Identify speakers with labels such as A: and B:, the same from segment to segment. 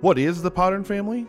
A: What is the Podern family?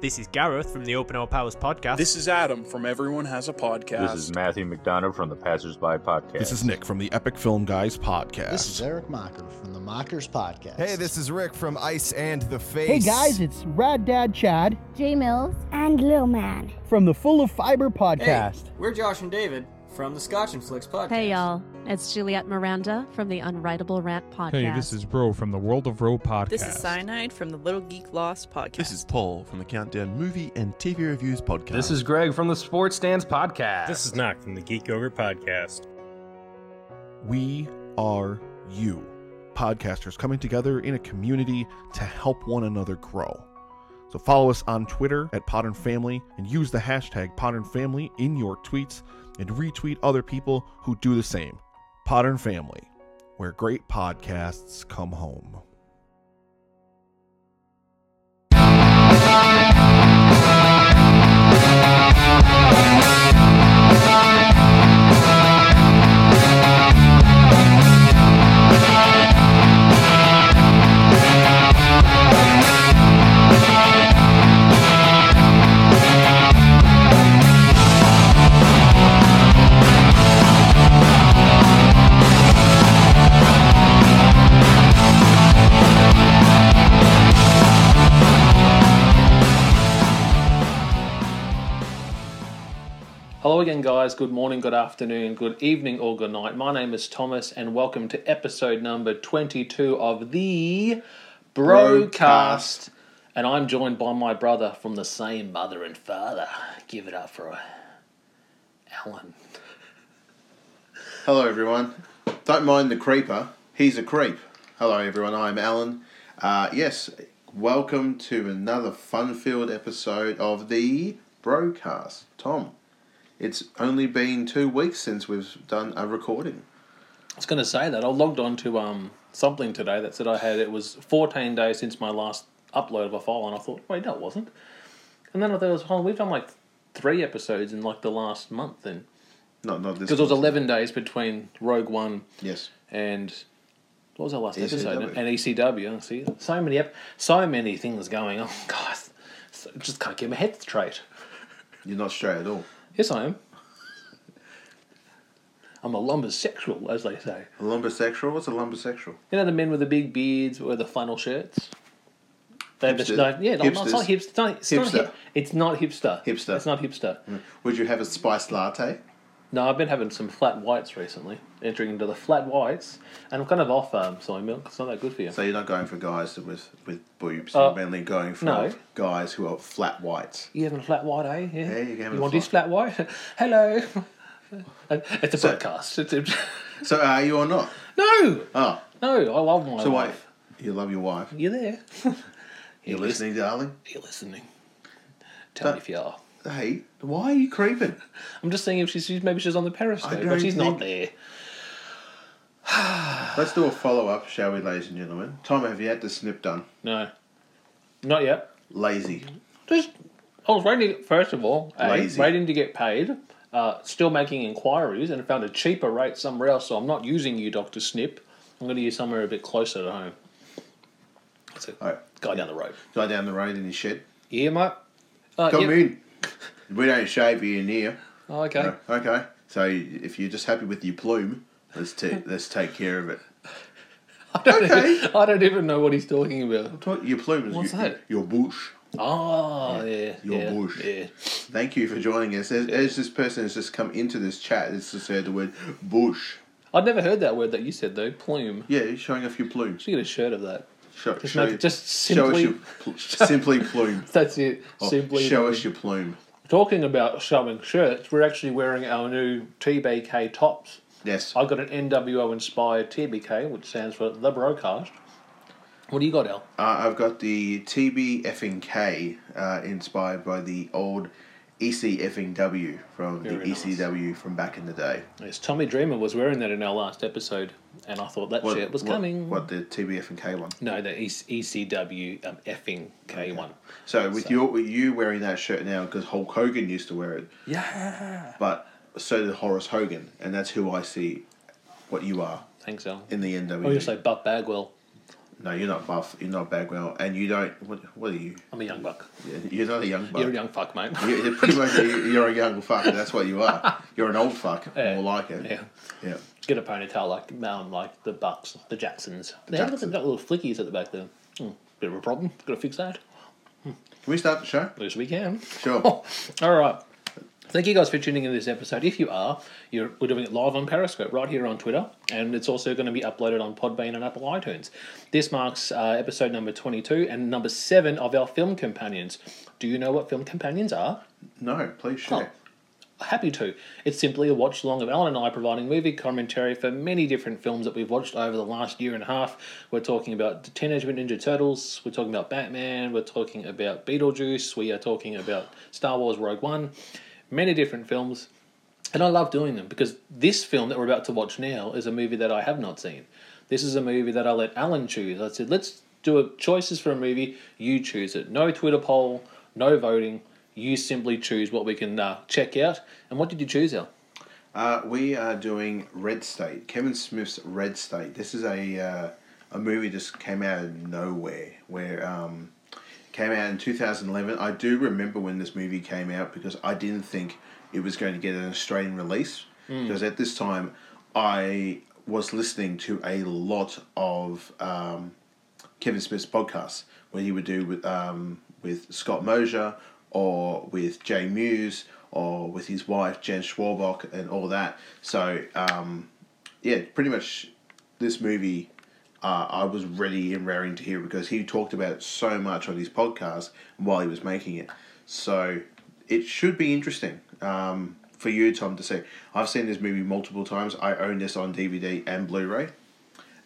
B: This is Gareth from the Open Our Powers podcast.
C: This is Adam from Everyone Has a Podcast.
D: This is Matthew McDonough from the Passersby Podcast.
A: This is Nick from the Epic Film Guys podcast.
E: This is Eric Mocker from the Mockers Podcast.
F: Hey, this is Rick from Ice and the Face.
G: Hey guys, it's Rad Dad Chad
H: J Mills.
I: and Lil Man.
G: from the Full of Fiber podcast.
J: Hey, we're Josh and David from the Scotch and Flicks podcast.
H: Hey y'all, it's Juliet Miranda from the Unwritable Rant podcast.
K: Hey, this is Bro from the World of Row podcast.
L: This is Cyanide from the Little Geek Lost podcast.
M: This is Paul from the Countdown Movie and TV Reviews podcast.
N: This is Greg from the Sports Stands Podcast.
O: This is Knock from the Geek Yogurt Podcast.
A: We are you, podcasters coming together in a community to help one another grow. So follow us on Twitter at Podern Family and use the hashtag Podern Family in your tweets and retweet other people who do the same. Podern Family, where great podcasts come home.
P: Hello again, guys. Good morning, good afternoon, good evening, or good night. My name is Thomas, and welcome to episode number 22 of the Broadcast. And I'm joined by my brother from the same mother and father. Give it up for uh, Alan.
Q: Hello, everyone. Don't mind the creeper. He's a creep. Hello, everyone. I'm Alan. Uh, yes, welcome to another fun-filled episode of the broadcast. Tom, it's only been two weeks since we've done a recording.
P: I was going to say that I logged on to um, something today that said I had it was 14 days since my last upload of a file, and I thought, wait, no, it wasn't. And then I thought, it was, oh, we've done like three episodes in like the last month, and
Q: Not not this.
P: because it was
Q: one.
P: 11 days between Rogue One
Q: Yes.
P: and what was our last episode?
Q: ECW.
P: And ECW. See, so many ep- so many things going on, guys. So, just can't get my head straight.
Q: You're not straight at all.
P: Yes, I am. I'm a lumbersexual, as they say.
Q: A lumbersexual. What's a lumbersexual?
P: You know the men with the big beards or the flannel shirts. They have the
Q: Hipster.
P: no, yeah, no, no, it's not
Q: Hipsters.
P: hipster. It's not, it's, not
Q: Hipster.
P: hip- it's not
Q: Hipster.
P: hipster.
Q: Mm.
P: It's not hipster.
Q: Would you have a spiced latte?
P: No, I've been having some flat whites recently. Entering into the flat whites, and I'm kind of off um, soy milk. It's not that good for you.
Q: So you're not going for guys with with boobs.
P: Uh,
Q: you're mainly going for
P: no.
Q: guys who are flat whites.
P: You having a flat white, eh? Yeah,
Q: Yeah, you can have a flat-
P: want this flat white? Hello. it's a
Q: So-
P: podcast. It's a...
Q: So are you or not?
P: no,
Q: Oh,
P: no, I love my
Q: so wait.
P: wife.
Q: You love your wife.
P: You're there.
Q: You're listening, darling.
P: You're listening. Tell me
Q: Don't-
P: if you are.
Q: Hey, why are you creeping?
P: I'm just saying if she's she's- maybe she's on the
Q: I
P: periscope,
Q: don't
P: but she's
Q: think-
P: not there.
Q: Let's do a follow up, shall we, ladies and gentlemen? Tom, have you had the snip done?
P: No, not yet.
Q: Lazy.
P: Just I was waiting. First of all, A,
Q: Lazy.
P: waiting to get paid. Uh, still making inquiries and found a cheaper rate somewhere else. So I'm not using you, Doctor Snip. I'm going to use somewhere a bit closer to home. So,
Q: All right.
P: guy down the road.
Q: Guy down the road in his shed.
P: Yeah, mate. Uh,
Q: Come
P: yep.
Q: in. We don't shave you in here.
P: Oh, okay.
Q: No, Okay. So if you're just happy with your plume, let's take let's take care of it.
P: I, don't
Q: Okay.
P: even, I don't even know what he's talking about.
Q: Talk- Your plume is
P: What's
Q: your,
P: that?
Q: your bush.
P: Oh, yeah.
Q: Your
P: yeah,
Q: bush.
P: Yeah.
Q: Thank you for joining us. As, as this person has just come into this chat, it's just heard the word bush.
P: I'd never heard that word that you said, though. Plume.
Q: Yeah, you're showing off your plume.
P: Should get a shirt of that.
Q: Show,
P: Just,
Q: show,
P: make, just
Q: show us
P: simply.
Q: your pl- simply plume.
P: That's it.
Q: Oh,
P: simply.
Q: show us your plume.
P: Talking about showing shirts, we're actually wearing our new TBK tops.
Q: Yes.
P: I got an NWO inspired TBK, which stands for the broadcast. What do you got, Al?
Q: Uh, I've got the TBFNK uh, inspired by the old E ECFNW from
P: Very
Q: the E
P: nice.
Q: ECW from back in the day.
P: Yes, Tommy Dreamer was wearing that in our last episode, and I thought that shit was
Q: what,
P: coming.
Q: What the TBFNK one?
P: No, the E- ECW um, effing K one.
Q: So with your with you wearing that shirt now because Hulk Hogan used to wear it,
P: Yeah.
Q: but so did Horace Hogan, and that's who I see. What you are
P: Thanks, Al.
Q: in the E. NW.
P: Oh, you say Buck Bagwell.
Q: No, you're not buff. You're not Bagwell, and you don't. What? What are you?
P: I'm a young buck.
Q: Yeah, you're not a young buck.
P: You're a young fuck, mate.
Q: You're, you're pretty much you- you're a young fuck. That's what you are. You're an old fuck,
P: Yeah.
Q: more like it.
P: Yeah.
Q: yeah.
P: Get a ponytail like um, like the Bucks, the Jacksons.
Q: The
P: they have got little flickies at the back there. Hmm, bit of a problem. Got to fix that. Hmm.
Q: Can we start the show?
P: Yes, we can.
Q: Sure.
P: All right. Thank you guys for tuning in to this episode. If you are, you're, we're doing it live on Periscope right here on Twitter, and it's also going to be uploaded on Podbean and Apple iTunes. This marks uh, episode number 22 and number 7 of our Film Companions. Do you know what Film Companions are? Oh,
Q: No, please share.
P: Happy to. It's simply a watch along of Alan and I providing movie commentary for many different films that we've watched over the last year and a half. We're talking about the Teenage Mutant Ninja Turtles, we're talking about Batman, we're talking about Beetlejuice, we are talking about Star Wars Rogue One, many different films. And I love doing them because this film that we're about to watch now is a movie that I have not seen. This is a movie that I let Alan choose. I said, let's do a, choices for a movie, you choose it. No Twitter poll, no voting. You simply choose what we can uh, check out. And what did you choose, Al?
Q: Uh, we are doing Red State. Kevin Smith's Red State. This is a uh, a movie just came out of nowhere. Where um, came out in 2011. I do remember when this movie came out because I didn't think it was going to get an Australian release.
P: Hmm.
I: Mm.
Q: Because at this time, I was listening to a lot of um, Kevin Smith's podcasts when he would do with um, with Scott Mosier or with Jay Muse or with his wife Jen Schwalbach and all that. So um, yeah, pretty much this movie uh, I was ready and raring to hear because he talked about it so much on his podcast while he was making it. So it should be interesting um, for you, Tom, to see. I've seen this movie multiple times. I own this on DVD and Blu-ray.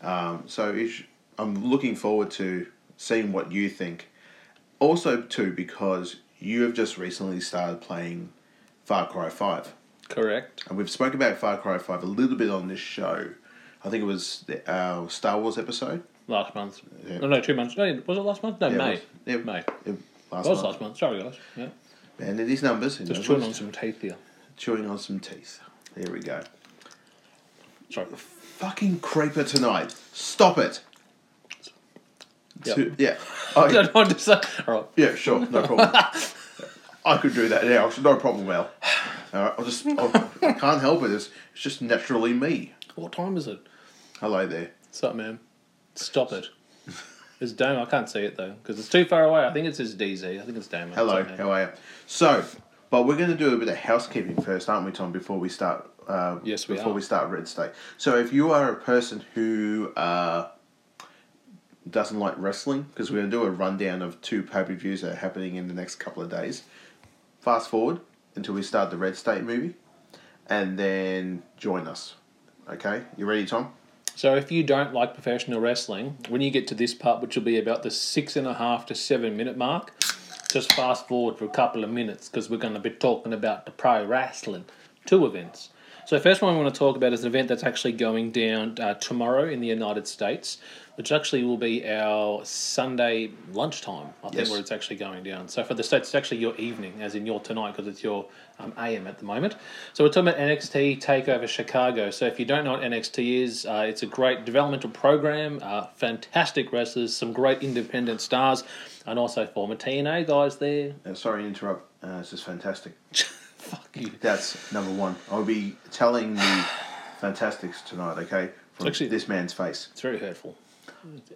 Q: Um, so it sh- I'm looking forward to seeing what you think. Also, too, because you have just recently started playing Far Cry Five.
P: Correct.
Q: And we've spoken about Far Cry Five a little bit on this show. I think it was the uh, Star Wars episode.
P: Last month. Oh,
Q: Yeah.
P: No, no, two months. No, was it last month? No,
Q: Yeah, it
P: May.
Q: was. Yeah, May.
P: That was last month. Sorry, guys. Yeah.
Q: And these numbers. you
P: Just
Q: know,
P: chewing on some teeth here.
Q: Chewing on some teeth. There we go.
P: Sorry.
Q: Fucking creeper tonight. Stop it.
P: Yeah.
Q: Two- yeah.
P: I don't want to say. All right.
Q: Yeah, sure. No problem. I could do that now. No problem, Well, All right, I'll just, I'll, I can't help it. It's, it's just naturally me.
P: What time is it?
Q: Hello there.
P: What's up, man? Stop it. It's Damo. I can't see it, though, because it's too far away. I think it's his DZ. I think it's Damo.
Q: Hello,
P: What's up, man?
Q: how are you? So, but we're going to do a bit of housekeeping first, aren't we, Tom? Before we start. Uh,
P: yes, we
Q: Before
P: are.
Q: we start Red State. So, if you are a person who uh, doesn't like wrestling, because we're going to do a rundown of two pay per views that are happening in the next couple of days. Fast forward until we start the Red State movie, and then join us. Okay, you ready, Tom?
P: So, if you don't like professional wrestling, when you get to this part, which will be about the six and a half to seven minute mark, just fast forward for a couple of minutes because we're going to be talking about the pro wrestling two events. So, the first one we want to talk about is an event that's actually going down uh, tomorrow in the United States, which actually will be our Sunday lunchtime, I think,
Q: Yes.
P: where it's actually going down. So, for the States, it's actually your evening, as in your tonight, because it's your um, AM at the moment. So, we're talking about NXT TakeOver Chicago. So, if you don't know what NXT is, uh, it's a great developmental program, uh, fantastic wrestlers, some great independent stars, and also former TNA guys there.
Q: Uh, sorry to interrupt. Uh, this is fantastic. Fuck you. That's number one. I'll be telling the fantastics tonight, okay? From
P: Actually-
Q: this man's face.
P: It's very hurtful.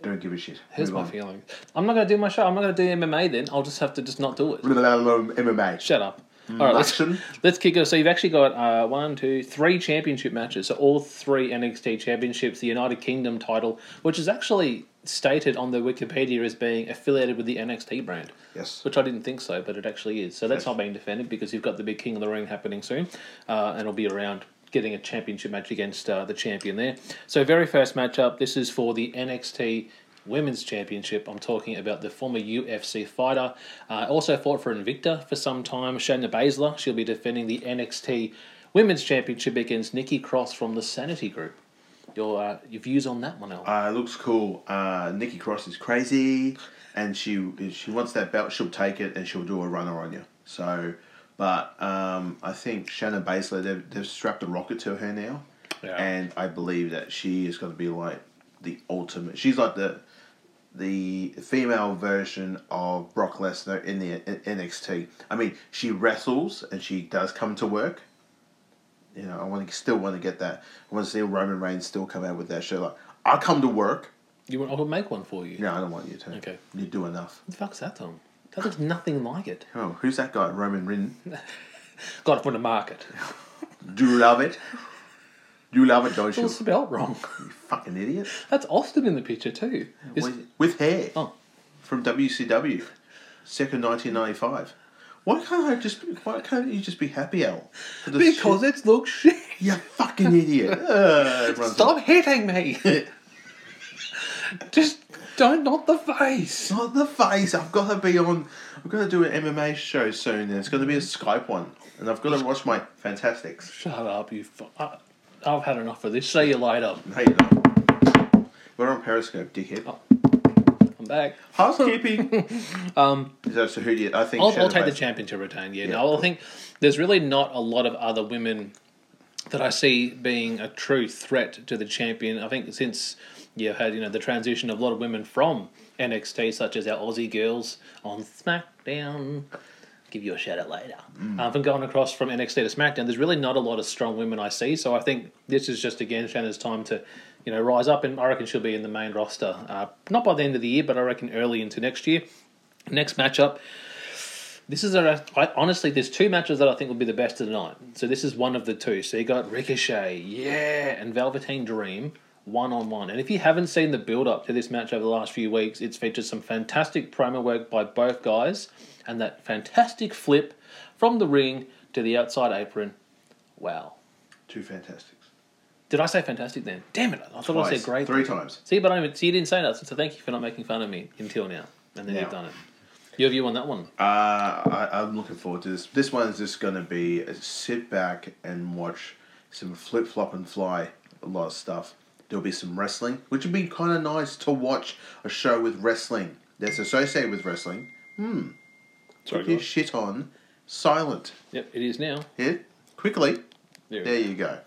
Q: Don't give a shit.
P: Here's
Q: Move
P: my
Q: on.
P: feeling. I'm not going to do my show. I'm not going to do MMA then. I'll just have to just not do it.
Q: MMA.
P: Shut up.
Q: Mm,
P: All right, let's,
Q: action.
P: let's kick off. So you've actually got uh, one, two, three championship matches. So all three NXT championships, the United Kingdom title, which is actually stated on the Wikipedia as being affiliated with the NXT brand.
Q: Yes.
P: Which I didn't think so, but it actually is. So that's not being defended because you've got the big King of the Ring happening soon, uh, and it'll be around getting a championship match against uh, the champion there. So very first matchup. This is for the NXT Women's Championship. I'm talking about the former UFC fighter. Uh, also fought for Invicta for some time. Shayna Baszler. She'll be defending the NXT Women's Championship against Nikki Cross from the Sanity Group. Your uh, your views on that one, Al?
Q: Uh, looks cool. Uh, Nikki Cross is crazy, and she if she wants that belt. She'll take it, and she'll do a runner on you. So, but um, I think Shannon Baszler they've, they've strapped a rocket to her now,
P: Yeah.
Q: and I believe that she is going to be like the ultimate. She's like the the female version of Brock Lesnar in the in NXT. I mean, she wrestles and she does come to work. You know, I want to still want to get that. I want to see Roman Reigns still come out with that show. Like, I come to work.
P: You want? I'll make one for you.
Q: No, I don't want you to.
P: Okay.
Q: You do enough.
P: What the fuck's that, Tom? That looks nothing like it.
Q: Oh, who's that guy? Roman Reigns.
P: Got it from the market.
Q: do you love it? You love it, don't
P: you? It's spelled wrong.
Q: You fucking idiot.
P: That's Austin in the picture too.
Q: Is... With hair.
P: Oh.
Q: From WCW, second 1995. Why can't I just? Why can't you just be happy, Al?
P: Because shit? it looks shit.
Q: You fucking idiot! uh,
P: Stop up. hitting me. just don't not the face.
Q: Not the face. I've got to be on. I've got to do an MMA show soon, and it's going to be a Skype one, and I've got to watch my Fantastics.
P: Shut up, you. Fu- I- I've had enough of this. See you later.
Q: Hey, no. We're on Periscope, dickhead.
P: Oh. I'm back.
Q: Housekeeping.
P: um,
Q: so, so who do you? I think
P: I'll, I'll take Bates. the champion to retain. Yeah, yeah no, cool. I think there's really not a lot of other women that I see being a true threat to the champion. I think since you've had you know the transition of a lot of women from NXT, such as our Aussie girls on SmackDown give you a shout out later. Mm. Um, from going across from NXT to SmackDown, there's really not a lot of strong women I see. So I think this is just again Shannon's time to, you know, rise up, and I reckon she'll be in the main roster. Uh, not by the end of the year, but I reckon early into next year. Next matchup. This is a I, honestly, there's two matches that I think will be the best of the night. So this is one of the two. So you got Ricochet, yeah, and Velveteen Dream one on one. And if you haven't seen the build up to this match over the last few weeks, it's featured some fantastic promo work by both guys and that fantastic flip from the ring to the outside apron. Wow.
Q: Two fantastics.
P: Did I say fantastic then? Damn it! I thought
Q: Twice.
P: I said great.
Q: Three times.
P: See, but I even, see, you didn't say that, so thank you for not making fun of me until now. And then
Q: Yeah.
P: you've done it. Your view on that one?
Q: Uh, I, I'm looking forward to this. This one's just going to be a sit back and watch some flip flop and fly a lot of stuff. There'll be some wrestling, which would be kind of nice to watch a show with wrestling that's associated with wrestling. Hmm.
O: Sorry,
Q: Put your
O: guys.
Q: shit on silent.
P: Yep, it is now.
Q: Yeah, quickly.
P: There we
Q: There you go.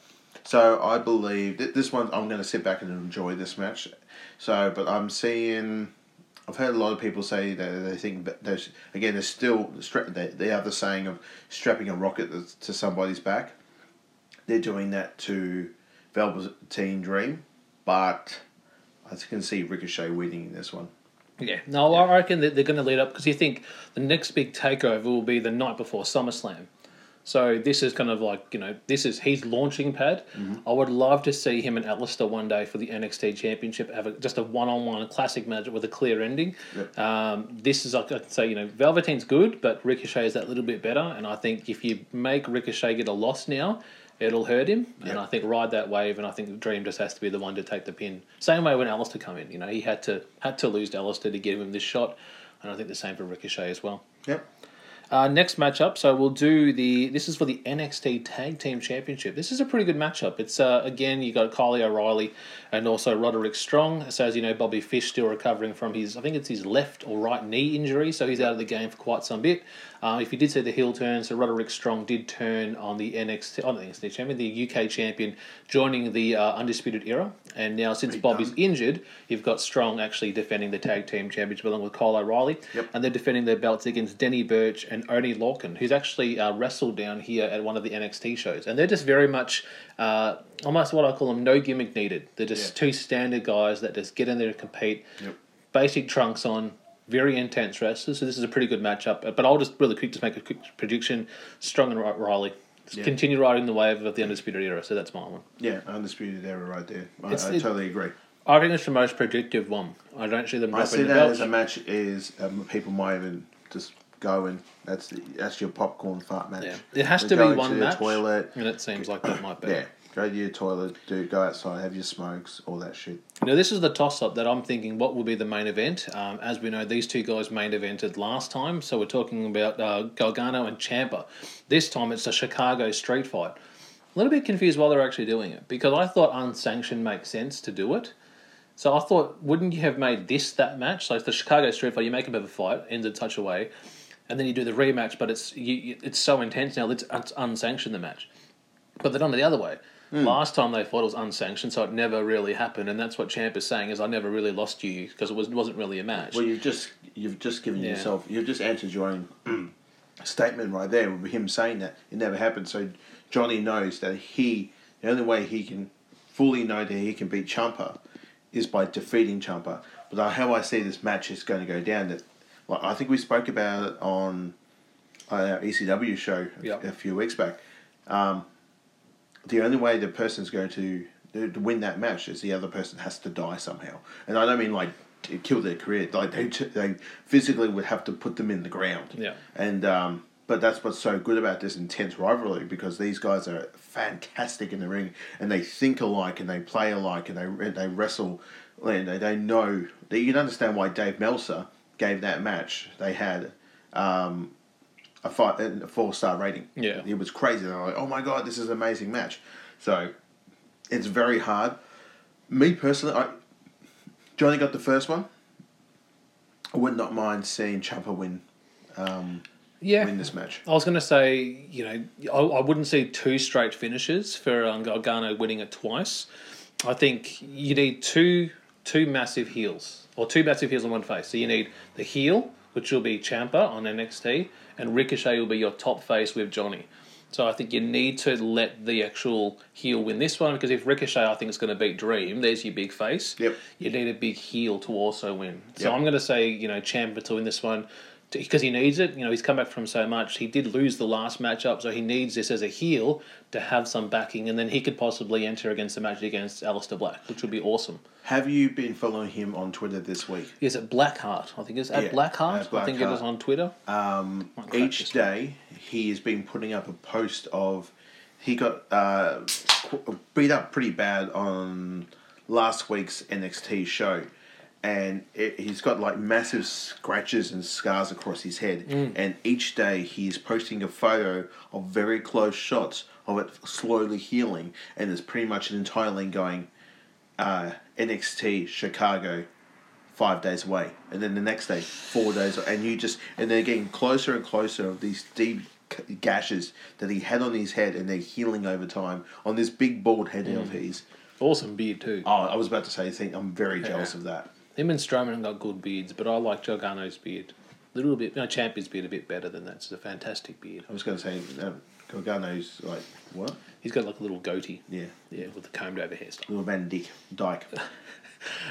Q: So I believe that this one I'm going to sit back and enjoy this match. So, but I'm seeing. I've heard a lot of people say that they think that there's again there's still stra- they they have the saying of strapping a rocket to- to somebody's back. They're doing that to Velveteen Dream, but I can see Ricochet winning in this one.
P: Yeah, no, I reckon that they're going to lead up because you think the next big takeover will be the night before SummerSlam. So this is kind of like you know this is he's launching pad.
Q: Mm-hmm.
P: I would love to see him and Alistair one day for the NXT Championship have a, just a one on one classic match with a clear ending.
Q: Yep.
P: Um, this is like I say you know Velveteen's good, but Ricochet is that little bit better, and I think if you make Ricochet get a loss now. It'll hurt him,
Q: Yep.
P: and I think ride that wave, and I think Dream just has to be the one to take the pin. Same way when Alistair come in, you know, he had to had to lose to Alistair to give him this shot, and I think the same for Ricochet as well.
Q: Yep.
P: Uh, next matchup, so we'll do the. This is for the NXT Tag Team Championship. This is a pretty good matchup. It's uh, again you got Kylie O'Reilly and also Roderick Strong. So as you know, Bobby Fish still recovering from his, I think it's his left or right knee injury, so he's out of the game for quite some bit. Um, if you did see the heel turn, so Roderick Strong did turn on the NXT, on the NXT champion, the UK champion, joining the uh, Undisputed Era. And now since Bobby's injured, you've got Strong actually defending the Tag Team Championship along with Kyle O'Reilly.
Q: Yep.
P: And they're defending their belts against Denny Birch and Oni Lorcan, who's actually uh, wrestled down here at one of the NXT shows. And they're just very much uh, almost what I call them no gimmick needed. They're just two standard guys that just get in there to compete.
Q: Yep.
P: Basic trunks on, very intense wrestlers. So this is a pretty good matchup. But I'll just really quick just make a quick prediction. Strong and Ri- Riley.
Q: Yeah.
P: Continue riding the wave of the Undisputed Era. So that's my one.
Q: Yeah, undisputed era right there. I, I
P: It's- it-
Q: totally agree.
P: I think it's the most predictive one. I don't see them
Q: I
P: dropping
Q: see that
P: the belts.
Q: as a match is um, people might even just go and that's the, that's your popcorn fart match.
P: Yeah. It has
Q: You
P: to
Q: go
P: be one
Q: into your
P: match.
Q: toilet.
P: And it seems like that might be.
Q: Yeah, go to your toilet, do go outside, have your smokes, all that shit.
P: Now, this is the toss up that I'm thinking what will be the main event. Um, as we know, these two guys main evented last time, so we're talking about uh, Gargano and Champa. This time it's a Chicago street fight. A little bit confused why they're actually doing it because I thought unsanctioned makes sense to do it. So I thought, wouldn't you have made this that match? Like the Chicago street fight, you make a bit of a fight, ends in such a way, and then you do the rematch, but it's you, you, it's so intense now, let's, let's unsanction the match. But they've done it the other way.
Q: Hmm.
P: Mm. Last time they fought, it was unsanctioned, so it never really happened, and that's what Champ is saying: is I never really lost you because it was wasn't really a match.
Q: Well, you've just you've just given
P: Yeah.
Q: yourself you've just answered your own statement right there with him saying that it never happened. So Johnny knows that he the only way he can fully know that he can beat Champa is by defeating Champa. But I- how I see this match is going to go down that like I think we spoke about it on uh, our ECW show a-
P: Yep.
Q: a few weeks back. Um, the only way the person's going to, to win that match is the other person has to die somehow. And I don't mean like to kill their career. Like they, they physically would have to put them in the ground.
P: Yeah.
Q: And um, but that's what's so good about this intense rivalry because these guys are fantastic in the ring and they think alike and they play alike and they and they wrestle and they, they know that you can understand why Dave Meltzer gave that match they had um, a five a four star rating.
P: Yeah.
Q: It was crazy. They're like, oh my god, this is an amazing match. So it's very hard. Me personally, I Johnny got the first one. I would not mind seeing Champa win. Um,
P: Yeah.
Q: win this match.
P: I was going to say, you know, I, I wouldn't see two straight finishes for um, Gargano winning it twice. I think you need two two massive heels or two massive heels on one face. So you need the heel, which will be Champa on NXT, and Ricochet will be your top face with Johnny. So I think you need to let the actual heel win this one because if Ricochet, I think, is going to beat Dream, there's your big face. Yep. You need a big heel to also win. So
Q: Yep.
P: I'm going to say, you know, Champa to win this one because he needs it. You know, he's come back from so much. He did lose the last matchup, so he needs this as a heel to have some backing, and then he could possibly enter against the match against Alistair Black, which would be awesome.
Q: Have you been following him on Twitter this week?
P: Is it Blackheart? I think it's at
Q: Yeah,
P: Blackheart.
Q: at
P: I think it was
Q: Blackheart.
P: on Twitter.
Q: Um, each day, he has been putting up a post of he got uh, qu- beat up pretty bad on last week's NXT show, and it, he's got like massive scratches and scars across his head.
I: Mm.
Q: And each day, he's posting a photo of very close shots of it slowly healing, and there's pretty much an entire link going uh, NXT Chicago five days away, and then the next day four days, and you just and they're getting closer and closer of these deep c- gashes that he had on his head, and they're healing over time on this big bald head of
P: Mm.
Q: his.
P: Awesome beard too.
Q: Oh, I was about to say, thing I'm very
P: Yeah.
Q: jealous of that.
P: Him and Strowman have got good beards, but I like Gargano's beard. A little bit, no, Champion's beard a bit better than that. It's a fantastic beard.
Q: I was going to say, um, Gargano's like what?
P: He's got like a little goatee.
Q: Yeah,
P: yeah, with the combed over hairstyle.
Q: Little Van Dyke, Dyke.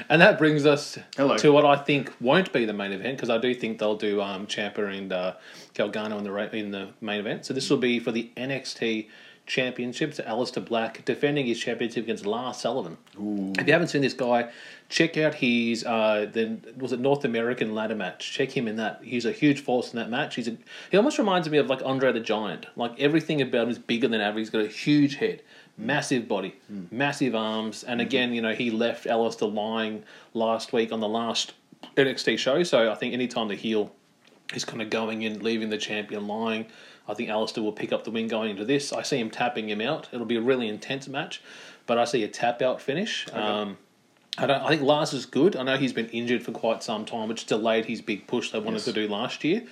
P: And that brings us
Q: Hello.
P: to what I think won't be the main event because I do think they'll do um, Champa and uh, Galgano in the ra- in the main event. So this will be for the NXT Championship. So Alistair Black defending his championship against Lars Sullivan. If you haven't seen this guy, check out his uh, the was it North American ladder match. Check him in that. He's a huge force in that match. He's a, he almost reminds me of like Andre the Giant. Like everything about him is bigger than average. He's got a huge head, massive body, massive arms. And again, you know, he left Alistair lying last week on the last NXT show. So I think anytime the heel is kind of going in, leaving the champion lying. I think Alistair will pick up the win going into this. I see him tapping him out. It'll be a really intense match, but I see a tap out finish. Um, I don't. I think Lars is good. I know he's been injured for quite some time, which delayed his big push they wanted
Q: Yes.
P: to do last year.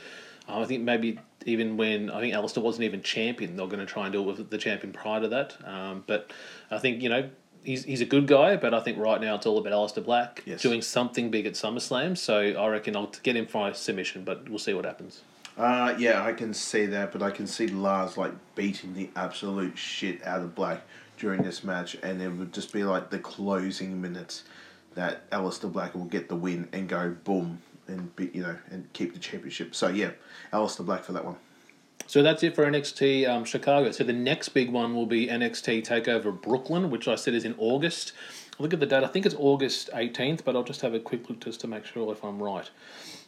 P: Um, I think maybe even when I think Alistair wasn't even champion, they're going to try and do it with the champion prior to that. Um, but I think you know he's he's a good guy, but I think right now it's all about Alistair Black doing something big at SummerSlam. So I reckon I'll get him for a submission, but we'll see what happens.
Q: Uh, yeah, I can see that, but I can see Lars like beating the absolute shit out of Black during this match, and it would just be like the closing minutes that Alistair Black will get the win and go boom and be, you know and keep the championship. So yeah, Alistair Black for that one.
P: So that's it for NXT um, Chicago. So the next big one will be NXT Takeover Brooklyn, which I said is in August. Look at the date. I think it's August 18th, but I'll just have a quick look just to make sure if I'm right.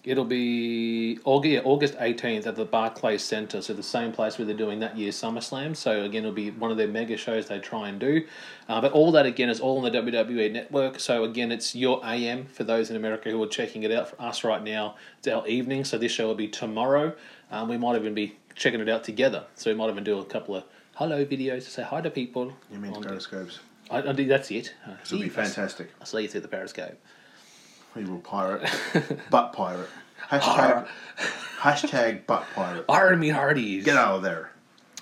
P: It'll be Aug- yeah, August 18th at the Barclays Centre, so the same place where they're doing that year's SummerSlam. So again, it'll be one of their mega shows they try and do. Uh, but all that again is all on the WWE Network. So again, it's your AM for those in America who are checking it out. For us right now, it's our evening, so this show will be tomorrow. Um, we might even be checking it out together. So we might even do a couple of hello videos to say hi to people.
Q: You mean periscopes?
P: I, I do. That's it. Uh,
Q: This will be
P: see, I s-
Q: fantastic.
P: I see you through the periscope.
Q: We will pirate, butt pirate. Hashtag, hashtag butt pirate.
P: Iron Me Hardy.
Q: Get out of there.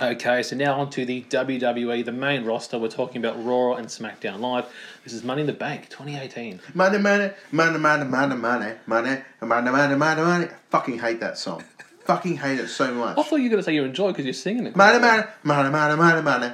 P: Okay, so now on to the WWE, the main roster. We're talking about Raw and SmackDown Live. This is Money in the Bank 2018.
Q: Money, money, money, money, money, money, money, money, money, money, money. I fucking hate that song. fucking hate it so much.
P: I thought you were going to say you enjoy because you're singing it.
Q: Money, money, money, money, money, money.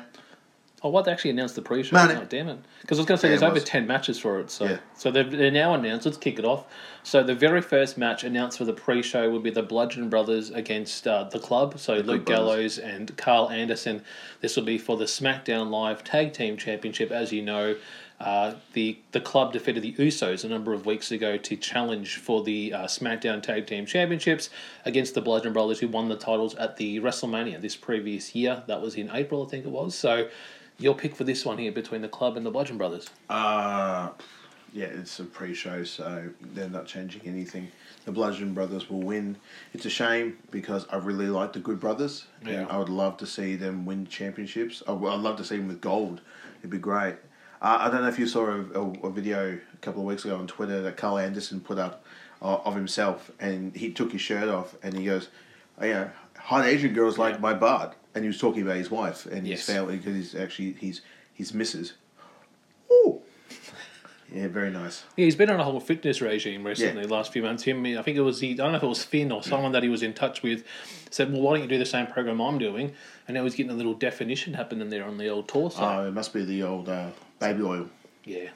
P: Oh, what they actually announced the pre-show?
Q: Money.
P: Oh, damn it! Because I was going to say
Q: Yeah,
P: there's
Q: it
P: over
Q: was.
P: ten matches for it, so
Q: Yeah.
P: so they've, they're now announced. Let's kick it off. So the very first match announced for the pre-show will be the Bludgeon Brothers against uh, the Club. So Luke Gallows and Carl Anderson. This will be for the SmackDown Live Tag Team Championship. As you know, uh, the the Club defeated the Usos a number of weeks ago to challenge for the uh, SmackDown Tag Team Championships against the Bludgeon Brothers, who won the titles at the WrestleMania this previous year. That was in April, I think it was. So. Your pick for this one here between the club and the Bludgeon Brothers.
Q: Uh, yeah, it's a pre-show, so they're not changing anything. The Bludgeon Brothers will win. It's a shame because I really like the Good Brothers,
P: Yeah.
Q: and I would love to see them win championships. I would I'd love to see them with gold. It'd be great. Uh, I don't know if you saw a, a, a video a couple of weeks ago on Twitter that Carl Anderson put up uh, of himself, and he took his shirt off, and he goes, you know, hot Asian girls like my bard, and he was talking about his wife and his family because he's actually he's his missus. Yeah, very nice.
P: Yeah, he's been on a whole fitness regime recently,
Q: Yeah.
P: the last few months. Him, I think it was, he, I don't know if it was Finn or someone that he was in touch with, said, Well, why don't you do the same program I'm doing? And now he's getting a little definition happening there on the old torso.
Q: Oh, it must be the old uh, baby oil.
P: yeah.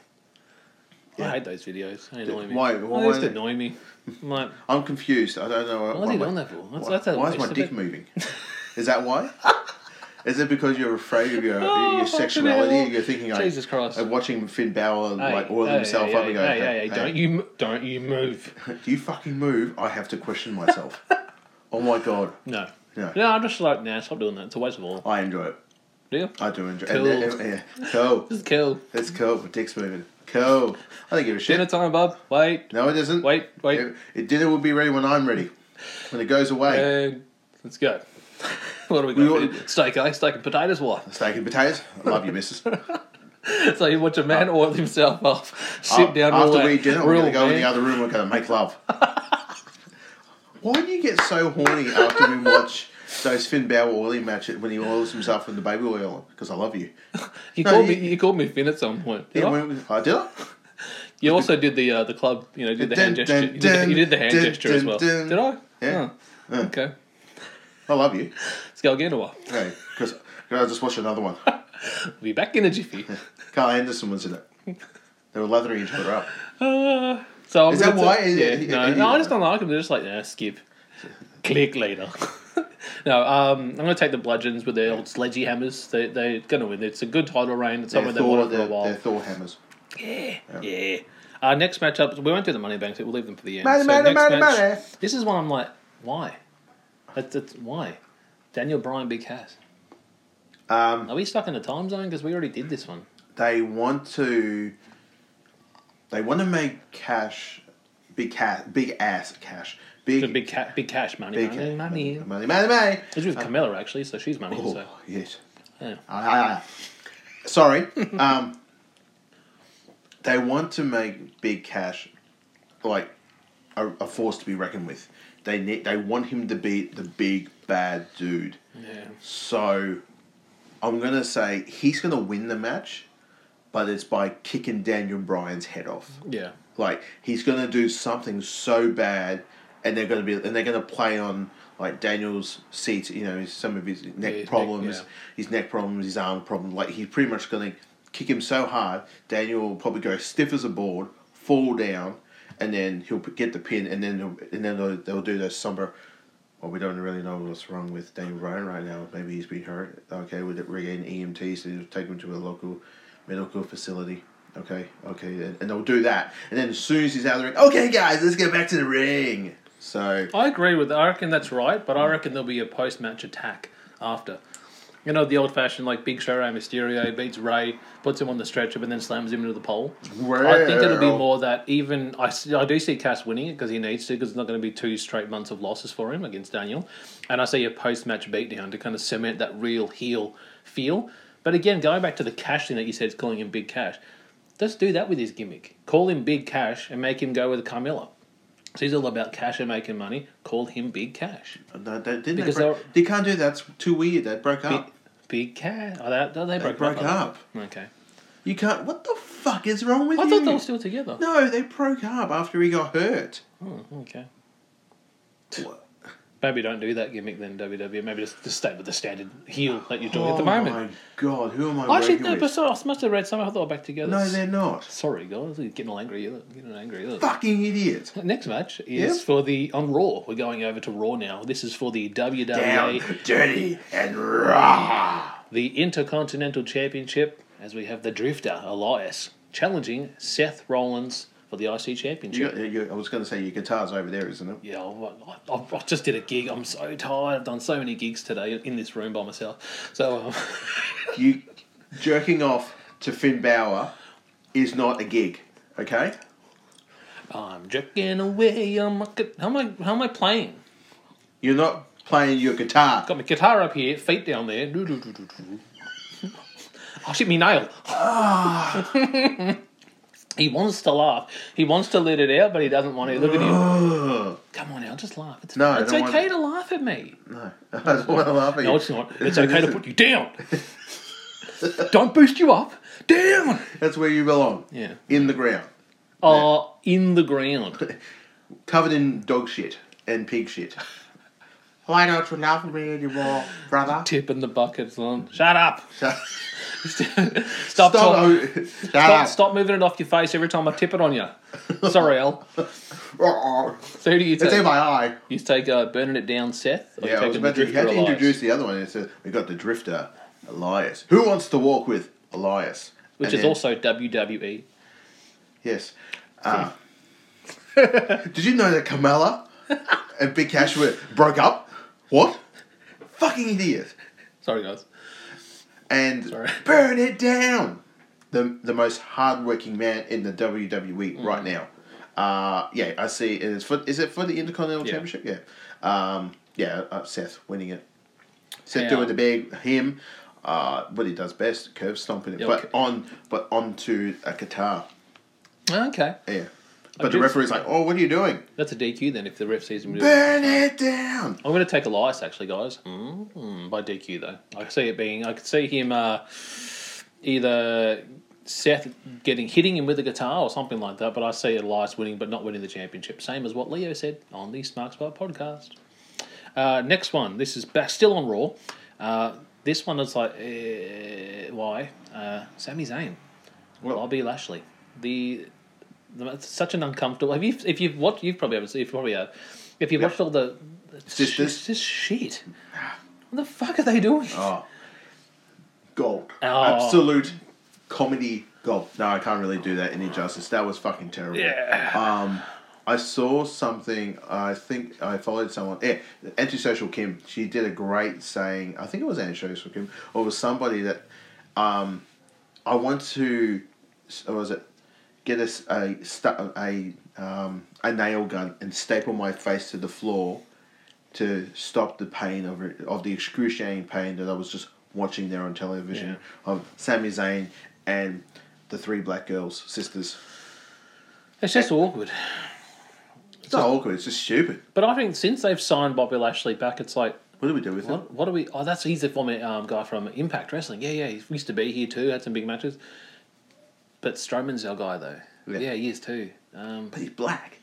P: I hate those videos. They
Q: Dude,
P: annoy me.
Q: why-
P: They
Q: why-
P: just annoy me. I'm like,
Q: I'm confused. I don't know.
P: Why is he doing that for? That's- that's a
Q: why is my
P: waste of
Q: dick
P: it.
Q: moving? Is that why? Is it because you're afraid of your
P: Oh,
Q: your
P: fucking
Q: sexuality?
P: hell.
Q: and You're thinking like
P: Jesus Christ.
Q: Of watching Finn Balor
P: Hey,
Q: like oil
P: hey,
Q: himself
P: hey,
Q: up
P: hey,
Q: and go,
P: hey, hey, don't you m- don't you move?
Q: Do you fucking move? I have to question myself. oh my god,
P: no.
Q: no,
P: No, I'm just like, nah, stop doing that. It's a waste of all.
Q: I enjoy it.
P: Do you?
Q: I do enjoy
P: Cool.
Q: it. And, and, yeah, cool.
P: This is cool.
Q: It's cool. My dick's moving. Cool. I don't give a shit.
P: Dinner time, Bob. Wait.
Q: No, it isn't.
P: Wait, wait.
Q: It, it- dinner will be ready when I'm ready. When it goes away.
P: Uh, let's go. what do we
Q: We
P: got?
Q: want-
P: for steak, eh? Steak and potatoes, what?
Q: Steak and potatoes. I love you, missus.
P: so you watch a man oil himself up, sit
Q: Uh,
P: down,
Q: after
P: relax,
Q: we eat dinner. We're gonna
P: real
Q: go in the
P: man.
Q: other room. We're gonna make love. Why do you get so horny after we watch those Finn Balor oily matches when he oils himself with the baby oil? Because I love you.
P: You
Q: No,
P: called
Q: you-
P: me. You called me Finn at some point. did
Q: Yeah,
P: I?
Q: when, I did. I?
P: you also did the uh, the club. You know, did the hand
Q: Dun,
P: gesture.
Q: dun,
P: you, did, you did the hand
Q: dun,
P: gesture as
Q: dun,
P: well.
Q: dun.
P: Did I?
Q: Yeah.
P: Oh, Okay.
Q: I love you.
P: Let's go again a while.
Q: Okay, because I just watched another one.
P: We'll be back in a jiffy.
Q: Carl Anderson was in it. They were lathering each other up.
P: Uh, so
Q: Is
P: I'm
Q: that
P: gonna-
Q: why? Is-
P: yeah,
Q: is-
P: no,
Q: is-
P: no, I just don't like them. They're just like, nah, skip. Click later. no, um, I'm going to take the bludgeons with their old sledgy hammers. They, they're going to win. It's a good title reign. It's
Q: They're
P: somewhere they
Q: Thor,
P: wanted for
Q: they're,
P: a while.
Q: they're Thor hammers.
P: Yeah, yeah. Our next matchup, we won't do the money banks. We'll leave them for the end.
Q: Money,
P: So
Q: money,
P: next
Q: money,
P: match-
Q: money.
P: This is one I'm like, why? That's, that's why. Daniel Bryan, Big Cass.
Q: Um,
P: Are we stuck in a time zone? Because we already did this one.
Q: they want to they want to make cash big cash big ass cash
P: The
Q: big
P: Big, ca- big cash money,
Q: Big
P: money,
Q: ca-
P: money.
Q: money money money
P: It's with Camilla actually, so she's money.
Q: oh
P: so
Q: yes
P: yeah.
Q: Ah, ah, ah. sorry um they want to make big cash like a, a force to be reckoned with they need they want him to be the big bad dude
P: yeah.
Q: so I'm going to say he's going to win the match, but it's by kicking Daniel Bryan's head off.
P: Yeah.
Q: Like he's going to do something so bad and they're going to be and they're going to play on like Daniel's seat, you know, some of his neck
P: his neck,
Q: problems,
P: yeah.
Q: his neck problems, his arm problem. Like he's pretty much going to kick him so hard, Daniel will probably go stiff as a board, fall down, and then he'll p- get the pin, and then they'll- and then they'll, they'll do those somber. Well, we don't really know what's wrong with Daniel Bryan right now. Maybe he's been hurt. Okay, we're getting EMTs to take him to a local medical facility. Okay, okay, and, and they'll do that. And then as soon as he's out of the ring, okay, guys, let's get back to the ring. So
P: I agree with. I reckon that's right, but I reckon there'll be a post-match attack after. You know the old-fashioned like Big Show Rey Mysterio beats Ray, puts him on the stretcher, but then slams him into the pole. I think it'll be
Q: Well.
P: more that even I, s- I do see Cass winning it because he needs to because it's not going to be two straight months of losses for him against Daniel, and I see a post-match beatdown to kind of cement that real heel feel. But again, going back to the cash thing that you said, is calling him Big Cash. Let's do that with his gimmick. Call him Big Cash and make him go with Carmella. So he's all about cash and making money. Call him Big Cash.
Q: No, they, didn't because they, broke, they, can't do that. It's too weird. They broke
P: big,
Q: up.
P: Big Cash. Oh, that, they,
Q: Ah. They
P: broke,
Q: broke up.
P: up. Okay.
Q: You can't. What the fuck is wrong with
P: I
Q: you?
P: thought they were still together.
Q: No, they broke up after he got hurt.
P: Oh, okay.
Q: What?
P: Maybe don't do that gimmick then, WWE. Maybe just, just stay with the standard heel that you're doing at the moment.
Q: Oh my god, who am I?
P: I actually
Q: working
P: no,
Q: with?
P: but sorry, I must have read something. I thought they're back together.
Q: No, they're not.
P: Sorry, guys, you're getting all angry. You're getting angry. Look.
Q: Fucking idiot.
P: Next match is
Q: Yep.
P: for the on Raw. We're going over to Raw now. This is for the E WWE,
Q: Down, dirty, and raw.
P: the Intercontinental Championship, as we have the Drifter Elias challenging Seth Rollins for the IC
Q: You
P: Championship.
Q: got, you, I was going to say your guitar's over there, isn't it?
P: Yeah, I, I, I just did a gig. I'm so tired. I've done so many gigs today in this room by myself. So um,
Q: You jerking off to Finn Bauer is not a gig, okay?
P: um, I'm jerking away. I'm how am I how am I playing?
Q: You're not playing your guitar.
P: Got my guitar up here, feet down there. Doo, doo, doo, doo, doo. oh shit, me nail. he wants to laugh. He wants to let it out, but he doesn't want to. Look at him. Come on, now, just laugh. It's,
Q: No, I
P: it's
Q: don't
P: okay to laugh at me.
Q: No, I don't want to laugh at you.
P: No, it's not. It's okay to put you down. Don't boost you up. Down.
Q: That's where you belong.
P: Yeah.
Q: In the ground.
P: Oh, in the ground.
Q: Covered in dog shit and pig shit. Why don't you laugh at me anymore, brother?
P: Tip in the bucket. son. Shut up.
Q: Shut-
P: Stop talking.
Q: oh, shut
P: Stop,
Q: up.
P: stop moving it off your face every time I tip it on you. Sorry, Al.
Q: Oh, oh.
P: So who do you
Q: It's
P: take?
Q: in my eye.
P: You take uh, burning it down, Seth. Or
Q: Yeah, I
P: you
Q: was
P: take
Q: about to, you had to introduce the other one. It says, we got the drifter, Elias. Who wants to walk with Elias?
P: which
Q: And
P: is
Q: then-
P: also E. Hmm. WWE.
Q: Yes. Uh, did you know that Kamala and Big Cash were broke up? What? Fucking idiot.
P: Sorry, guys.
Q: And
P: Sorry.
Q: burn it down. The, the most hardworking man in the WWE
P: Mm.
Q: right now. Uh, yeah, I see. It is, for, is it for the Intercontinental
P: Yeah.
Q: Championship? Yeah. Um, yeah, uh, Seth winning it. Seth
P: Yeah.
Q: doing the big him. Uh, what he does best, curb stomping it,
P: Yeah,
Q: but
P: okay.
Q: on but onto a guitar.
P: Okay,
Q: Yeah. But the
P: did-
Q: referee's like, "Oh, what are you doing?"
P: that's a DQ then. If the ref sees him, do it.
Q: Burn it down.
P: I'm going to take Elias actually, guys. Mm, by DQ though, I see it being. I could see him uh, either Seth getting hitting him with a guitar or something like that. But I see Elias winning, but not winning the championship. Same as what Leo said on the Smart Spot podcast. Uh, next one. This is back still on Raw. Uh, this one is like uh, why uh, Sami Zayn, Bobby Lashley. The, the it's such an uncomfortable. Have you if you've watched you've probably haven't seen- you probably have. If you've watched all the
Q: Sisters.
P: it's just shit. What the fuck are they doing?
Q: Oh, gold.
P: Oh.
Q: Absolute comedy gold. No, I can't really do that any justice. That was fucking terrible.
P: Yeah.
Q: Um, I saw something. I think I followed someone. Yeah, antisocial Kim. She did a great saying. I think it was antisocial Kim, or it was somebody that. Um, I want to. Or was it? Get us a sta- a um, a nail gun and staple my face to the floor to stop the pain of it, of the excruciating pain that I was just watching there on television of Sami Zayn and the three black girls sisters.
P: It's just awkward.
Q: It's not awkward. It's just stupid.
P: But I think since they've signed Bobby Lashley back, it's like
Q: What do we do with it?
P: What, what are we? Oh, that's he's the former um, guy from Impact Wrestling. Yeah, yeah, he used to be here too. Had some big matches. But Strowman's our guy though. Yeah,
Q: Yeah.
P: he is too. Um,
Q: But he's black.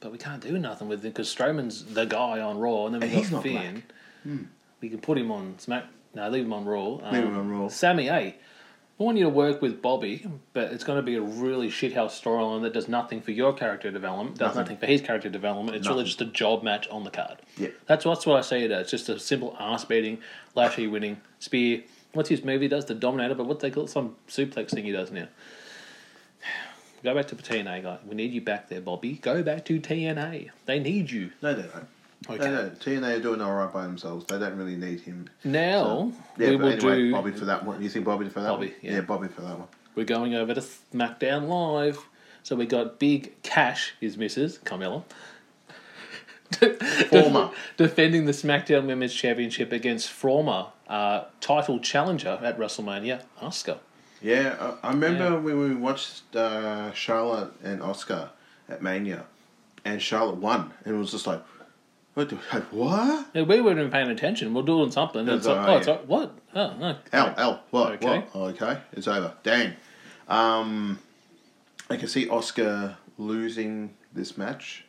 P: but we can't do nothing with him because Strowman's the guy on Raw, and then we
Q: And
P: got
Q: he's not
P: Finn.
Q: black.
P: We can put him on Smack. No, leave him on Raw. Um,
Q: Leave him on Raw.
P: Sammy A. I want you to work with Bobby, but it's going to be a really shithouse storyline that does nothing for your character development, does nothing,
Q: Nothing.
P: for his character development. It's really just a job match on the card.
Q: Yeah.
P: That's that's what I say it as. Just a simple ass beating, Lashley winning, spear. What's his move he does? The Dominator, but what they call it? some suplex thing he does now. Go back to TNA, guy. We need you back there, Bobby. Go back to TNA. They need you.
Q: No, they don't.
P: Okay.
Q: They don't. TNA are doing all right by themselves. They don't really need him.
P: Now
Q: Yeah,
P: we
Q: but
P: will
Q: anyway,
P: do.
Q: Bobby for that one. You think Bobby for that
P: Bobby,
Q: one?
P: yeah.
Q: Bobby for that one.
P: We're going over to SmackDown Live. So we got Big Cash, his missus, Carmella.
Q: Former.
P: Defending the SmackDown Women's Championship against former uh, title challenger at WrestleMania, Asuka.
Q: Yeah, I, I remember
P: Yeah.
Q: when we watched uh, Charlotte and Oscar at Mania. and Charlotte won, and it was just like, what? The, like, what?
P: Yeah, we weren't even paying attention. We're doing something.
Q: Yeah,
P: It's
Q: so,
P: like,
Q: oh,
P: oh, it's
Q: yeah.
P: like, what? Oh, no.
Q: L L what
P: Okay.
Q: what okay it's over dang um I can see Oscar losing this match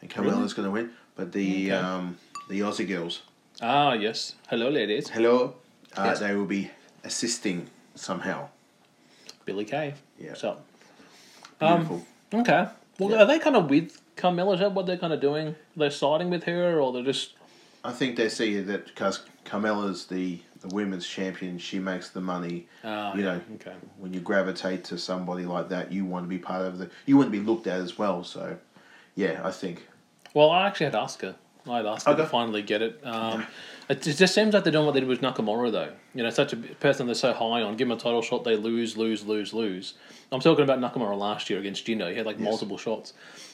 Q: and Carmella's going to win but the
P: Okay.
Q: um the Aussie girls
P: Ah, yes. Hello, ladies.
Q: hello uh,
P: Yes.
Q: they will be assisting somehow
P: Billy Kay.
Q: yeah
P: So, um,
Q: beautiful
P: Okay. Well, are they kind of with Carmella? Is that what they're kind of doing? They're siding with her, or they're just
Q: I think they see that because Carmella's the the women's champion she makes the money
P: Ah,
Q: you
P: yeah,
Q: know
P: okay.
Q: when you gravitate to somebody like that you want to be part of the you want to be looked at as well so yeah I think
P: Well, I actually had to ask her. I had asked her to
Q: Okay.
P: finally get it. Um, it just just seems like they're doing what they did with Nakamura, though. You know, such a b- person they're so high on. Give him a title shot, they lose, lose, lose, lose. I'm talking about Nakamura last year against Gino. He had like
Q: Yes.
P: multiple shots.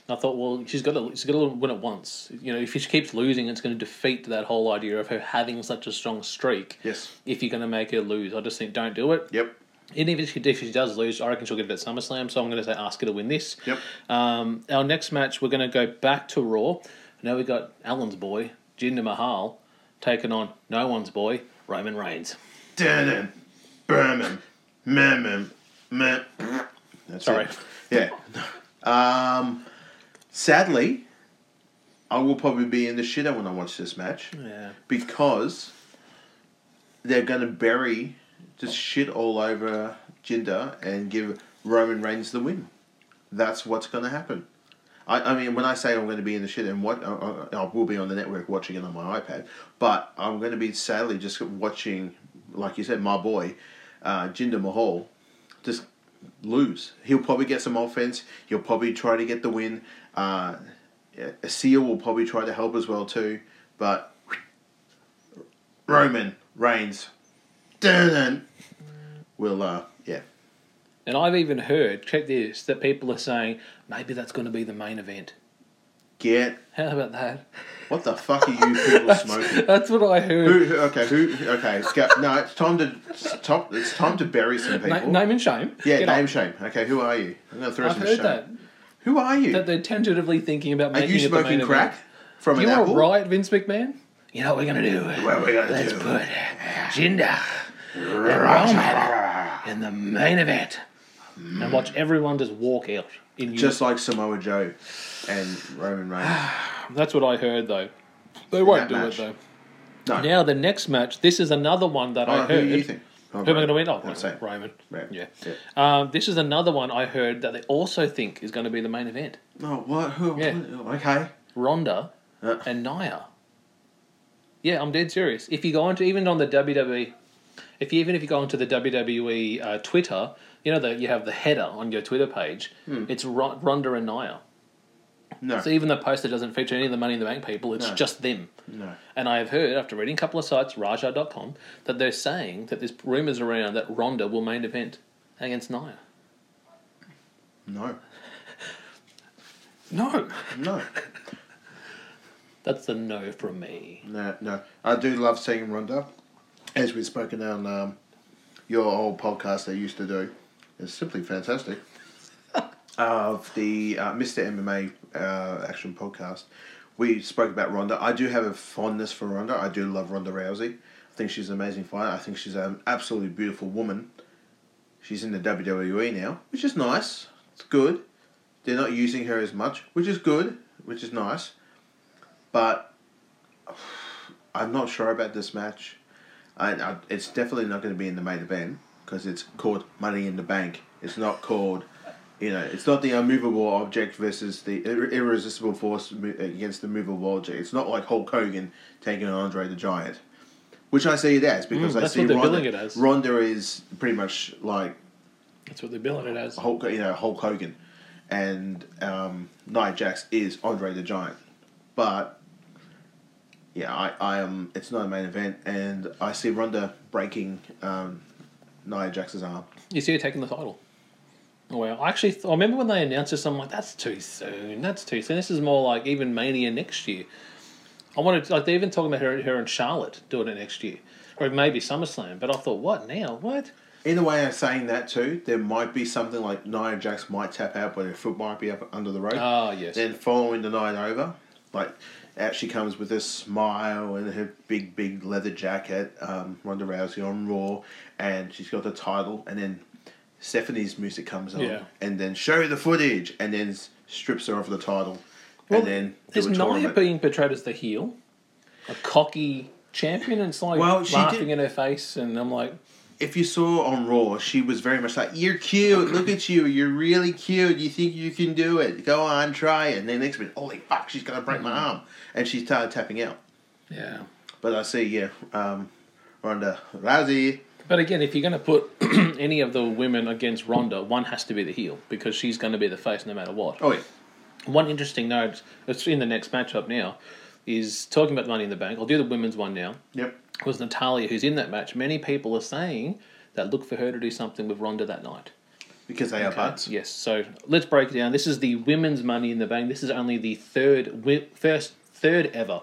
P: And I thought, well, she's got to she's got to win it once. You know, if she keeps losing, it's going to defeat that whole idea of her having such a strong streak.
Q: yes
P: If you're going to make her lose, I just think don't do it.
Q: yep
P: And even if she, if she does lose, I reckon she'll get it at SummerSlam. So I'm going to say ask her to win this.
Q: Yep.
P: Um, our next match, we're going to go back to Raw. Now we got Alan's boy, Jinder Mahal, taking on no one's boy, Roman Reigns.
Q: Denim, Berman, Merman, Mer. That's
P: Sorry.
Q: it. Yeah. Um, sadly, I will probably be in the shitter when I watch this match
P: Yeah.
Q: because they're going to bury just shit all over Jinder and give Roman Reigns the win. That's what's going to happen. I, I mean, when I say I'm going to be in the shit and what I, I, I will be on the network watching it on my iPad, but I'm going to be sadly just watching, like you said, my boy, uh, Jinder Mahal, just lose. He'll probably get some offense. He'll probably try to get the win. Uh, Seal will probably try to help as well too, but Roman Reigns, dun will uh yeah
P: And I've even heard, check this, that people are saying maybe that's going to be the main event.
Q: get
P: How about that?
Q: what the fuck are you people smoking?
P: That's what I
Q: Who,
P: heard.
Q: who- okay, who? Okay, it's go- no, it's time to stop. It's time to bury some people.
P: Na- name and shame.
Q: yeah,
P: Get
Q: name
P: up.
Q: shame. Okay, who are you? I'm gonna throw
P: I've
Q: some
P: heard
Q: shame.
P: that.
Q: Who are you?
P: That they're tentatively thinking about
Q: are
P: making
Q: you
P: it the main
Q: smoking crack
P: Event.
Q: from
P: Do
Q: an
P: you want
Q: apple?
P: to riot, Vince McMahon? You know what we're going to do?
Q: What we gonna
P: Let's
Q: do?
P: put Jinder and Roman in the main event. And watch everyone just walk out. In
Q: Just like Samoa Joe and Roman Reigns.
P: unison. That's what I heard, though. They
Q: that
P: won't do
Q: match.
P: it, though.
Q: No.
P: Now, the next match, this is another one that
Q: Oh,
P: I heard.
Q: who do you think? Oh,
P: Who am I going to
Q: Roman.
P: win? Oh,
Q: I'd say
P: Roman. Roman.
Q: Roman.
P: Yeah.
Q: Yeah.
P: Um, this is another one I heard that they also think is going to be the main event.
Q: No, Oh, what? Who?
P: Yeah.
Q: who- Okay.
P: Ronda
Q: Uh.
P: and Nia. Yeah, I'm dead serious. If you go onto even on the WWE, if you, even if you go onto the WWE uh, Twitter, you know that you have the header on your Twitter page. It's Ro- Ronda and
Q: Hmm.
P: Nia.
Q: No.
P: So even the poster doesn't feature any of the Money in the Bank people. It's
Q: No.
P: just them.
Q: No.
P: And I have heard after reading a couple of sites, Raja.com, that they're saying that there's rumors around that Ronda will main event against Nia.
Q: No.
P: No,
Q: No.
P: that's a no from me.
Q: No, no. I do love seeing Ronda, as we've spoken on um, your old podcast they used to do. It's simply fantastic. of the uh, Mr. MMA uh, Action podcast, we spoke about Ronda. I do have a fondness for Ronda. I do love Ronda Rousey. I think she's an amazing fighter. I think she's an absolutely beautiful woman. She's in the WWE now, which is nice. It's good. They're not using her as much, which is good, which is nice. But I'm not sure about this match. I, I, it's definitely not going to be in the main event because it's called Money in the Bank. It's not called, you know, it's not the unmovable object versus the ir- irresistible force mo- against the movable object. It's not like Hulk Hogan taking on Andre the Giant, which I see it as because
P: Mm,
Q: I
P: that's
Q: see
P: what they're
Q: Ronda,
P: billing it as.
Q: Ronda is pretty much like
P: That's what they're billing it as.
Q: Hulk, you know, Hulk Hogan, and um, Nia Jax is Andre the Giant. But yeah, I, I um, it's not a main event, and I see Ronda breaking um, Nia Jax's arm.
P: You see her taking the title. Well, I actually, th- I remember when they announced this, I'm like, that's too soon. That's too soon. This is more like even Mania next year. I wanted, like, they're even talking about her, her and Charlotte doing it next year, or maybe SummerSlam. But I thought, what now? What?
Q: in a way of saying that too, there might be something like Nia Jax might tap out, but her foot might be up under the rope.
P: Ah, yes.
Q: Then following the night over, like out she comes with this smile and her big, big leather jacket, um, Ronda Rousey on Raw, and she's got the title, and then Stephanie's music comes on,
P: Yeah.
Q: and then show the footage, and then s- strips her of the title,
P: Well,
Q: and then they
P: Is
Q: were
P: Nia
Q: torment.
P: being portrayed as the heel? A cocky champion? And it's like
Q: Well, she
P: laughing
Q: did-
P: in her face, and I'm like,
Q: if you saw on Raw, she was very much like, "You're cute. Look at you. You're really cute. You think you can do it? Go on, try it." And then next minute, holy fuck, she's gonna break my
P: Mm-hmm.
Q: arm, and she started tapping out.
P: yeah.
Q: But I see, yeah, um, Ronda Rousey.
P: But again, if you're going to put any of the women against Ronda, one has to be the heel because she's going to be the face no matter what.
Q: Oh yeah.
P: One interesting note, it's in the next matchup now, is talking about Money in the Bank. I'll do the women's one now.
Q: Yep.
P: Was Natalia, who's in that match. Many people are saying that look for her to do something with Ronda that night.
Q: Because they are butts.
P: Yes. So let's break it down. This is the women's Money in the Bank. This is only the third, wi- first, third ever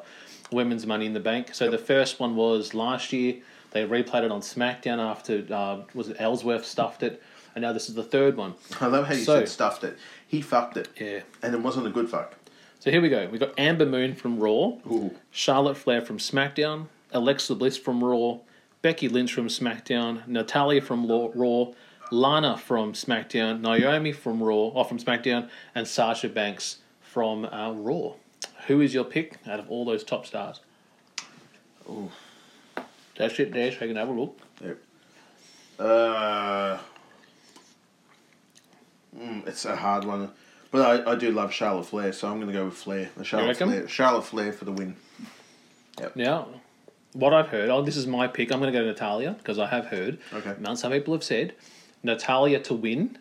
P: women's Money in the Bank. So the first one was last year. They replayed it on SmackDown after uh, was it Ellsworth stuffed it, and now this is the third one.
Q: I love how you
P: So-
Q: said stuffed it. He fucked it.
P: Yeah.
Q: And it wasn't a good fuck.
P: So here we go. We got Amber Moon from Raw,
Q: Ooh.
P: Charlotte Flair from SmackDown, Alexa Bliss from Raw, Becky Lynch from SmackDown, Natalia from Law- Raw, Lana from SmackDown, Naomi from Raw, or from SmackDown, and Sasha Banks from uh, Raw. Who is your pick out of all those top stars?
Q: Ooh.
P: That's it there, so I can have a look.
Q: Yep. Uh, mm, it's a hard one, but I, I do love Charlotte Flair, so I'm going to go with Flair. Charlotte
P: reckon?
Q: Flair, Charlotte Flair for the win.
P: Now, what I've heard, oh, this is my pick. I'm going to go Natalia because I have heard.
Q: Okay.
P: Now, some people have said Natalia to win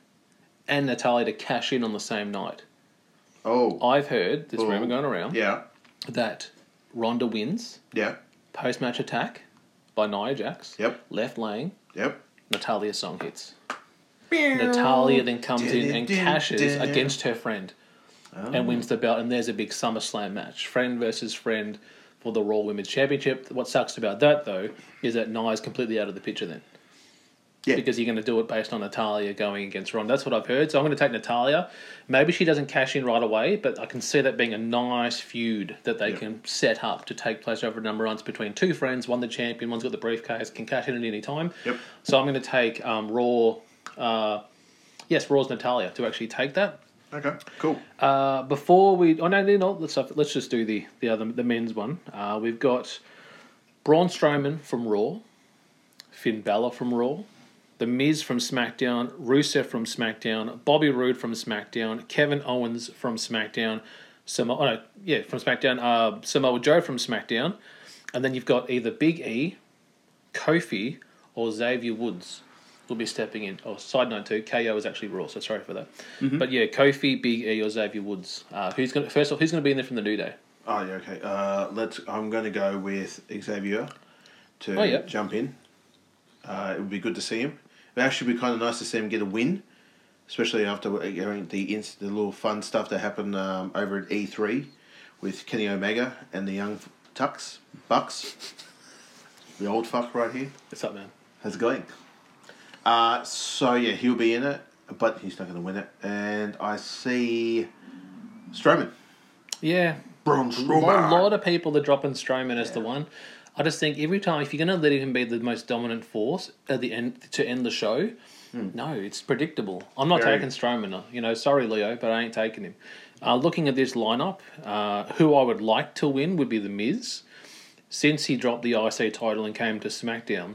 P: and Natalia to cash in on the same night.
Q: Oh.
P: I've heard this
Q: Oh.
P: rumor going around
Q: Yeah.
P: that Ronda wins
Q: Yeah.
P: post match attack by Nia Jax.
Q: Yep.
P: Left lane.
Q: Yep.
P: Natalia song hits. Natalia then comes in and cashes against her friend and wins the belt. And there's a big SummerSlam match, friend versus friend for the Raw Women's Championship. What sucks about that though is that Nia's completely out of the picture then.
Q: Yeah.
P: Because you're going to do it based on Natalia going against Ronda. That's what I've heard. So I'm going to take Natalia. Maybe she doesn't cash in right away, but I can see that being a nice feud that they can set up to take place over a number of months between two friends. One the champion, one's got the briefcase, can cash in at any time.
Q: Yep.
P: So I'm going to take um, Raw. Uh, yes, Raw's Natalia to actually take that.
Q: Okay. Cool.
P: Uh, before we, oh no, no, no let's let's just do the the other the men's one. Uh, we've got Braun Strowman from Raw, Finn Balor from Raw, The Miz from SmackDown, Rusev from SmackDown, Bobby Roode from SmackDown, Kevin Owens from SmackDown, Samoa, oh no, yeah, from SmackDown, uh, Samoa Joe from SmackDown, and then you've got either Big E, Kofi, or Xavier Woods will be stepping in. Oh, side note too, KO is actually Raw, so sorry for that.
Q: Mhm.
P: But yeah, Kofi, Big E, or Xavier Woods. Uh, who's gonna first off? Who's gonna be in there from the New Day?
Q: Oh yeah. Okay. Uh, let's. I'm going to go with Xavier to
P: Oh, yeah.
Q: jump in. Uh, it would be good to see him. It actually would be kind of nice to see him get a win, especially after uh, you know, the inc- the little fun stuff that happened um, over at E three with Kenny Omega and the young Tucks Bucks. The old fuck right here.
P: What's up, man?
Q: How's it going? Uh, so yeah, he'll be in it, but he's not going to win it. And I see Strowman.
P: Yeah,
Q: Braun
P: A
Q: Strowman.
P: lot of people are dropping Strowman as the one. I just think every time if you're going to let him be the most dominant force at the end to end the show, no, it's predictable. I'm not
B: Very.
P: taking Strowman. You know, sorry Leo, but I ain't taking him. Uh, looking at this lineup, uh, who I would like to win would be the Miz. Since he dropped the IC title and came to SmackDown,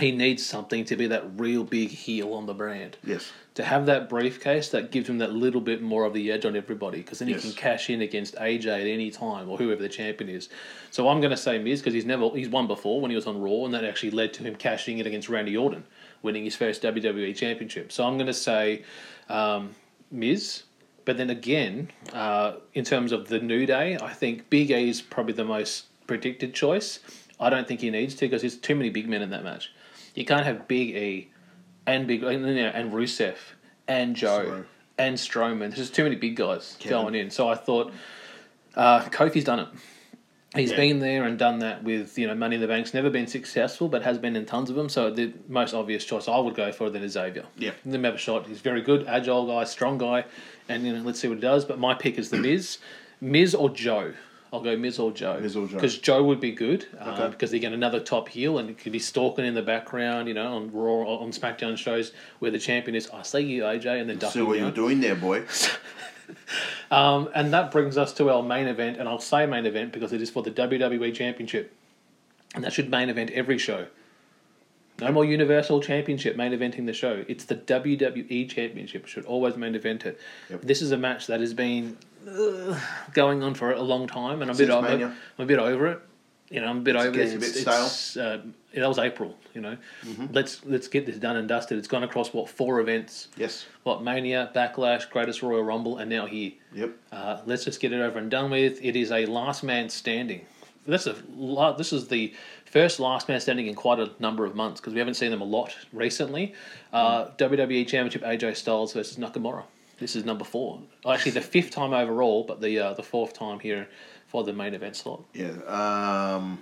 P: he needs something to be that real big heel on the brand
Q: Yes.
P: to have that briefcase that gives him that little bit more of the edge on everybody because then
Q: Yes.
P: he can cash in against AJ at any time or whoever the champion is. So I'm going to say Miz because he's never he's won before when he was on Raw and that actually led to him cashing in against Randy Orton, winning his first WWE Championship. So I'm going to say um, Miz. But then again, uh, in terms of the New Day, I think Big E is probably the most predicted choice. I don't think he needs to because there's too many big men in that match. You can't have Big E and Big and, you know, and Rusev and Joe and Strowman. There's just too many big guys
Q: Kevin.
P: going in. So I thought uh, Kofi's done it. He's
J: Yeah.
P: been there and done that with you know Money in the Bank's never been successful, but has been in tons of them. So the most obvious choice I would go for then is Xavier.
Q: Yeah,
P: the Mabber shot. He's very good, agile guy, strong guy, and you know let's see what he does. But my pick is the Miz, Miz or Joe. I'll go Miz or Joe. Miz or
Q: Joe.
P: because Joe would be good um,
Q: Okay.
P: because they get another top heel and it could be stalking in the background. You know on Raw on SmackDown shows where the champion is I see you AJ and then ducking
Q: See what
P: down.
Q: you're doing there, boy.
P: Um, and that brings us to our main event, and I'll say main event because it is for the WWE Championship, and that should main event every show. No more Universal Championship main eventing the show. It's the WWE Championship. Should always main event it. This is a match that has been uh, going on for a long time, and I'm a bit
Q: Since
P: over.
Q: Mania.
P: I'm a bit over it. You know, I'm a bit
Q: It's
P: over
Q: getting a
P: it.
Q: bit
P: It's- it's, uh, that was April. You know,
Q: Mhm.
P: let's let's get this done and dusted. It's gone across what four events?
Q: Yes.
P: What Mania, Backlash, Greatest Royal Rumble, and now here.
Q: Yep.
P: Uh, let's just get it over and done with. It is a last man standing. That's a lot. This is the first last man standing in quite a number of months because we haven't seen them a lot recently. Uh, WWE Championship AJ Styles versus Nakamura. This is number four. Oh, Actually, the fifth time overall, but the uh, the fourth time here for the main event slot.
Q: Yeah. Um,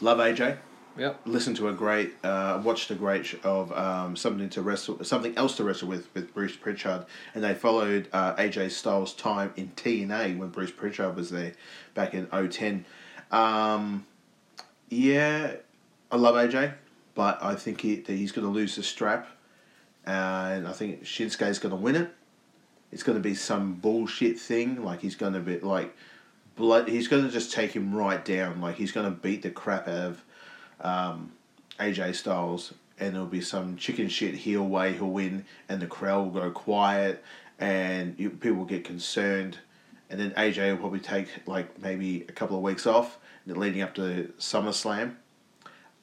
Q: love AJ.
P: Yep.
Q: Listen to a great, uh, watched a great sh- of um, something to wrestle, something else to wrestle with with Bruce Pritchard, and they followed uh, AJ Styles' time in TNA when Bruce Pritchard was there back in 010. Um, yeah, I love AJ, but I think he, that he's going to lose the strap, and I think Shinsuke's going to win it. It's going to be some bullshit thing, like he's going to be like blood. He's going to just take him right down. Like he's going to beat the crap out of um, AJ Styles, and it'll be some chicken shit heel way he'll win, and the crowd will go quiet, and you, people will get concerned, and then AJ will probably take like maybe a couple of weeks off, and then leading up to SummerSlam,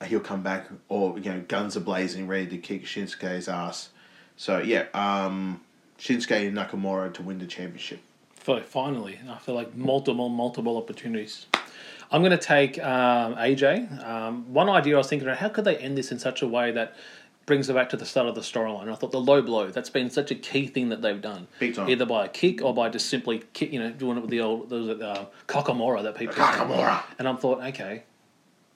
Q: he'll come back, or you know, guns are blazing, ready to kick Shinsuke's ass. So yeah, um, Shinsuke and Nakamura to win the championship.
P: Fi- Finally, after like multiple, multiple opportunities. I'm going to take um, AJ. Um, one idea I was thinking, how could they end this in such a way that brings it back to the start of the storyline? I thought the low blow, that's been such a key thing that they've done.
Q: Big time.
P: Either by a kick or by just simply, kick, you know, doing it with the old, those, uh, Kakamora that people
Q: Kakamora.
P: And I thought, okay,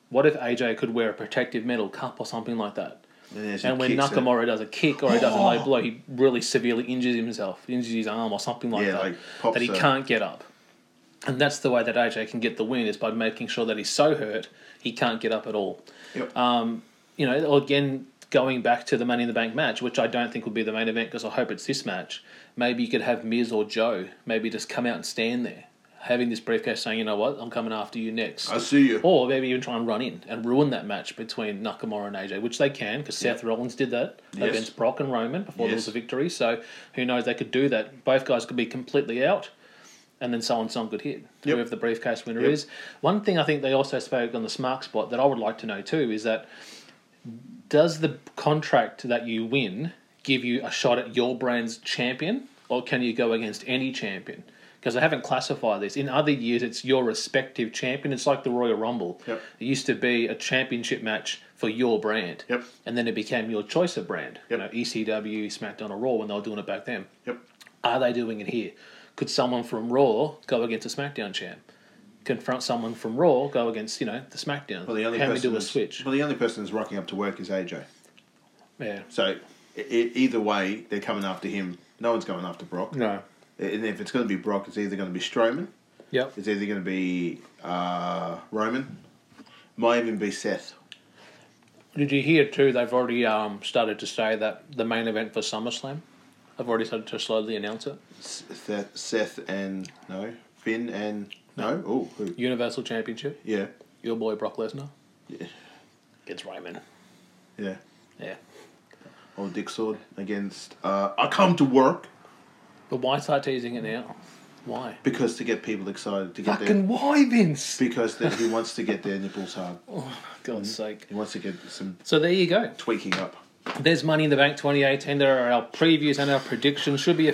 P: what if AJ could wear a protective metal cup or something like that?
Q: there's
P: And
Q: some
P: when
Q: kicks in it.
P: Nakamura does a kick or he does a low
Q: Oh.
P: blow, he really severely injures himself, injures his arm or something like
Q: Yeah,
P: that,
Q: like, pops
P: that he
Q: a-
P: can't get up. And that's the way that AJ can get the win is by making sure that he's so hurt he can't get up at all.
Q: Yep.
P: Um, you know, again, going back to the Money in the Bank match, which I don't think will be the main event because I hope it's this match. Maybe you could have Miz or Joe maybe just come out and stand there, having this briefcase saying, you know what, I'm coming after you next.
Q: I see you.
P: Or maybe even try and run in and ruin that match between Nakamura and AJ, which they can because Seth Rollins did that
Q: Yes.
P: against Brock and Roman before there
Q: Yes.
P: was a victory. So who knows? They could do that. Both guys could be completely out, and then so and so could hit
Q: Yep.
P: whoever the briefcase winner
Q: Yep.
P: is. One thing I think they also spoke on the smart spot that I would like to know too is that does the contract that you win give you a shot at your brand's champion, or can you go against any champion? Because they haven't classified this. In other years, it's your respective champion. It's like the Royal Rumble.
Q: Yep.
P: It used to be a championship match for your brand.
Q: Yep.
P: And then it became your choice of brand. You know, ECW, SmackDown, or Raw when they were doing it back then.
Q: Yep.
P: Are they doing it here? Could someone from Raw go against a SmackDown champ? Confront someone from Raw, go against, you know, the SmackDown.
Q: Well, the only
P: Can we
Q: person
P: do a
Q: that's-
P: switch?
Q: Well, the only person that's rocking up to work is AJ.
P: Yeah.
Q: So i i either way, they're coming after him. No one's going after Brock.
P: No.
Q: And if it's going to be Brock, it's either going to be Strowman.
P: Yep.
Q: It's either going to be uh, Roman. Might even be Seth.
P: Did you hear too? They've already um, started to say that the main event for SummerSlam. I've already started to slowly announce it.
Q: Seth, Seth and no Finn and no. Oh, who?
P: Universal Championship.
Q: Yeah.
P: Your boy Brock Lesnar.
Q: Yeah.
P: Against Raymond.
Q: Yeah.
P: Yeah.
Q: Or Dick Sword against. Uh, I come to work
P: But why start teasing it now? Why?
Q: because to get people excited to get
P: Fucking
Q: their,
P: why, Vince?
Q: because that he wants to get their nipples hard.
P: Oh, for God's sake.
Q: He wants to get some
P: So there you go.
Q: tweaking up.
P: There's Money in the Bank 2018. There are our previews and our predictions. Should be a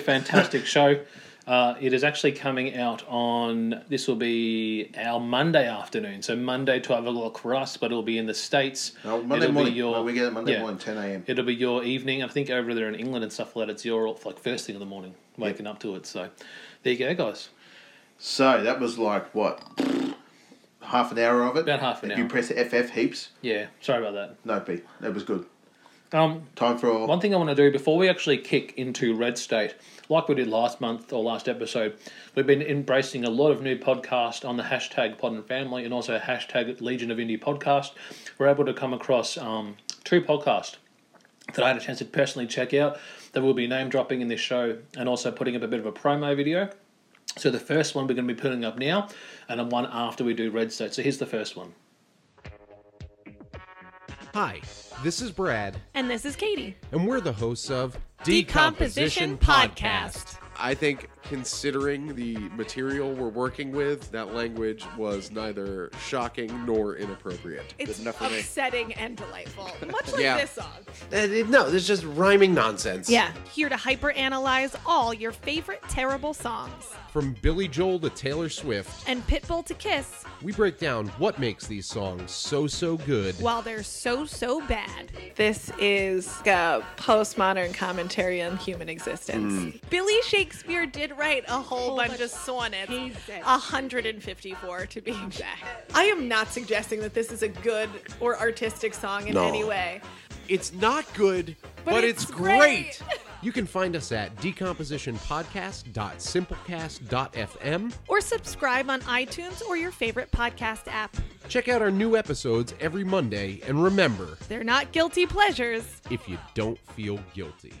P: fantastic show. Uh, it is actually coming out on, this will be our Monday afternoon. So Monday, 12 o'clock for us, but it'll be in the States.
Q: No, Monday
P: It'll be
Q: morning.
P: your-
Q: no, we get it Monday
P: yeah.
Q: morning, ten a.m.
P: It'll be your evening. I think over there in England and stuff like that, it's your like first thing in the morning, waking up to it. So there you go, guys.
Q: So that was like what half an hour of it.
P: About half an
Q: if
P: hour.
Q: You press FF heaps.
P: Yeah, sorry about that.
Q: No, B. It was good.
P: Um,
Q: Time for all.
P: One thing I want to do before we actually kick into Red State, like we did last month or last episode, we've been embracing a lot of new podcasts on the hashtag Pod and Family and also hashtag Legion of Indie Podcast. We're able to come across um, two podcasts that I had a chance to personally check out that we'll be name dropping in this show and also putting up a bit of a promo video. So the first one we're going to be putting up now and then one after we do Red State. So here's the first one.
I: Hi, this is Brad,
R: And this is Katie.
I: and we're the hosts of
R: Decomposition Podcast.
M: I think considering the material we're working with, that language was neither shocking nor inappropriate.
R: It's
M: Good enough for me.
R: upsetting and delightful, much like
M: Yeah.
R: this song.
M: Uh, it- no, it's just rhyming nonsense.
R: Yeah. Here to hyperanalyze all your favorite terrible songs.
I: From Billy Joel to Taylor Swift,
R: And Pitbull to Kiss,
I: we break down what makes these songs so, so good.
R: while they're so, so bad.
L: This is a postmodern commentary on human existence.
K: Hmm.
R: Billy Shakespeare did write a whole bunch of sonnets, 154 to be exact. I am not suggesting that this is a good or artistic song in
I: No.
R: any way.
I: It's not good,
R: But
I: but,
R: it's
I: it's,
R: great.
I: great. you can find us at decompositionpodcast.simplecast.fm.
R: Or subscribe on iTunes or your favorite podcast app.
I: Check out our new episodes every Monday, and remember
R: They're not guilty pleasures.
I: if you don't feel guilty.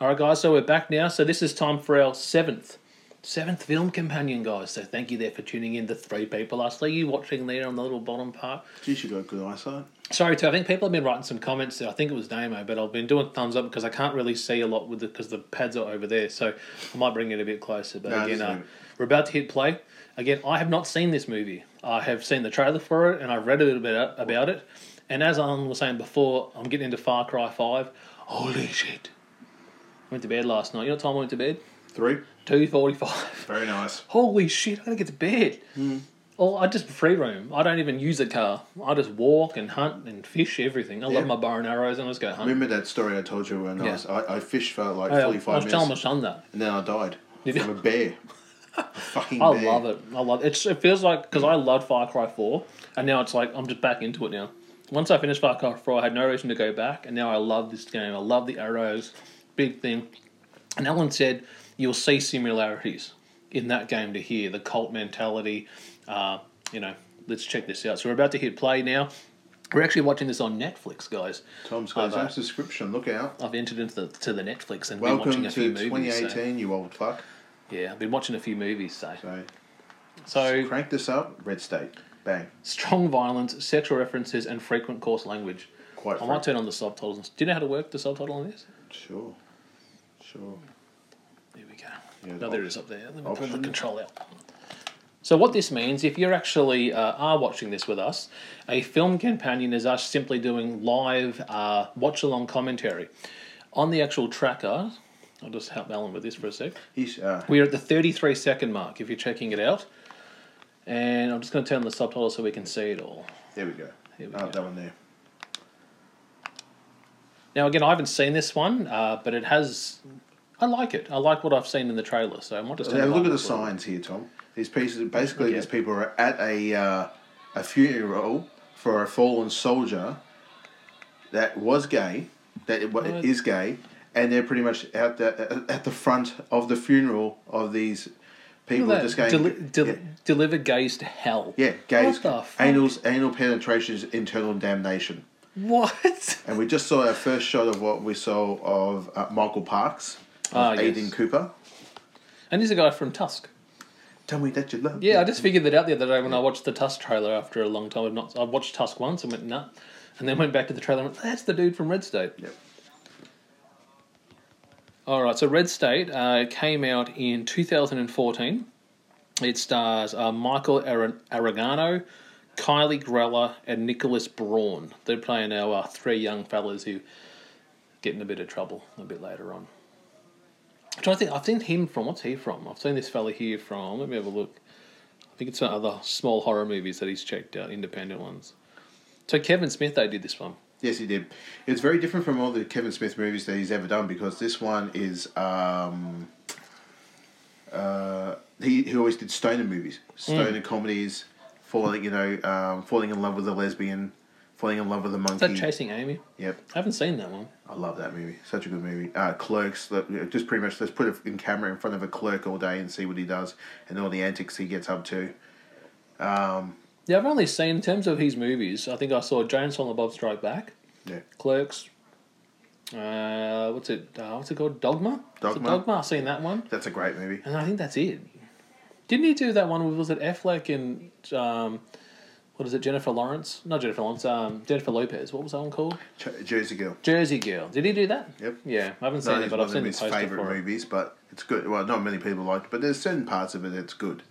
P: All right, guys. So we're back now. So this is time for our seventh, seventh film companion, guys. So thank you there for tuning in. The three people I see you watching there on the little bottom part.
Q: You should got good eyesight.
P: Sorry, too. I think people have been writing some comments there. I think it was Namo, but I've been doing thumbs up because I can't really see a lot with because the pads are over there. So I might bring it a bit closer. But
Q: No,
P: again,
Q: just
P: uh,
Q: leave
P: we're about to hit play. Again, I have not seen this movie. I have seen the trailer for it and I've read a little bit about it. And as Alan was saying before, I'm getting into Far Cry Five. Holy shit! Went to bed last night. You know what time I went to bed?
Q: Three.
P: Two forty-five.
Q: Very nice. Hmm.
P: Holy shit! I gotta get to bed. Oh, I just free roam. I don't even use a car. I just walk and hunt and fish everything. I love
Q: Yeah.
P: my bow and arrows and I just go hunt.
Q: Remember that story I told you when I,
P: Yeah.
Q: was, I, I fished for like
P: Oh, yeah.
Q: 45
P: I was
Q: minutes?
P: telling my son that.
Q: And then I died. from a bear. A fucking
P: I
Q: bear.
P: love it. I love it. It's, it feels like because I loved Far Cry Four, and now it's like I'm just back into it now. Once I finished Far Cry Four, I had no reason to go back, and now I love this game. I love the arrows, big thing. And Alan said you'll see similarities in that game to here, the cult mentality. Uh, you know, let's check this out. So we're about to hit play now. We're actually watching this on Netflix, guys.
Q: Tom's got his
P: I've,
Q: own
P: uh,
Q: subscription. Look out.
P: I've entered into the, to the Netflix and been
Q: Welcome
P: watching
Q: to
P: a few movies.
Q: 2018,
P: so-
Q: you old fuck.
P: yeah, I've been watching a few movies, so.
Q: So,
P: so
Q: crank this up. Red State. Bang.
P: strong violence, sexual references, and frequent coarse language.
Q: Quite
P: I might
Q: frequent.
P: turn on the subtitles. and- Do you know how to work the subtitle on this?
Q: Sure. Sure.
P: There we go.
Q: Yeah,
P: no, there it is up there. Let me pull the
Q: options.
P: control out. So what this means, if you're actually uh, are watching this with us, a film companion is us simply doing live uh, watch along commentary on the actual tracker. I'll just help Alan with this for a sec.
Q: He's, uh,
P: We are at the 33 second mark if you're checking it out. And I'm just going to turn on the subtitles so we can see it all.
Q: there we go.
P: Here we
Q: Ah,
P: go.
Q: That one there.
P: Now, again, I haven't seen this one, uh, but it has. I like it. I like what I've seen in the trailer, so I might just
Q: Now,
P: turn it
Q: look at
P: on.
Q: the signs here, Tom. These pieces, basically, these people are at a uh, a funeral for a fallen soldier that was gay, that it, wa-
P: What?
Q: is gay, and they're pretty much out the uh, at the front of the funeral of these people
P: Look at
Q: just
P: that.
Q: going.
P: Deli- del- Deliver gays to hell.
Q: yeah, gays,
P: What the fuck?
Q: anals, anal penetration is internal damnation.
P: What?
Q: And we just saw our first shot of what we saw of uh, Michael Parks, of
P: Ah, yes.
Q: Aidan Cooper.
P: And he's a guy from Tusk.
Q: Tell me that you love.
P: Yeah, I just figured that out the other day when I watched the Tusk trailer after a long time. I've not. I watched Tusk once and went nah, and then went back to the trailer. and went, That's the dude from Red State.
Q: Yep.
P: All right, so Red State uh, came out in 2014. It stars uh, Michael Ara- Aragano, Kylie Grella, and Nicholas Braun. They're playing our uh, three young fellas who get in a bit of trouble a bit later on. I'm trying to think. I've seen him from. What's he from? I've seen this fella here from. Let me have a look. I think it's some other small horror movies that he's checked out, independent ones. So Kevin Smith, they did this one.
Q: Yes, he did. It's very different from all the Kevin Smith movies that he's ever done because this one is um, uh, he, he always did stoner movies,
P: Mm.
Q: stoner comedies, falling you know um, falling in love with a lesbian, falling in love with a monkey.
P: Is that Chasing Amy?
Q: Yep.
P: I haven't seen that one.
Q: I love that movie. Such a good movie. Uh, clerks. that- Just pretty much let's put a in camera in front of a clerk all day and see what he does and all the antics he gets up to. Um,
P: Yeah, I've only seen in terms of his movies. I think I saw James Silent Bob Strike Back,
Q: yeah.
P: Clerks. Uh, what's it? Uh, what's it called? Dogma. Is it
Q: Dogma.
P: Dogma. I've seen that one,
Q: That's a great movie.
P: and I think that's it. Didn't he do that one with was it Affleck and um, what is it? Jennifer Lawrence? Not Jennifer Lawrence. Um, Jennifer Lopez. What was that one called?
Q: Ch- Jersey Girl.
P: Jersey Girl. Did he do that?
Q: Yep.
P: Yeah, I haven't
Q: No,
P: seen it,
Q: it's
P: but
Q: one
P: I've
Q: of
P: seen the
Q: his
P: poster
Q: favorite
P: for it.
Q: movies, but it's good. Well, not many people like it, but there's certain parts of it that's good.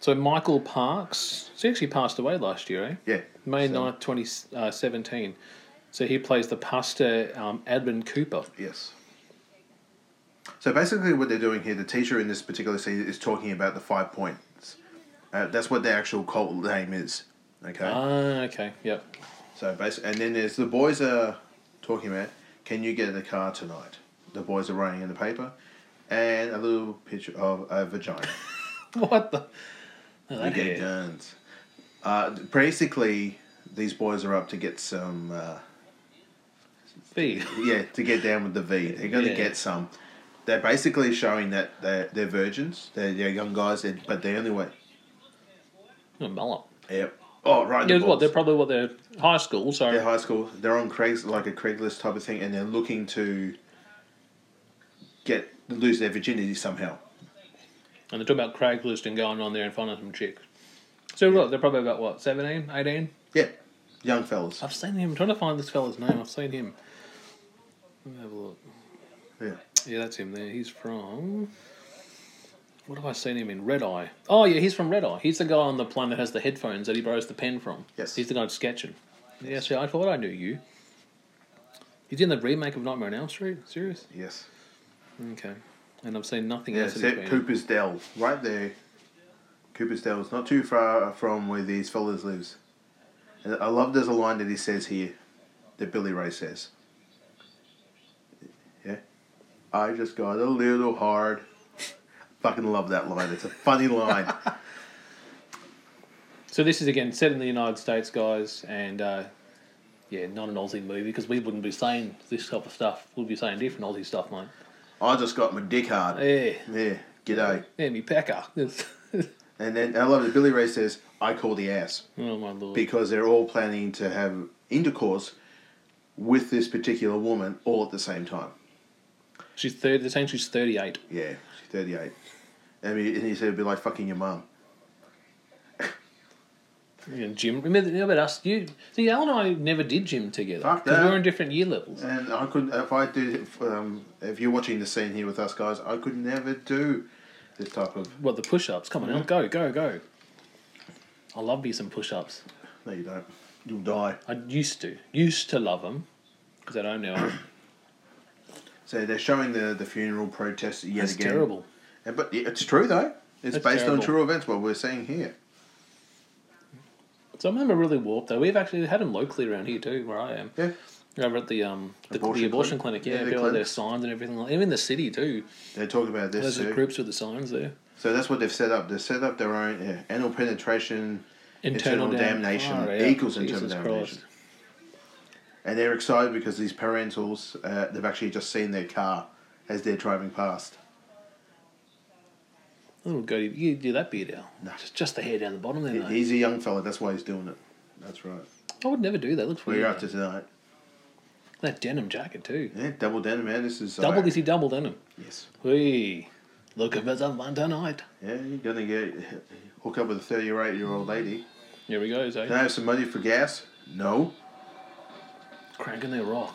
P: So Michael Parks, so he actually passed away last year, eh?
Q: Yeah.
P: May 9th, 2017. So he plays the pastor, um, Edmund Cooper.
Q: Yes. So basically, what they're doing here, the teacher in this particular scene is talking about the five points. Uh, that's what the actual cult name is. Okay.
P: Ah, okay. Yep.
Q: So basically, and then there's the boys are talking about, can you get in the car tonight? The boys are writing in the paper, and a little picture of a vagina.
P: what the? Oh,
Q: you get guns. Uh, basically, these boys are up to get some. Uh,
P: V.
Q: Yeah, to get down with the V. They're going to
P: Yeah.
Q: get some. They're basically showing that they're, they're virgins. They're, they're young guys, and- but they only went.
P: A mullet.
Q: Yep. Oh, right. in the
P: Yeah, what,
Q: balls.
P: they're probably what they're high school, so
Q: They're high school. They're on Craigs like a Craigslist type of thing, and they're looking to get lose their virginity somehow.
P: and they're talking about Craigslist and going on there and finding some chicks. So what, they're probably about what, 17, 18?
Q: Yeah, young fellas.
P: I've seen him. I'm trying to find this fella's name. I've seen him. Let me have a look.
Q: Yeah.
P: Yeah, that's him there. He's from. What have I seen him in? Red Eye. Oh, yeah, he's from Red Eye. He's the guy on the plane that has the headphones that he borrows the pen from. Yes. He's the guy that's sketching. Yeah, see, I thought I knew you. He's in the remake of Nightmare on Elm Street? Serious?
Q: Yes.
P: Okay. And I've seen nothing
Q: Yeah,
P: else.
Q: it's
P: that he's
Q: at
P: been in.
Q: Cooper's Dell, right there. Cooper's Dell is not too far from where these fellas lives. And I love there's a line that he says here, that Billy Ray says. Yeah, I just got a little hard. Fucking love that line. It's a funny line.
P: So this is again set in the United States, guys, and uh, yeah, not an Aussie movie because we wouldn't be saying this type of stuff. We'd be saying different Aussie stuff, mate.
Q: I just got my dick hard.
P: Yeah.
Q: Yeah. G'day.
P: Yeah, me pecker.
Q: and then I love that Billy Ray says, "I call the ass."
P: Oh my lord!
Q: Because they're all planning to have intercourse with this particular woman all at the same time.
P: She's thirty. They're saying she's thirty-eight.
Q: Yeah, she's thirty-eight. I mean, and he said it'd be like fucking your mum.
P: Yeah, gym. Remember, remember us? You see, Al and I never did gym together
Q: Fuck
P: because we
Q: that.
P: were in different year levels.
Q: And I could, if I did, if, um, if you're watching the scene here with us guys, I could never do this type of.
P: What the push-ups? Come on, Al,
Q: Mhm.
P: go, go, go! I love me some push-ups.
Q: No, you don't. You'll die.
P: I used to, used to love them because I don't now.
Q: So they're showing the the funeral protest yet
P: That's
Q: again.
P: terrible.
Q: And, but it's true though. It's
P: That's
Q: based on
P: terrible.
Q: true events. What we're seeing here.
P: Some of them are really warped though. We've actually had them locally around here too, where I am.
Q: Yeah.
P: Over at the um the
Q: Abortion
P: abortion, the abortion
Q: clinic.
P: clinic,
Q: Yeah, the
P: yeah, people had their
Q: clinic.
P: signs and everything. Like, even the city too.
Q: They're talking about this
P: There's
Q: too.
P: groups with the signs there.
Q: So that's what they've set up. They've set up their own yeah, anal penetration, internal,
P: Internal dam-
Q: damnation
P: Far out.
Q: equals internal
P: Jesus
Q: damnation. And they're excited because these parentals, uh, they've actually just seen their car as they're driving past.
P: Little goatee, you do that beard out. No. Just, just the hair down the bottom there.
Q: He-
P: mate.
Q: He's a young fella, that's why he's doing it. That's right.
P: I would never do that. Looks
Q: What are you
P: weird.
Q: up to tonight?
P: That denim jacket too.
Q: Yeah, double denim, man. This is
P: Double
Q: like-
P: is he double denim?
Q: Yes.
P: We looking for someone tonight.
Q: Yeah, you're gonna get hook up with a 38 year old lady.
P: Here we go,
Q: Can I
P: Zay.
Q: have some money for gas? No.
P: Cranking their rock.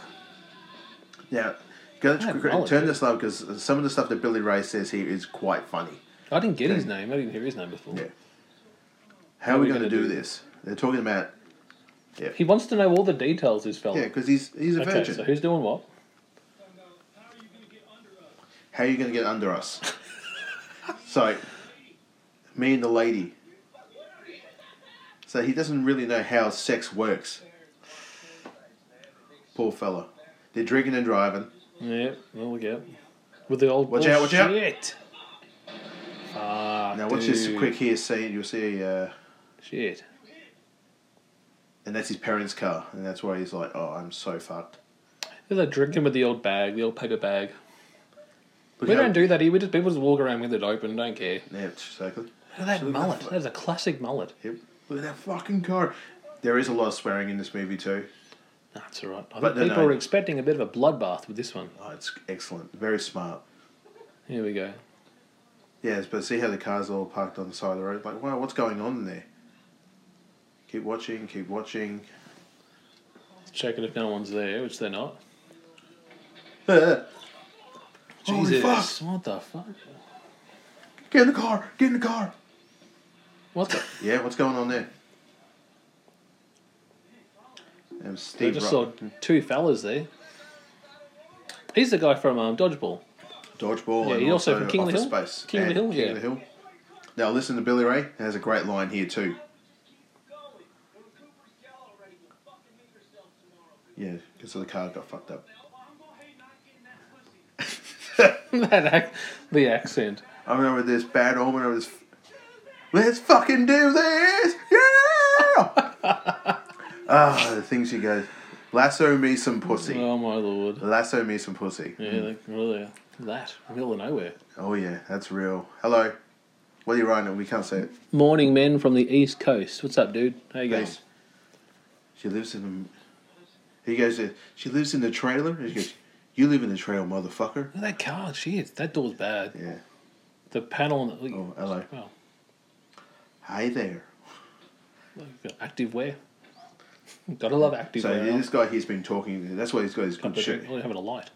Q: Yeah. Gonna
P: I have
Q: cr-
P: knowledge,
Q: turn
P: dude.
Q: this up because some of the stuff that Billy Ray says here is quite funny.
P: I didn't get his
Q: Okay.
P: name. I didn't hear his name before.
Q: Yeah. How are we going to do this? They're talking about yeah,
P: He wants to know all the details. This fella.
Q: yeah, because he's he's a
P: okay,
Q: virgin.
P: so who's doing what?
Q: How are you going to get under us? so, me and the lady. So he doesn't really know how sex works. Poor fella. They're drinking and driving.
P: Yeah, well, we get with the old
Q: Watch out, watch out.
P: bullshit. Fuck.
Q: Now watch this quick here scene. You'll see. Uh,
P: Shit.
Q: And that's his parents' car, and that's why he's like, "Oh, I'm so fucked."
P: They're like drinking with the old bag, the old paper bag.
Q: Look
P: we
Q: how-
P: don't do that here. We just people just walk around with it open. Don't care.
Q: Yeah, exactly.
P: Look at that mullet. That is a classic mullet.
Q: Yep. Look at that fucking car. There is a lot of swearing in this movie too.
P: That's all right. I
Q: But
P: think
Q: no,
P: people
Q: no.
P: were expecting a bit of a bloodbath with this one.
Q: Oh, it's excellent. Very smart.
P: Here we go.
Q: Yes, but see how the car's all parked on the side of the road. Like, wow, what's going on in there? Keep watching. Keep watching.
P: Checking if no one's there, which they're not.
Q: Holy
P: Jesus,
Q: fuck.
P: what the fuck?
Q: Get in the car. Get in the car.
P: What the?
Q: Yeah, what's going on there? Um,
P: I
Q: Steve.
P: just
Q: Ro-
P: saw two fellas there. He's the guy from um, Dodgeball.
Q: Dodgeball.
P: Yeah,
Q: and
P: he's also from King of the
Q: Office
P: Hill.
Q: Space.
P: King of the
Q: and
P: Hill,
Q: King
P: yeah.
Q: of the Hill. Now listen to Billy Ray. Has a great line here too. Yeah, because the car got fucked up.
P: that ac- the accent.
Q: I remember this bad omen. I was, let's fucking do this, yeah! Ah, the things she goes. Lasso me some pussy.
P: Oh my lord.
Q: Lasso me some pussy.
P: Yeah, like, really. That middle of nowhere.
Q: Oh yeah, that's real. Hello. What are you writing? We can't say it.
P: Morning men from the east coast. What's up, dude? How you going?
Q: Nice. She lives in the. He goes. uh, She lives in the trailer. And she goes. You live in the trail, motherfucker.
P: Look at that car. Jeez, that door's bad.
Q: Yeah.
P: The panel on the. Oh,
Q: hello.
P: Wow.
Q: Hi there.
P: Look, got Active wear. Gotta love active
Q: So
P: wear.
Q: yeah, this guy, he's been talking. That's why he's got his
P: Got
Q: good
P: the-
Q: shirt.
P: really having a light.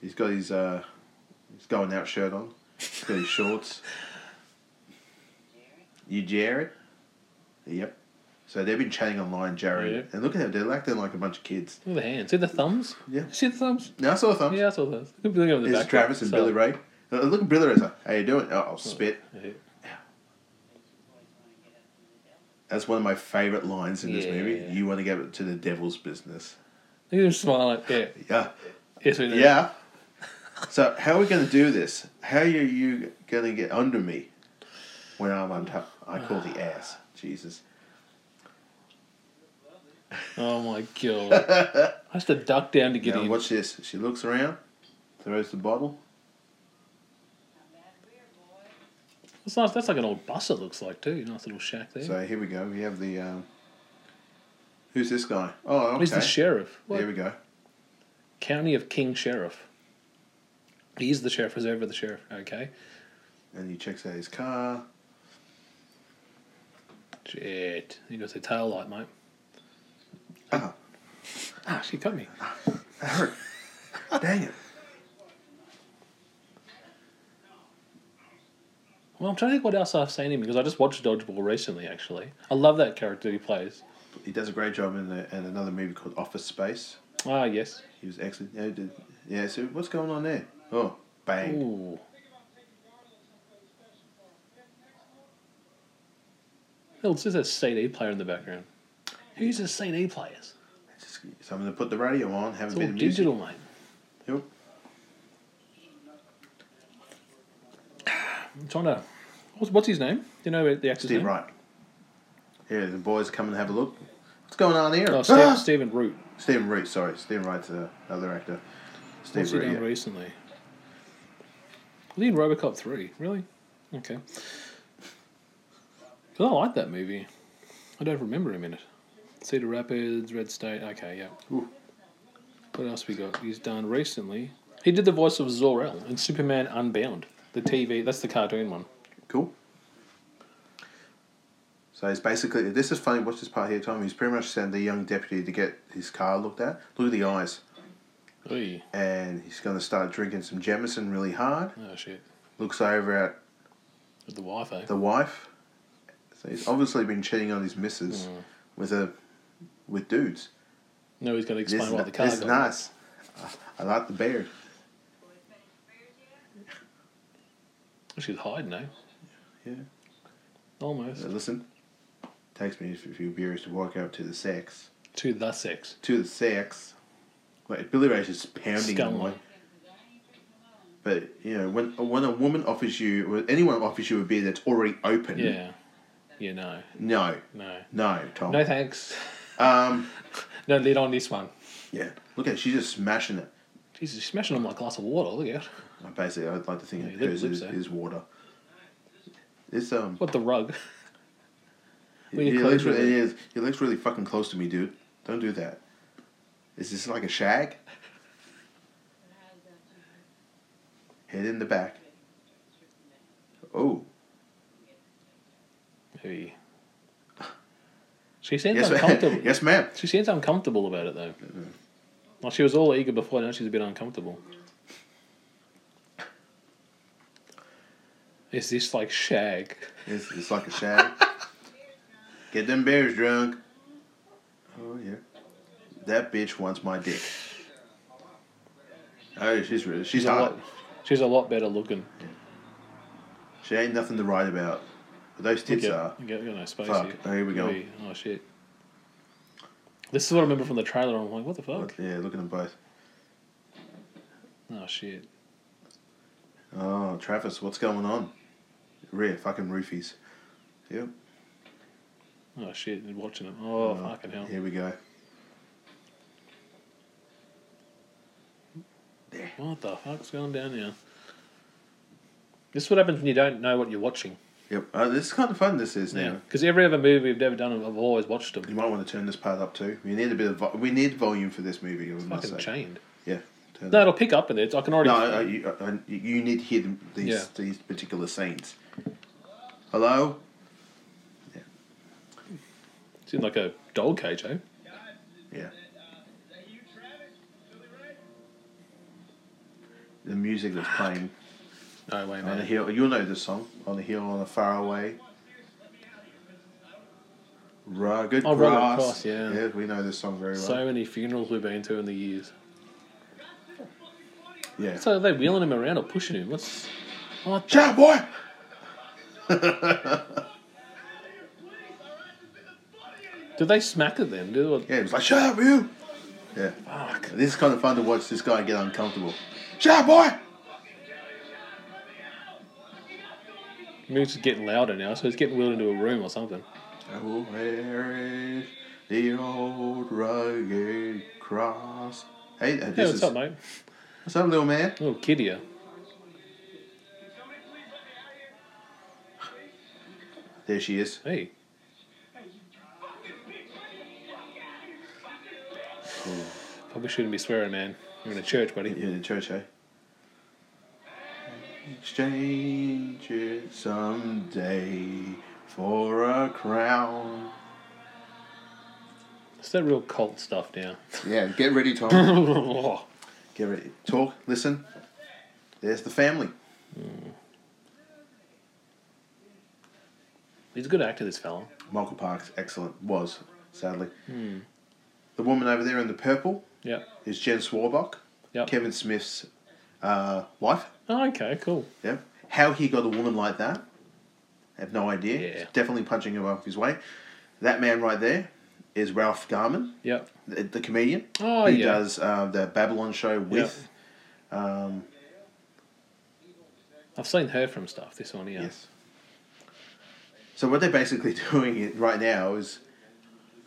Q: He's got his uh, his going out shirt on. He's got his shorts. You Jared? Yep. So they've been chatting online, Jared.
P: Yep.
Q: And look at them, they're acting like a bunch of kids.
P: Look at the hands. See the thumbs?
Q: Yeah.
P: See the thumbs?
Q: Now I saw thumbs.
P: Yeah, I saw those. Look at the back
Q: It's
P: there.
Q: Travis and
P: So-
Q: Billy Ray. Uh, Look at Billy Ray's like, how you doing? Oh, I'll spit.
P: Yeah.
Q: That's one of my favourite lines in this
P: Yeah.
Q: movie. You want to get to the devil's business.
P: Look at him smile like that.
Q: Yeah.
P: Yes, we do.
Q: Yeah. So how are we going to do this? How are you going to get under me when I'm on top? I call the ass. Jesus.
P: Oh my god. I have to duck down to get
Q: Now
P: in.
Q: watch this. She looks around, throws the bottle.
P: That's, nice. That's like an old bus, it looks like, too. Nice little shack there.
Q: So here we go. We have the. Um, who's this guy? Oh, okay.
P: He's the sheriff. What?
Q: There we go.
P: County of King Sheriff. He is the sheriff, is over the sheriff. Okay.
Q: And he checks out his car.
P: Shit. You got the tail light, mate.
Q: Ah.
P: Ah, she cut me.
Q: That hurt. Dang it.
P: Well, I'm trying to think what else I've seen him because I just watched Dodgeball recently, actually. I love that character he plays.
Q: He does a great job in, the, in another movie called Office Space.
P: Ah, yes.
Q: He was excellent. Yeah, he did- yeah, so what's going on there? Oh, bang.
P: Ooh. Oh, it's just a CD player in the background. Who uses CD players?
Q: Just- so I'm going to put the radio on, have
P: It's
Q: a
P: all
Q: bit of music.
P: digital, mate.
Q: Yep.
P: I'm trying to. What's, what's his name? Do you know the actor's
Q: Steve
P: name?
Q: Wright. Here, the boys come and have a look. What's going on here?
P: Oh,
Q: Ah!
P: Ste- Stephen Root.
Q: Stephen Root, sorry. Stephen Wright's uh, another actor.
P: What's
Q: Steve
P: he
Q: Root.
P: done
Q: yeah.
P: recently? Was he in Robocop 3? Really? Okay. 'Cause I like that movie. I don't remember him in it. Cedar Rapids, Red State. Okay, yeah.
Q: Ooh.
P: What else we got? He's done recently. He did the voice of Zor-El in Superman Unbound. The TV, that's the cartoon one.
Q: Cool. So it's basically, this is funny, watch this part here, Tom. He's pretty much sent the young deputy to get his car looked at. Look at the eyes.
P: Oy.
Q: And he's going to start drinking some Jemison really hard.
P: Oh, shit.
Q: Looks over at
P: With the wife, eh?
Q: the wife. So he's obviously been cheating on his missus
P: Mm.
Q: with a with dudes.
P: No, he's got to explain
Q: this
P: why
Q: is,
P: the
Q: ni-
P: car
Q: this is
P: got-
Q: nice. I, I like the beard.
P: She's hiding, eh?
Q: Yeah.
P: Almost.
Q: So listen, takes me a few beers to walk out to the sex.
P: To the sex.
Q: To the sex. Wait, Billy Ray's just pounding
P: Scum.
Q: away. But But you know, when when a woman offers you, when anyone offers you a beer that's already open,
P: Yeah. You know.
Q: no,
P: No.
Q: no, Tom,
P: No thanks.
Q: Um,
P: no lid on this one.
Q: yeah, look at her, she's just smashing it. Uh,
P: Jesus, you're smashing on my glass of water. Look at it.
Q: Basically, I'd like to think
P: your
Q: of
P: lip-
Q: hers
P: lips
Q: is,
P: there.
Q: is water. It's um.
P: What the rug? Well,
Q: your,
P: your
Q: legs,
P: clothes
Q: re-
P: are-
Q: yeah, your legs really fucking close to me, dude. Don't do that. Is this like a shag? Head in the back. Oh,
P: Maybe. She seems
Q: Yes, ma'am.
P: uncomfortable.
Q: Yes, ma'am. Mm-hmm.
P: She seems uncomfortable about it though. Well, she was all eager before. Now she's a bit uncomfortable. Is this like shag?
Q: it's, it's like a shag. Get them bears drunk. Oh yeah, that bitch wants my dick. Oh, she's really she's
P: a
Q: hot.
P: lot. She's a lot better looking.
Q: She ain't nothing to write about. But those tits
P: Look at-
Q: are.
P: You got, you got no space
Q: Fuck.
P: here.
Q: Oh, here we go.
P: Maybe- Oh shit. This is what I remember from the trailer. I'm like, what the fuck?
Q: Yeah, look at them both.
P: Oh shit.
Q: Oh, Travis, what's going on? Rear fucking roofies. Yep.
P: Oh shit. And watching it. Oh fucking hell.
Q: Here we go.
P: What the fuck's going down here? This is what happens when you don't know what you're watching.
Q: Yep. Uh, this is kind of fun. This is
P: Yeah.
Q: now.
P: Because every other movie we've ever done, I've always watched them.
Q: You might want to turn this part up too. We need a bit of vo- we need volume for this movie. I must
P: fucking
Q: say.
P: chained.
Q: Yeah. Turn
P: No, it'll pick up in it. I can already.
Q: No, uh, you, uh, uh, you- you need to hear them, these
P: Yeah.
Q: these particular scenes. Hello.
P: It's in like a dog cage, eh?
Q: Yeah. The music that's playing.
P: No way,
Q: On
P: man.
Q: a hill, you'll know this song. On a hill, on a far away. Right, good
P: Oh, Rugged
Q: grass.
P: Cross, yeah.
Q: we know this song very well.
P: So many funerals we've been to in the years.
Q: yeah.
P: So are they wheeling him around or pushing him? What's. What the-
Q: Shut up, boy.
P: Did they smack it then? Did they...
Q: Yeah, it was like, shut up, you. Yeah. This is kind of fun to watch this guy get uncomfortable. Shut up, boy.
P: Music's getting louder now, so it's getting wheeled into a room or something.
Q: Oh, where is the old rugged cross? Hey, uh, this
P: Hey, what's
Q: is,
P: up, mate?
Q: What's up, little man?
P: Little kid here.
Q: There she is.
P: Hey. Probably shouldn't be swearing, man. You're in a church, buddy.
Q: You're in the church, eh? Exchange it someday for a crown.
P: It's that real cult stuff now.
Q: Yeah, get ready, Tom.
P: oh,
Q: get ready. Talk, listen. There's the family.
P: he's a good actor, this fella.
Q: Michael Parks, excellent. Was, sadly.
P: Hmm.
Q: The woman over there in the purple
P: Yeah.
Q: is Jen Swarbock,
P: Yep.
Q: Kevin Smith's uh, wife.
P: Oh, okay, cool.
Q: Yeah. How he got a woman like that, I have no idea. He's definitely punching him off his way. That man right there is Ralph Garman,
P: Yep.
Q: the, the comedian.
P: Oh,
Q: who
P: yeah.
Q: does uh, the Babylon show with. Um,
P: I've seen her from stuff, this one, yeah.
Q: Yes. so, what they're basically doing it right now is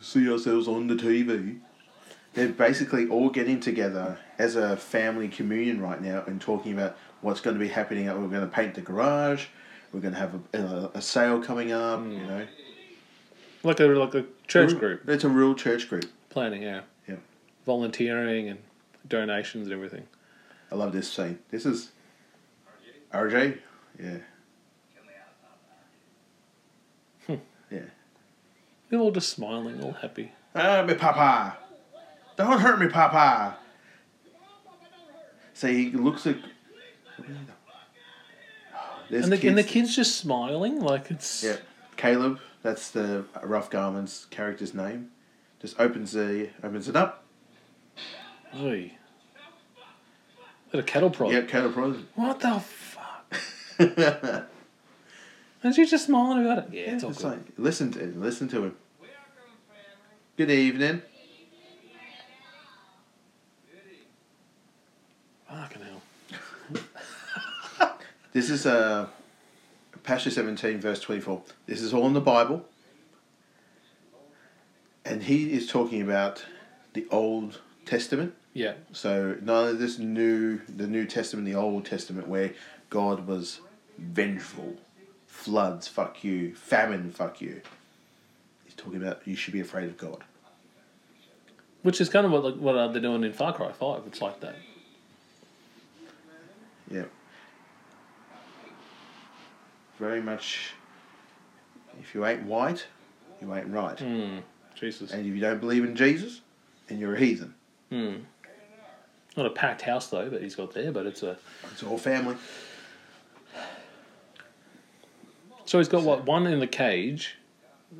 Q: see ourselves on the TV. They're basically all getting together as a family communion right now and talking about what's going to be happening. We're going to paint the garage. We're going to have a, a, a sale coming up, you know.
P: Like a like a Mm. church group
Q: It's a real church group.
P: planning, yeah.
Q: Yeah.
P: Volunteering and donations and everything.
Q: I love this scene. This is RJ. Yeah. Yeah.
P: They're all just smiling, all happy.
Q: Ah, me papa. Don't hurt me, papa. So he looks like. There's
P: And the, and the
Q: kids-
P: kid's just smiling, like it's.
Q: Yeah. Caleb, that's the Rough Garman's character's name. Just opens the opens it up.
P: Oy. Is that a cattle prod?
Q: Yeah, Caleb Rose.
P: What the fuck? And she's just smiling about it. Yeah, it's all
Q: It's
P: good.
Q: like, listen to listen to him. Good evening.
P: Fucking hell.
Q: This is uh, Passion 17, verse 24. This is all in the Bible. And he is talking about the Old Testament.
P: Yeah.
Q: So none of this new, the New Testament, the Old Testament, where God was vengeful, floods, fuck you, famine, fuck you. He's talking about you should be afraid of God.
P: Which is kind of what what uh, they're doing in Far Cry Five. It's like that.
Q: Yeah. Very much. If you ain't white, you ain't right.
P: Mm, Jesus.
Q: And if you don't believe in Jesus, then you're a heathen.
P: Mm. Not a packed house though, but he's got there. But it's a.
Q: It's all family.
P: So he's got what one in the cage,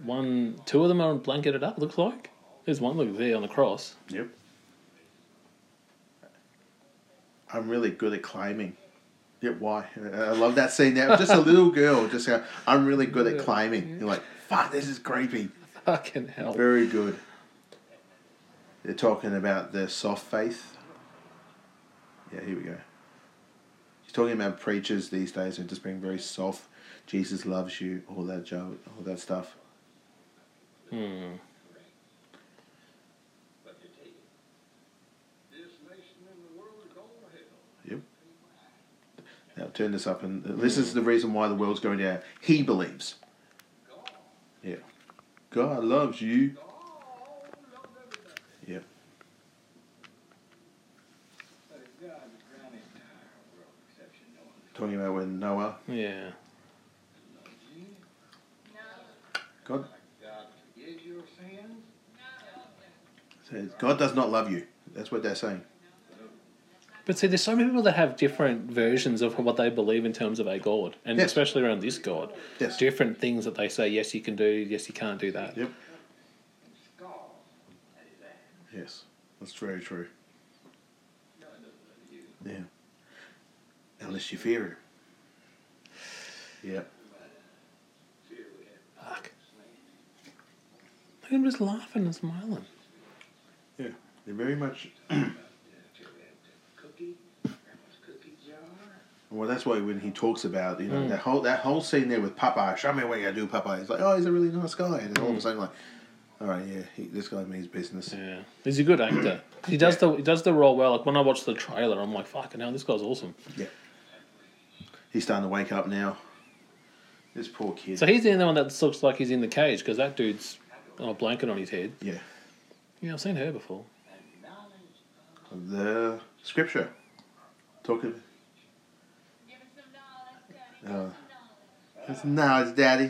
P: one, two of them are blanketed up. Looks like there's one look there on the cross.
Q: Yep. I'm really good at climbing. Yeah, why? I love that scene. Now, just a little girl, just go, I'm really good at climbing. You're like, fuck, this is creepy.
P: Fucking hell.
Q: Very good. They're talking about the soft faith. Yeah, here we go. He's talking about preachers these days who are just being very soft. Jesus loves you, all that joke, all that stuff.
P: Hmm.
Q: Yep. Now turn this up, and uh, this is the reason why the world's going down. He believes. Yeah. God loves you. Yeah. Talking about when Noah.
P: Yeah.
Q: God. Says God does not love you. That's what they're saying.
P: But see, there's so many people that have different versions of what they believe in terms of a god, and
Q: Yes.
P: especially around this god.
Q: Yes.
P: Different things that they say, yes, you can do, yes, you can't do that.
Q: Yep. Yes, that's very true. Yeah. Unless you fear him. Yeah.
P: Fuck. Look at him just laughing and smiling.
Q: Yeah. They're very much. Well, that's why when he talks about you know
P: Mm.
Q: that whole that whole scene there with Popeye, show me what you do, Popeye. He's like, oh, he's a really nice guy, and all of a sudden like, all right, yeah, he, this guy means business.
P: Yeah. He's a good actor. He does the he does the role well. Like when I watch the trailer, I'm like, fucking hell, this guy's awesome.
Q: He's starting to wake up now. This poor kid.
P: So he's the only one that looks like he's in the cage because that dude's on a blanket on his head.
Q: Yeah.
P: Yeah, I've seen her before.
Q: the scripture talking. Uh, it's- no, it's daddy.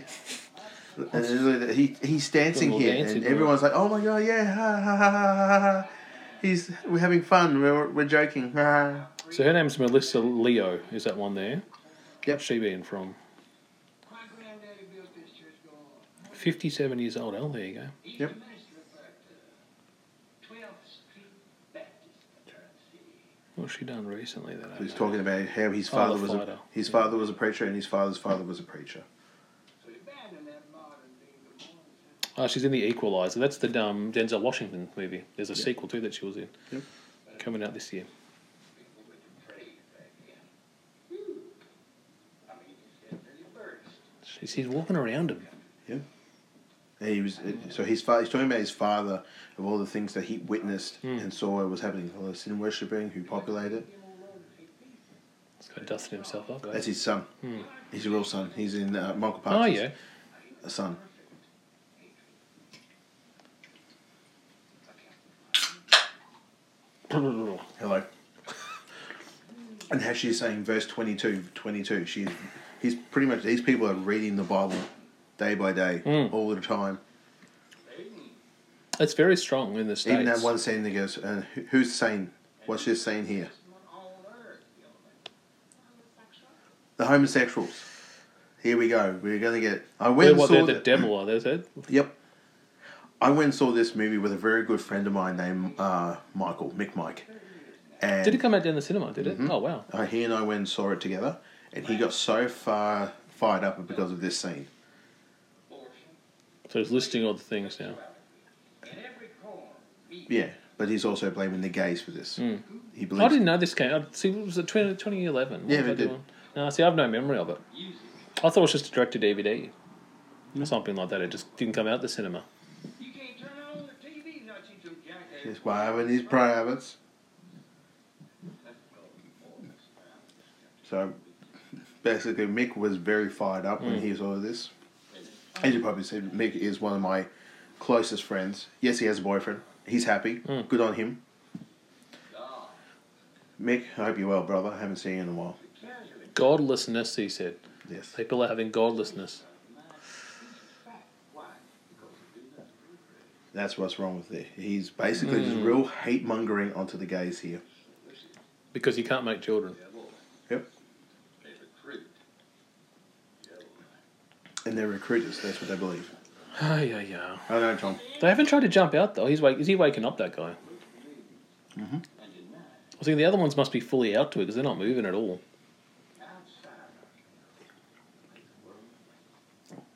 Q: And then he he's dancing
P: Little
Q: here,
P: dancing
Q: and
P: boy.
Q: everyone's like, "Oh my god, yeah, ha ha ha ha ha, ha!" He's we're having fun, we're we're joking. Ha, ha.
P: So her name's Melissa Leo. Is that one there?
Q: Yep.
P: She being from. Fifty-seven years old. Oh, there you go.
Q: Yep.
P: What's she done recently? That I
Q: He's
P: know?
Q: talking about how his
P: Oh,
Q: father
P: the
Q: was a,
P: fighter.
Q: his
P: Yeah.
Q: father was a preacher, and his father's father was a preacher.
P: Oh, she's in the Equalizer. That's the um, Denzel Washington movie. There's a sequel too that she was in.
Q: Yep.
P: Coming out this year. She's, he's walking around him.
Q: And he was so his father. He's talking about his father of all the things that he witnessed
P: Hmm.
Q: and saw was happening. All the sin worshipping, who populated. it.
P: He's got dusting himself up. eh?
Q: That's his son.
P: Hmm.
Q: He's a real son. He's in uh, Michael
P: Oh
Q: Parker's
P: yeah.
Q: son. Hello. And how she's saying verse 22, 22, she's, he's pretty much, these people are reading the Bible day by day,
P: Hmm.
Q: all the time.
P: It's very strong in the states.
Q: Even that one scene that goes, uh, who- who's saying, what's this saying here? The homosexuals. Here we go. We're going to get, I went
P: They're,
Q: and
P: what,
Q: saw
P: they're
Q: the-
P: the devil, are they? Ted?
Q: Yep. I went and saw this movie with a very good friend of mine named uh, Michael, Mick Mike. And
P: Did it come out in the cinema? Did it?
Q: Mhm.
P: Oh wow.
Q: Uh, he and I went and saw it together, and he got so far fired up because of this scene.
P: So he's listing all the things now.
Q: Yeah, but he's also blaming the gays for this. He
P: Hmm. I
Q: believes.
P: didn't know this came. out. See, it was it 20, 2011? What
Q: Yeah,
P: was I
Q: they did.
P: doing? No, see, I have no memory of it. I thought it was just a director DVD or something like that. It just didn't come out the cinema.
Q: He's waving his privates. So basically, Mick was very fired up when
P: Mm.
Q: he saw this. As you probably said, Mick is one of my closest friends. Yes, he has a boyfriend. He's happy.
P: Mm.
Q: Good on him. Mick, I hope you're well, brother. I haven't seen you in a while.
P: Godlessness, he said.
Q: Yes.
P: People are having godlessness.
Q: That's what's wrong with it. He's basically just
P: Mm.
Q: real hate mongering onto the gays here.
P: Because you can't make children.
Q: Yep. And they're recruiters. That's what they believe.
P: Oh, yeah, yeah.
Q: I know, Tom.
P: They haven't tried to jump out, though. He's wake- Is he waking up, that guy?
Q: Mm-hmm.
P: I was thinking the other ones must be fully out to it because they're not moving at all.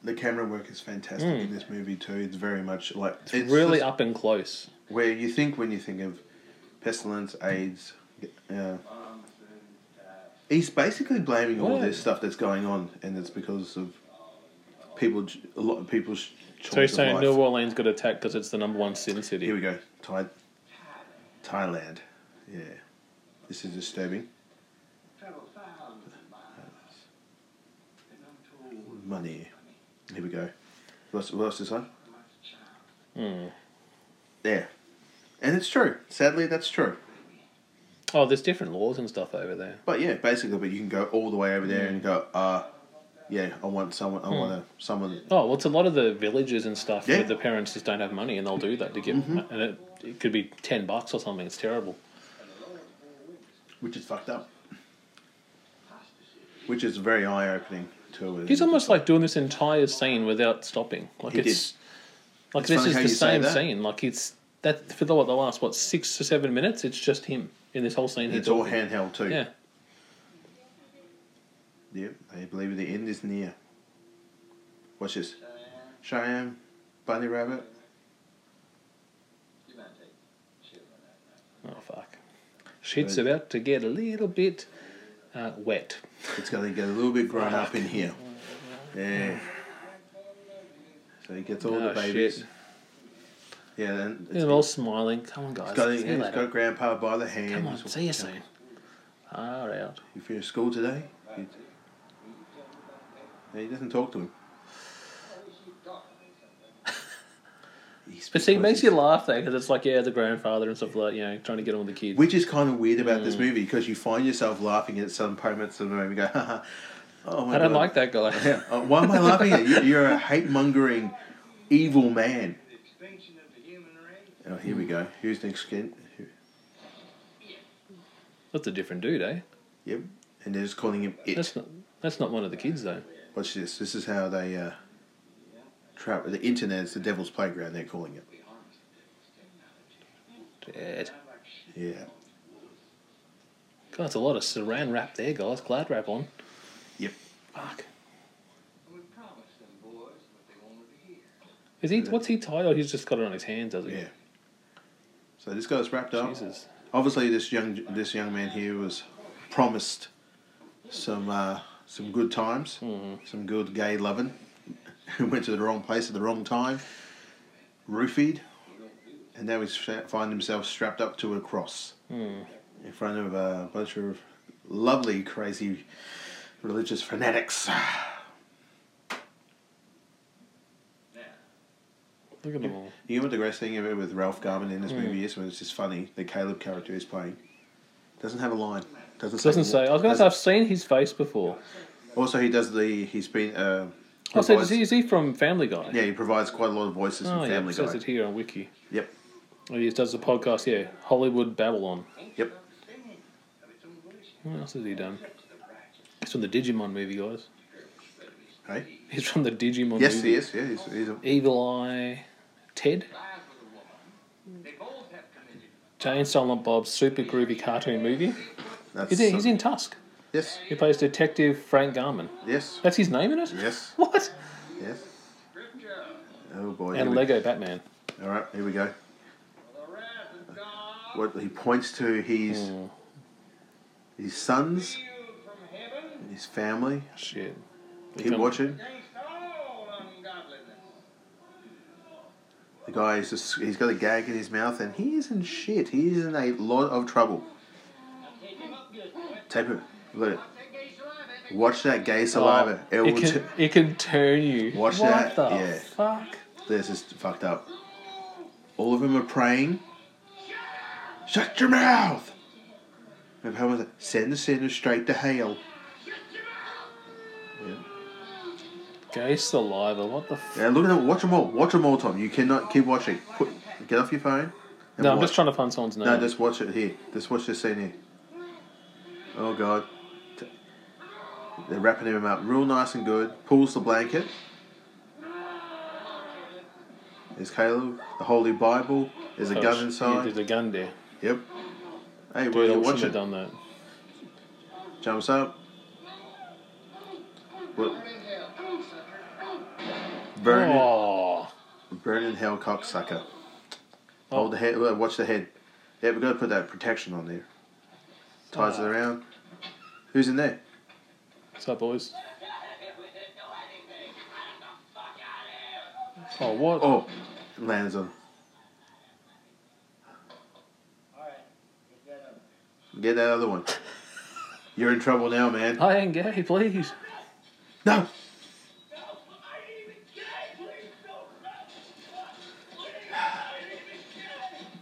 Q: The camera work is fantastic in this movie too. It's very much like it's,
P: Hmm. really
Q: just
P: up and close.
Q: Where you think when you think of pestilence, AIDS, yeah. He's basically blaming all
P: Yeah.
Q: this stuff that's going on, and it's because of people. ch- A lot of people's ch- choice
P: So you're
Q: of
P: saying
Q: life.
P: New Orleans got attacked because it's the number one sin city. Here
Q: we go. Thai- Thailand. Yeah, this is disturbing. Money. Here we go. What's, what else is on?
P: Mm.
Q: Yeah, and it's true. Sadly, that's true.
P: Oh, there's different laws and stuff over there.
Q: But yeah, basically, but you can go all the way over there and go. Uh, yeah, I want someone. I
P: Hmm.
Q: want a, someone.
P: Oh, well, it's a lot of the villages and stuff
Q: Yeah. Mm-hmm.
P: where the parents just don't have money and they'll do that to get, and it, it could be 10 bucks or something. It's terrible.
Q: Which is fucked up. Which is very eye opening to it.
P: He's almost like doing this entire scene without stopping. Like
Q: He
P: it's like
Q: It's
P: this
Q: funny
P: is
Q: how
P: the
Q: you say
P: same
Q: that.
P: scene. Like it's that for the, what, the last what six or seven minutes. It's just him in this whole scene.
Q: It's
P: he's
Q: all
P: talking.
Q: handheld too.
P: Yeah,
Q: Yep, I believe the end is near. Watch this. Cheyenne, Bunny Rabbit.
P: Oh fuck. shit's about to get a little bit uh, wet.
Q: It's going to get a little bit grown up in here. Yeah. So he gets all
P: Oh,
Q: the babies. Yeah, then
P: They're all smiling. Come on, guys.
Q: He's got,
P: see you
Q: he's
P: later.
Q: got Grandpa by the hand.
P: Come on,
Q: He's-
P: see you soon. All right.
Q: You finished school today? You- Yeah, he doesn't talk to him.
P: But see, it makes you laugh though, because it's like, yeah, the grandfather and stuff like, you know, trying to get on with the kids.
Q: Which is kind of weird about this
P: Mm.
Q: movie because you find yourself laughing at some moments of the movie. You go, haha. Oh my
P: I don't
Q: God."
P: like that guy.
Q: Yeah. uh, Why am I laughing at you? You're a hate mongering, evil man. Oh, here we go. Who's next? Skin?
P: That's a different dude, eh?
Q: Yep. And they're just calling him it.
P: That's not. That's not one of the kids though.
Q: Watch this. This is how they uh, trap the internet. is the devil's playground. They're calling it.
P: Dead.
Q: Yeah.
P: God, that's a lot of saran wrap there, guys. Glad wrap on.
Q: Yep.
P: Fuck. Is he? What's he tied? Or he's just got it on his hands, does he?
Q: Yeah. So this guy's wrapped up. Obviously, this young this young man here was promised some uh, some good times,
P: Mm-hmm.
Q: some good gay loving. Went to the wrong place at the wrong time, roofied, and now he's fa- find himself strapped up to a cross
P: Hmm.
Q: in front of a bunch of lovely, crazy, religious fanatics.
P: Look at them all.
Q: You know what the greatest thing ever with Ralph Garman in this
P: Hmm.
Q: movie is when it's just funny. The Caleb character is playing doesn't have a line. Doesn't say.
P: Doesn't say. I was going to say I've seen his face before.
Q: Also, he does the. He's been. Uh,
P: Oh, so
Q: provides-
P: is he, is he from Family Guy?
Q: yeah, he provides quite a lot of voices
P: Oh,
Q: in
P: yeah.
Q: Family
P: It says
Q: Guy.
P: it here on Wiki.
Q: Yep.
P: Oh, he does the podcast. Yeah, Hollywood Babylon.
Q: Yep.
P: What else has he done? He's from the Digimon movie, guys.
Q: Hey?
P: He's from the Digimon
Q: Yes,
P: movie.
Q: he is. Yeah, he's, he's a,
P: Evil Eye, Ted. Jane Silent Bob's super groovy cartoon movie.
Q: That's
P: He's in, he's in Tusk.
Q: Yes.
P: He plays Detective Frank Garman.
Q: Yes.
P: That's his name in it?
Q: Yes.
P: What?
Q: Yes. Oh boy. here
P: And
Q: we-
P: Lego Batman.
Q: All right, here we go.
P: Hmm. Oh,
Q: What he points to his his sons. He his family.
P: Shit.
Q: Keep
P: Become-
Q: watching. The guy is just, he's got a gag in his mouth and he is in shit. He is in a lot of trouble. Tape it. Let it. Watch that gay saliva.
P: Oh,
Q: it,
P: it,
Q: will
P: can,
Q: t-
P: it can turn you.
Q: Watch
P: what
Q: that.
P: The
Q: yeah.
P: Fuck.
Q: This is fucked up. All of them are praying. Shut your mouth! My pal was like, send the sinner straight to hell.
P: Gay saliva. What the fuck?
Q: Yeah, look at them. Watch them all. Watch them all, Tom. You cannot keep watching. Put, get off your phone. and
P: No, I'm
Q: watch.
P: just trying to find someone's name.
Q: No, just watch it here. Just watch this scene here. Oh God. T- They're wrapping him up real nice and good. Pulls the blanket. There's Caleb, the Holy Bible. There's a
P: Oh,
Q: gun
P: sh-
Q: inside.
P: There's a gun there.
Q: Yep. Hey,
P: Dude,
Q: well,
P: I
Q: you're
P: wish I'd
Q: watching.
P: done that.
Q: Jumps up. Well, burn
P: oh.
Q: Burn in hell, cocksucker. Hold the head. well, Watch the head. Yeah, we've got to put that protection on there. Ties it around. Who's in there?
P: What's up, boys? Oh, what?
Q: Oh, lands on. Get that other one. You're in trouble now, man.
P: I ain't gay, please.
Q: No.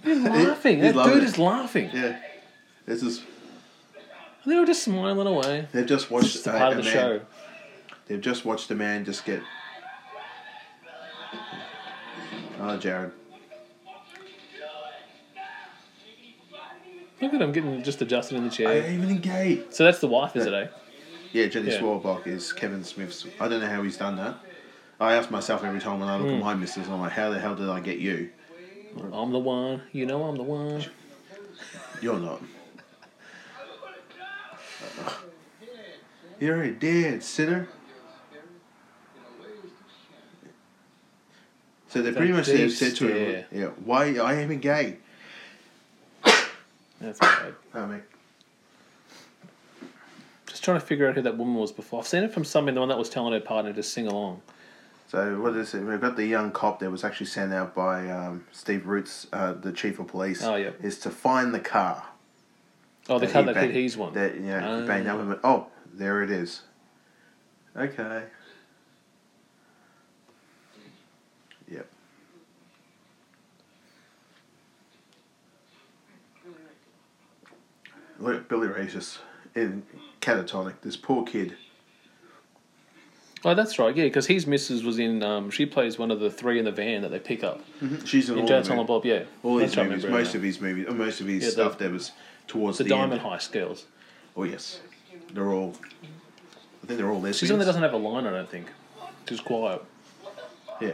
P: He's laughing.
Q: He's
P: that
Q: loving
P: dude
Q: it.
P: is laughing.
Q: Yeah. This is.
P: They were just smiling away.
Q: They've just watched
P: It's just a part of the show.
Q: They've just watched a man just get. Oh, Jared.
P: Look at him getting just adjusted in the
Q: I ain't
P: chair.
Q: even engaged.
P: So that's the wife, is it, eh?
Q: Yeah, Jenny
P: Yeah.
Q: Swarbock is Kevin Smith's. I don't know how he's done that. I ask myself every time when I look
P: Hmm.
Q: at my missus, I'm like, how the hell did I get you?
P: I'm the one. You know I'm the one.
Q: You're not. You're a dead sinner. So they
P: That
Q: pretty much
P: deep
Q: they've said to him, yeah, why I am gay. Oh,
P: That's bad.
Q: I mean,
P: Just trying to figure out who that woman was before. I've seen it from somebody, the one that was telling her partner to sing along.
Q: so what is it? We've got the young cop that was actually sent out by um, Steve Roots, uh, the chief of police.
P: Oh, yep.
Q: Is to find the car.
P: Oh, the
Q: that
P: car
Q: he
P: that hit
Q: banged-
P: his one.
Q: That you know, he
P: Ah.
Q: banged up and went, oh, there it is. Okay. Yep. Look at Billy Ray's just in catatonic. This poor kid.
P: Oh, that's right, yeah, because his missus was in. Um, she plays one of the three in the van that they pick up.
Q: She's in all,
P: in
Q: the
P: Dance on the
Q: movie-
P: Bob, yeah.
Q: all his
P: That's right, I
Q: movies,
P: remember her
Q: most
P: now.
Q: of his movies, uh, most of his
P: Yeah, the-
Q: stuff that was towards
P: the
Q: the, end.
P: Diamond Heist girls.
Q: Oh yes, they're all. I think they're all lesbians.
P: She's the one that doesn't have a line, I don't think. Just quiet.
Q: Yeah.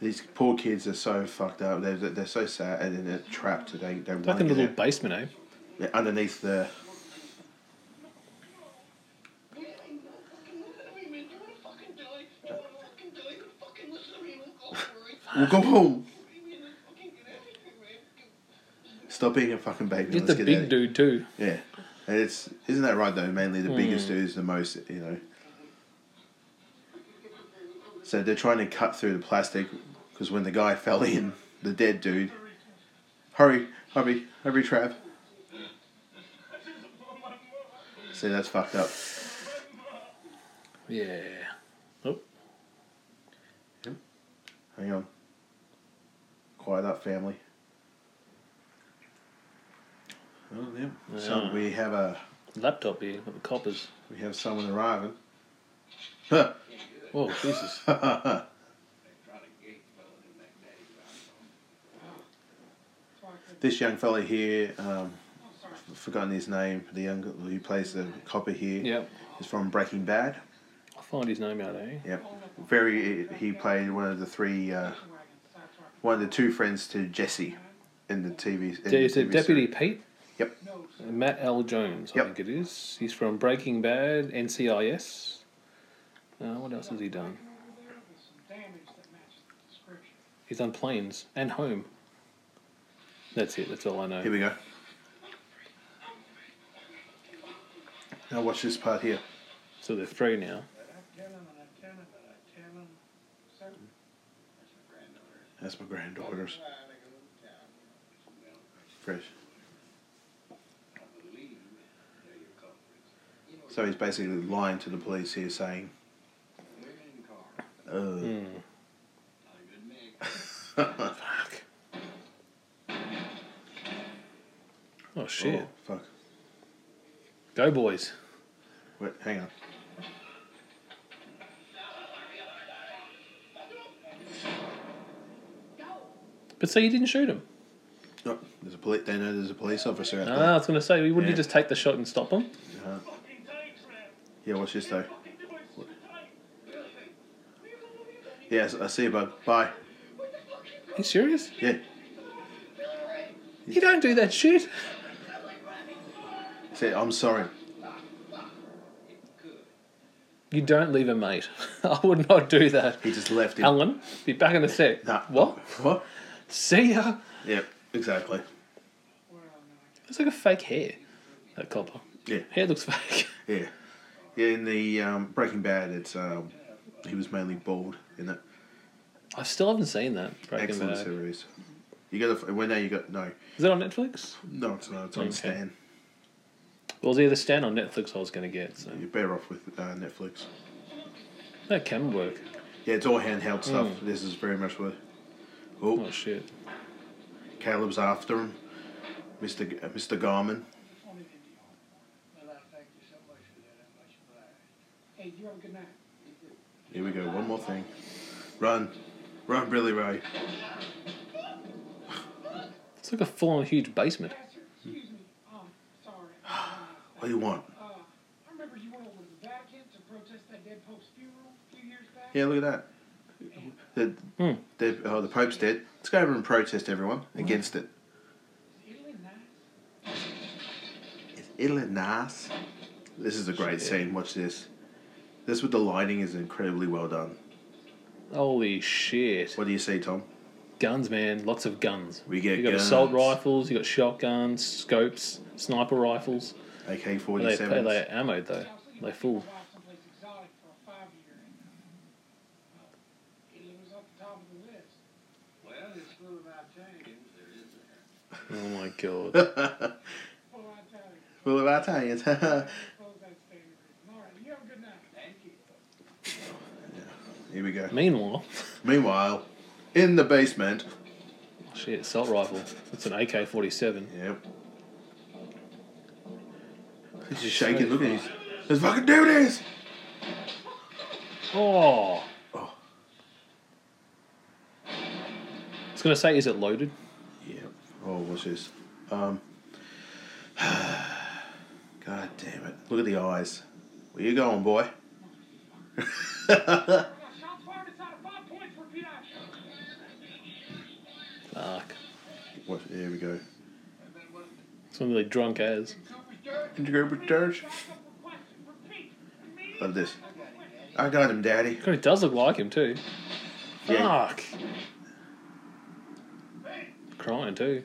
Q: These poor kids are so fucked up. They're, they're so sad and then they're trapped. They, they
P: It's like in
Q: wanna
P: the
Q: get
P: little
Q: out.
P: basement, eh?
Q: They're underneath the. We'll go home. Stop being a fucking baby. Let's
P: Get the
Q: get out
P: big
Q: of-
P: dude too.
Q: Yeah, and it's isn't that right though? Mainly the biggest
P: Hmm.
Q: dude is the most, you know. So they're trying to cut through the plastic because when the guy fell in, the dead dude. Hurry, hurry, hurry, Trav. See, that's fucked up.
P: Yeah. Oh,
Q: Hang on. Quiet up, family. Oh, yeah. So
P: Yeah.
Q: we have a
P: Laptop here, with the coppers.
Q: we have someone arriving. Huh.
P: Oh, Jesus.
Q: this young fella here, um, I've forgotten his name, the young who plays the copper here, is
P: Yep.
Q: from Breaking Bad.
P: I'll find his name out, eh?
Q: Yep, very. He played one of the three, uh, one of the two friends to Jesse, in the TV. in the
P: There's a
Q: TV
P: Deputy
Q: series.
P: Pete. Uh,
Q: Yep.
P: Matt L. Jones, I think it is. He's from Breaking Bad, NCIS. Uh, what else has he done? He's done Planes and Home. That's it. That's all I know.
Q: Here we go. Now watch this part here.
P: So they're free now.
Q: That's my granddaughter's. Fresh. So he's basically lying to the police here, saying, uh,
P: Hmm.
Q: fuck.
P: Oh shit.
Q: Oh, fuck.
P: Go boys.
Q: Wait, hang on.
P: But so you didn't shoot him.
Q: No, Oh, there's a police. They know there's a police officer out
P: No,
Q: there.
P: I was going to say, wouldn't
Q: Yeah.
P: you just take the shot and stop him?
Q: Uh-huh. Yeah, watch this though. Yes, I see you, bud. Bye.
P: You serious?
Q: Yeah.
P: You don't do that shit.
Q: Say, I'm sorry.
P: You don't leave a mate. I would not do that.
Q: He just left it.
P: Alan, be back in a sec. What?
Q: What?
P: See ya.
Q: Yep, exactly.
P: It's like a fake hair. That copper.
Q: Yeah.
P: Hair looks fake.
Q: Yeah. Yeah, in the um, Breaking Bad, it's um, he was mainly bald in it.
P: I still haven't seen that. Breaking
Q: Excellent
P: Bad.
Q: series. You got to. Well, now you got no.
P: Is it on Netflix?
Q: No, it's not. It's on
P: Okay.
Q: Stan.
P: Well, it was either Stan or Netflix I was going to get. So.
Q: You're better off with uh, Netflix.
P: That can work.
Q: Yeah, it's all handheld stuff.
P: Mm.
Q: This is very much what. Oh.
P: oh shit!
Q: Caleb's after him, Mister G- uh, Mister Garman. Here we go. One more thing. Run, run, Billy Ray.
P: It's like a full-on huge basement.
Q: What do you want? Yeah, look at that. The,
P: Hmm.
Q: the, oh, the Pope's dead. Let's go over and protest everyone against it. Is Italy nice? This is a great scene. Watch this. This with the lighting is incredibly well done.
P: Holy shit!
Q: What do you see, Tom?
P: Guns, man. Lots of guns.
Q: We get
P: You got
Q: guns.
P: assault rifles. You got shotguns, scopes, sniper rifles.
Q: AK
P: They play
Q: 47s.
P: their ammo though. They full. Oh my god.
Q: Full of Italians. Here we go.
P: Meanwhile,
Q: Meanwhile, in the basement.
P: shit, assault rifle. It's an AK-47.
Q: Yep. He's just shaking. Look at him. Let's fucking do this.
P: Oh. I was gonna say, is it loaded?
Q: Yeah. Oh, what's this? Um. God damn it! Look at the eyes. Where you going, boy?
P: Fuck.
Q: What? Here we go.
P: It's one really drunk as.
Q: Can you go with Dirge? Love this. I got him, Daddy.
P: God, it does look like him too.
Q: Yeah.
P: Fuck. Crying too.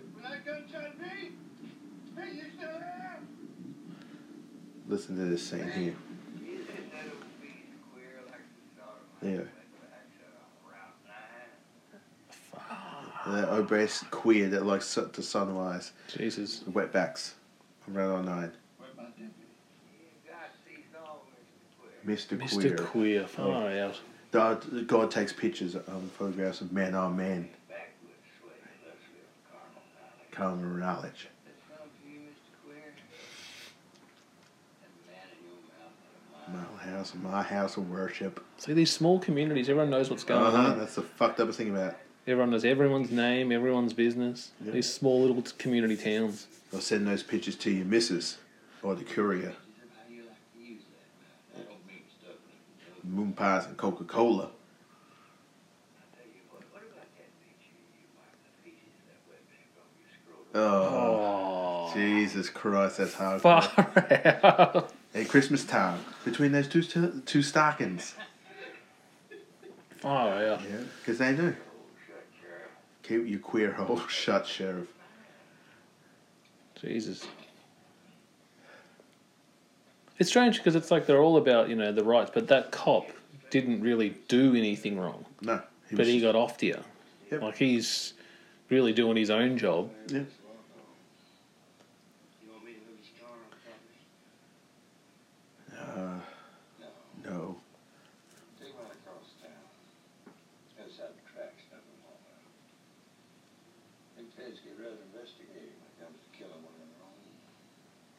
Q: Listen to this scene here. Yeah. That obese queer that likes su- to sunrise.
P: Jesus.
Q: Wetbacks. Around on nine. Mr. Queer. Oh.
P: Mr. Queer, far out.
Q: God, God takes pictures, um, photographs of men are men. Common knowledge. My house, my house of worship.
P: See these small communities, everyone knows what's going
Q: Uh-huh,
P: on.
Q: that's the fucked up thing about.
P: Everyone knows everyone's name, everyone's business. These small little t- community towns.
Q: I'll send those pictures to your missus or the courier. Moon pies and Coca Cola. Oh, Jesus Christ, that's hard.
P: Far out.
Q: At Christmas time, between those two st- two stockings,
P: Far out.
Q: because they do. Keep your queer hole shut, sheriff.
P: Jesus. It's strange because it's like they're all about you know the rights, but that cop didn't really do anything wrong.
Q: No, he
P: but
Q: was-
P: he got off to you.
Q: Yep.
P: Like he's really doing his own job.
Q: Yeah.
S: Uh,
Q: no.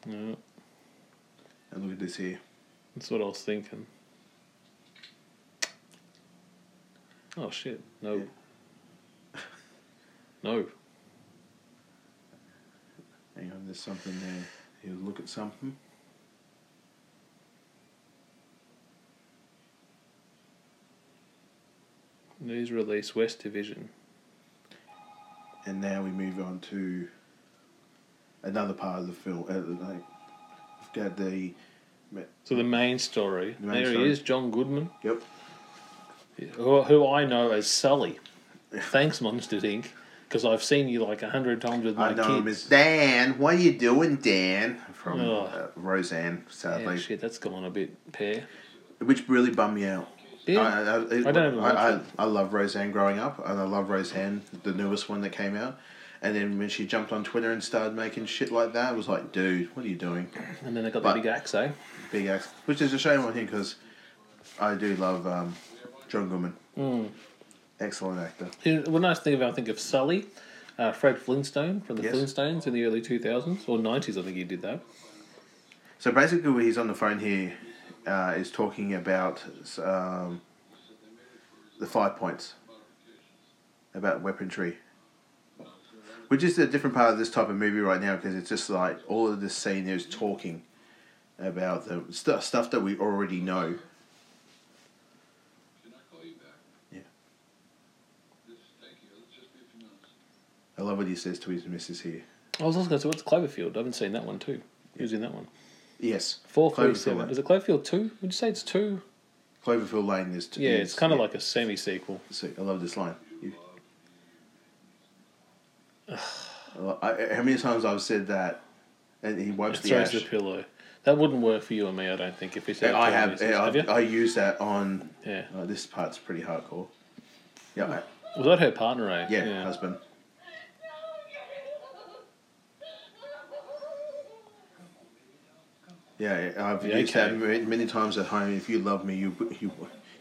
P: Yeah,
Q: And look at this here.
P: that's what I was thinking. Oh shit! No. no.
Q: Hang on, there's something there. You look at something.
P: News release West Division.
Q: And now we move on to another part of the film. Uh, like, we've got the.
P: So the main story.
Q: The main
P: there
Q: story.
P: he is, John Goodman.
Q: Yep.
P: Who, who I know as Sully. Thanks, Monsters Inc. Because I've seen you like a hundred times with my
Q: I know him
P: kids.
Q: as Dan. What are you doing, Dan? From
P: Ugh.
Q: uh, Roseanne, sadly.
P: Yeah, shit, that's gone a bit pear.
Q: Which really bummed me out.
P: Yeah.
Q: I, I, it-
P: I don't even
Q: I, I,
P: watch
Q: I love Roseanne growing up, and I love Roseanne, the newest one that came out. And then when she jumped on Twitter and started making shit like that, I was like, dude, what are you doing?
P: And then they got
Q: But-
P: the big axe, eh?
Q: Big axe. Which is a shame on him because I do love um, John Goodman.
P: Mm.
Q: Excellent actor.
P: You know, One nice thing about I think of Sully, uh, Fred Flintstone from the
Q: Yes.
P: Flintstones in the early 2000s or 90s, I think he did that.
Q: So basically, what he's on the phone here uh, is talking about um, the five points about weaponry, which is a different part of this type of movie right now because it's just like all of this scene is talking about the stu stuff that we already know. I love what he says to his missus here.
P: I was also going to say, what's Cloverfield? I haven't seen that one too. He was in that one.
Q: Yes,
P: 447.
Q: Cloverfield.
P: Is it Cloverfield 2? Would you say it's 2?
Q: Cloverfield Lane is.
P: Yeah,
Q: is-
P: it's kind of like a semi sequel.
Q: See, I love this line. You- I, how many times I've said that, and he wipes the
P: Throws
Q: ash.
P: the pillow. That wouldn't work for you and me, I don't think, if we said it
Q: I
P: to
Q: have,
P: ourselves,
Q: I,
P: have you?
Q: I use that on.
P: Yeah.
Q: uh, this part's pretty hardcore. Yeah. I-
P: Was that her partner, eh?
Q: yeah, husband. Yeah, yeah, I've
P: Yeah,
Q: used
P: okay.
Q: that ma- many times at home. If you love me, you you,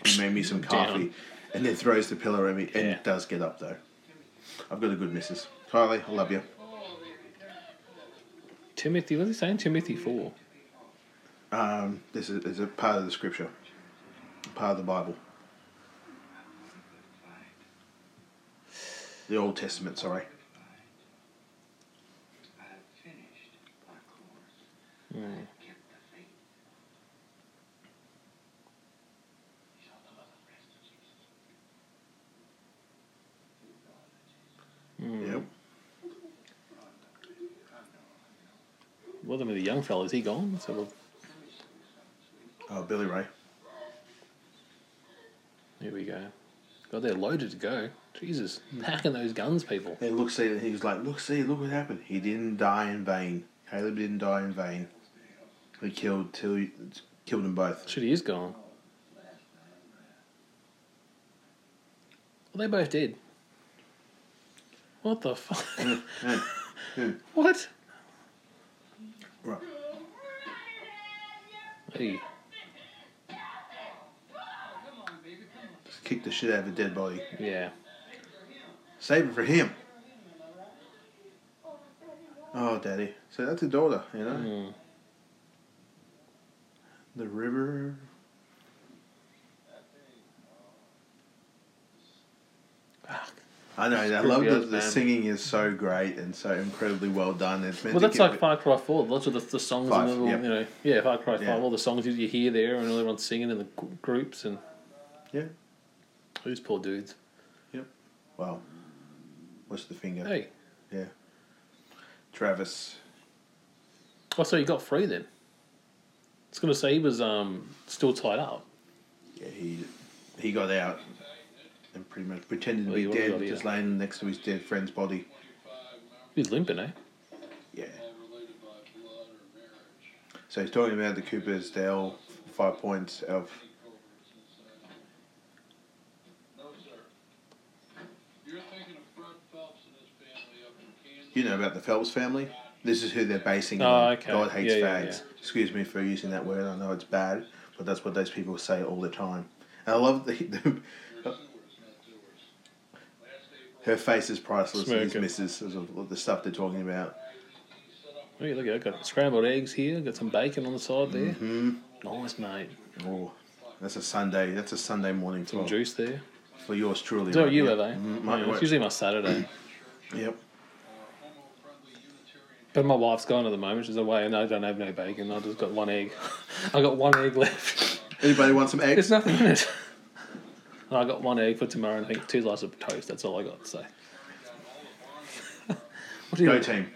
Q: you made me some
P: Down.
Q: coffee, and then throws the pillow at me, and does get up though. I've got a good missus, Kylie. I love you.
P: Timothy, what are they saying? Timothy 4.
Q: Um, this is, is a part of the scripture, part of the Bible, the Old Testament. Sorry.
P: Mm.
Q: Yep.
P: Well, then with the young fella, is he gone? So we'll,
Q: Oh, Billy Ray.
P: here we go. God, they're loaded to go. Jesus,
Q: Hmm.
P: packing those guns, people.
Q: And look, see, he was like, look, see, look what happened. He didn't die in vain. Caleb didn't die in vain. He killed till killed them both.
P: Shit, he is gone. Well, they both did. What the fuck? what?
Q: Right.
P: Hey,
Q: Just kicked the shit out of a dead body.
P: yeah.
Q: Save it for him. Oh, daddy. So that's a daughter, you know. The river. I know. I love that
P: Scorpios,
Q: the
P: man.
Q: singing is so great and so incredibly well done. It's meant
P: Well,
Q: to
P: that's
Q: give
P: like Far Cry 4. Lots of the, the songs,
Q: Five,
P: and the,
Q: yep.
P: you know, yeah, Far Cry 5,
Q: Yeah.
P: all the songs that you hear there and everyone's singing in the g- groups and.
Q: Yeah.
P: Who's poor dudes?
Q: Wow. What's the finger?
P: Hey.
Q: Yeah. Travis.
P: Oh, so he got free then? It's going to say he was um, still tied up.
Q: Yeah, he he got out and pretty much pretended to
P: Well,
Q: be
P: he would've
Q: dead,
P: got
Q: just
P: out.
Q: laying next to his dead friend's body.
P: He's limping, eh?
Q: Yeah. So he's talking about the Cooper's Dell five points of. You know about the Phelps family? This is who they're basing
P: Oh,
Q: on.
P: okay.
Q: God hates
P: Yeah, yeah,
Q: fags.
P: yeah.
Q: Excuse me for using that word. I know it's bad, but that's what those people say all the time. And I love the, the her face is priceless. And his
P: Smoking.
Q: misses of the stuff they're talking about.
P: Hey, look, I got scrambled eggs here. Got some bacon on the side there.
Q: Mhm.
P: Nice, mate.
Q: Oh, that's a Sunday. That's a Sunday morning.
P: Some juice there.
Q: for yours truly.
P: So
Q: right
P: you
Q: now.
P: have, eh?
Q: Mm,
P: Yeah,
Q: mate,
P: it's
Q: right.
P: usually my Saturday.
Q: Yep.
P: But my wife's gone at the moment. She's away, and I don't have no bacon. I just got one egg. I got one egg left.
Q: Anybody want some eggs?
P: There's nothing in it. And I got one egg for tomorrow, and I think two slices of toast. That's all I got. So. what
Q: Go team.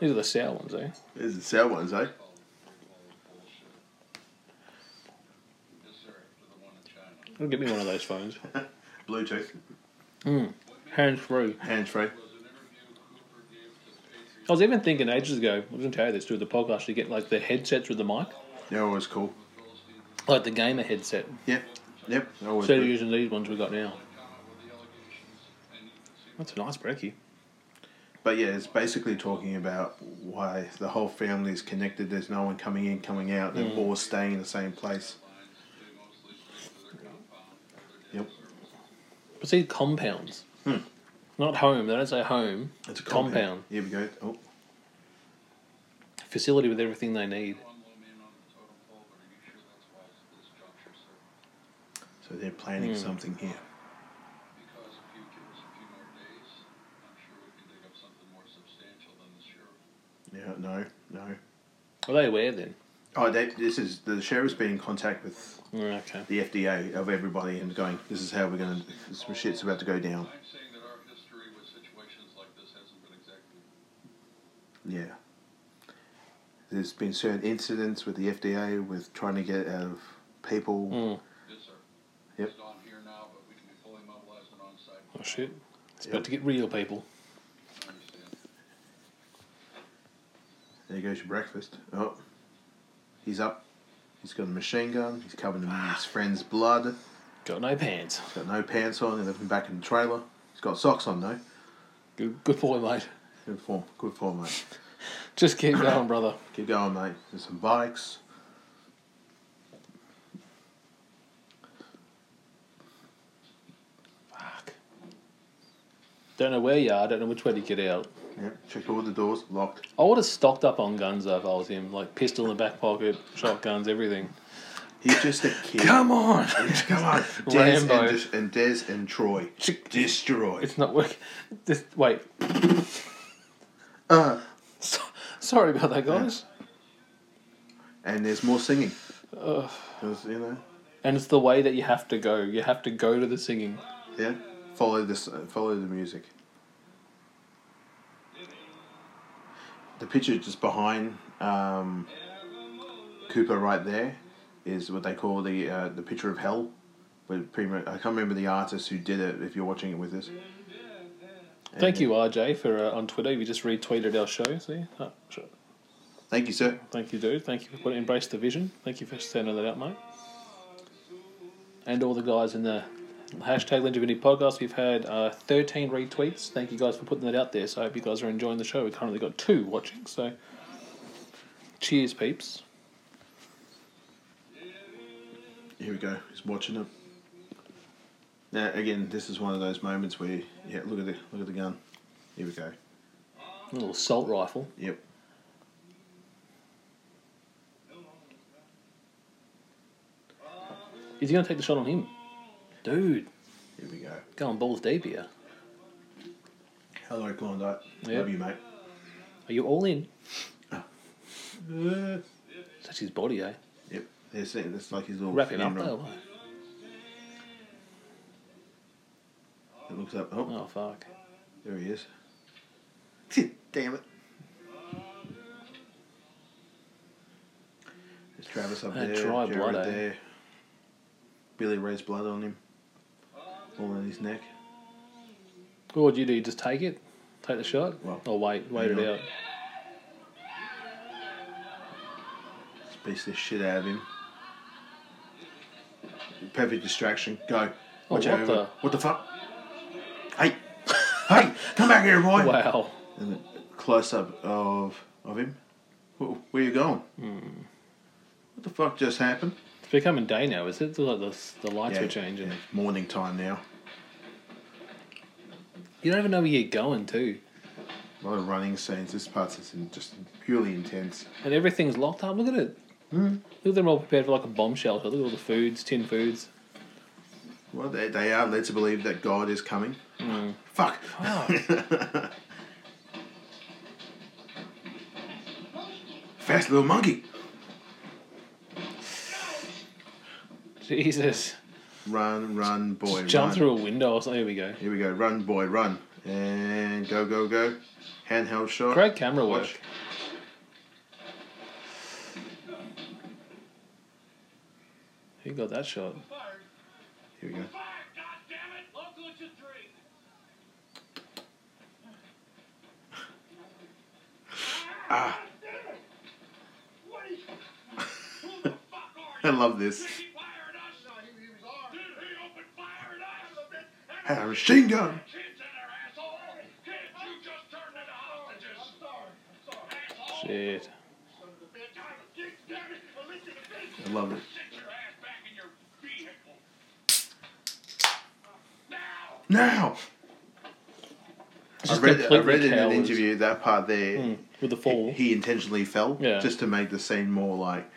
P: These are the sour ones, eh?
Q: These are the sour ones, eh?
P: Go Get me one of those phones.
Q: Bluetooth.
P: Mm. Hands free.
Q: Hands free.
P: I was even thinking ages ago. I was going to tell you this through the podcast. You get like the headsets with the mic,
Q: They're always cool.
P: like the gamer headset.
Q: Yeah. Yep. They're always
P: Instead of
Q: good.
P: using these ones we got now. That's a nice brekkie.
Q: But yeah, it's basically talking about why the whole family is connected. There's no one coming in, coming out. They're
P: Mm.
Q: all staying in the same place.
P: But see, compounds. Not home. They don't say home.
Q: It's a
P: Hmm. compound.
Q: Here we go. Oh,
P: Facility with everything they need.
Q: so they're planning
P: Mm.
Q: something here. Yeah. No. No.
P: Are they aware then?
Q: Oh, they, this is the sheriff's been in contact with
P: Oh, Okay.
Q: the FDA of everybody and going, this is how we're going to, some shit's about to go down. Yeah. There's been certain incidents with the FDA with trying to get out of people.
P: Hmm. Mm.
Q: Yep.
P: Oh shit. It's about to get real, people.
Q: There goes your breakfast. Oh, he's up. He's got a machine gun. He's covered in his friend's blood.
P: Got no pants.
Q: Got no pants on. He left them back in the trailer. He's got socks on though.
P: Good, good boy, mate.
Q: Good form. Good form, mate.
P: Just keep going, brother.
Q: Keep going, mate. There's some bikes.
P: Don't know where you are. Don't know which way to get out.
Q: Yeah. Check all the doors. Locked.
P: I would have stocked up on guns though if I was him. Like pistol in the back pocket, shotguns, everything.
Q: He's just a kid.
P: Come on.
Q: Yeah, come on. Des and,
P: Rambo.
Q: Des- and Des and Troy. Destroy.
P: It's not working. This, wait. Uh, so, sorry about that, guys.
Q: And there's more singing.
P: Ugh.
Q: There's, you know.
P: and it's the way that you have to go. You have to go to the singing.
Q: Yeah. Follow this. Uh, follow the music. The picture just behind um, Cooper right there is what they call the uh, the picture of hell. But pretty much, I can't remember the artist who did it. If you're watching it with us,
P: Thank you, RJ, for uh, on Twitter. You just retweeted our show. See, oh, sure.
Q: thank you, sir.
P: thank you, dude. Thank you for putting embrace the vision. Thank you for sending that out, mate. And all the guys in the hashtag Longevity podcast. We've had uh, thirteen retweets. Thank you guys for putting that out there. So I hope you guys are enjoying the show. We currently got two watching. So cheers, peeps.
Q: Here we go. He's watching it. Now again, this is one of those moments where yeah, look at the look at the gun. Here we go.
P: A little assault rifle.
Q: Yep.
P: Is he going to take the shot on him? Dude,
Q: Here we go.
P: going balls deep here.
Q: Hello, Klondike.
P: Yeah.
Q: Love you, mate.
P: Are you all in? That's his body, eh?
Q: Yep. There's that's like his little
P: Wrap it up
Q: Oh, funeral.
P: though. eh?
Q: It looks up. Oh,
P: Oh fuck.
Q: there he is. Damn it. There's Travis up
P: That
Q: there.
P: dry
Q: Jared
P: blood, eh?
Q: there. Billy Ray's blood on him. All in his neck.
P: What would you do? Just take it? Take the shot?
Q: Well,
P: or wait, wait
Q: hang
P: it
Q: on.
P: out.
Q: beats the shit out of him. Perfect distraction. Go. Watch
P: Oh, what
Q: out.
P: the-
Q: What the fuck? Hey! hey! Come back here, boy!
P: Wow.
Q: And a close up of of him. Wh- Where you going?
P: Hmm.
Q: What the fuck just happened?
P: It's becoming day now, is it? The, the, the lights
Q: Yeah,
P: were changing.
Q: yeah, it's morning time now.
P: You don't even know where you're going to.
Q: A lot of running scenes. This part's is in- just purely intense.
P: And everything's locked up. Look at it.
Q: Mm.
P: Look at them all prepared for like a bomb shelter. Look at all the foods, tin foods.
Q: Well, they, they are led to believe that God is coming.
P: Hmm.
Q: Fuck. Fast little monkey.
P: Jesus.
Q: Run, run, boy,
P: Just jump
Q: run.
P: through a window or something. Here we go.
Q: Here we go. Run, boy, run. And go, go, go. Handheld shot.
P: Great camera work.
Q: Watch.
P: Who got that shot?
Q: Here we go. Ah. I love this. Had a machine gun.
P: Shit.
Q: I love it. Now. I
P: just
Q: read, I
P: completely
Q: read in an
P: cowards. Mm,
Q: interview that part there
P: with the fall.
Q: He, intentionally fell
P: Yeah.
Q: just to make the scene more like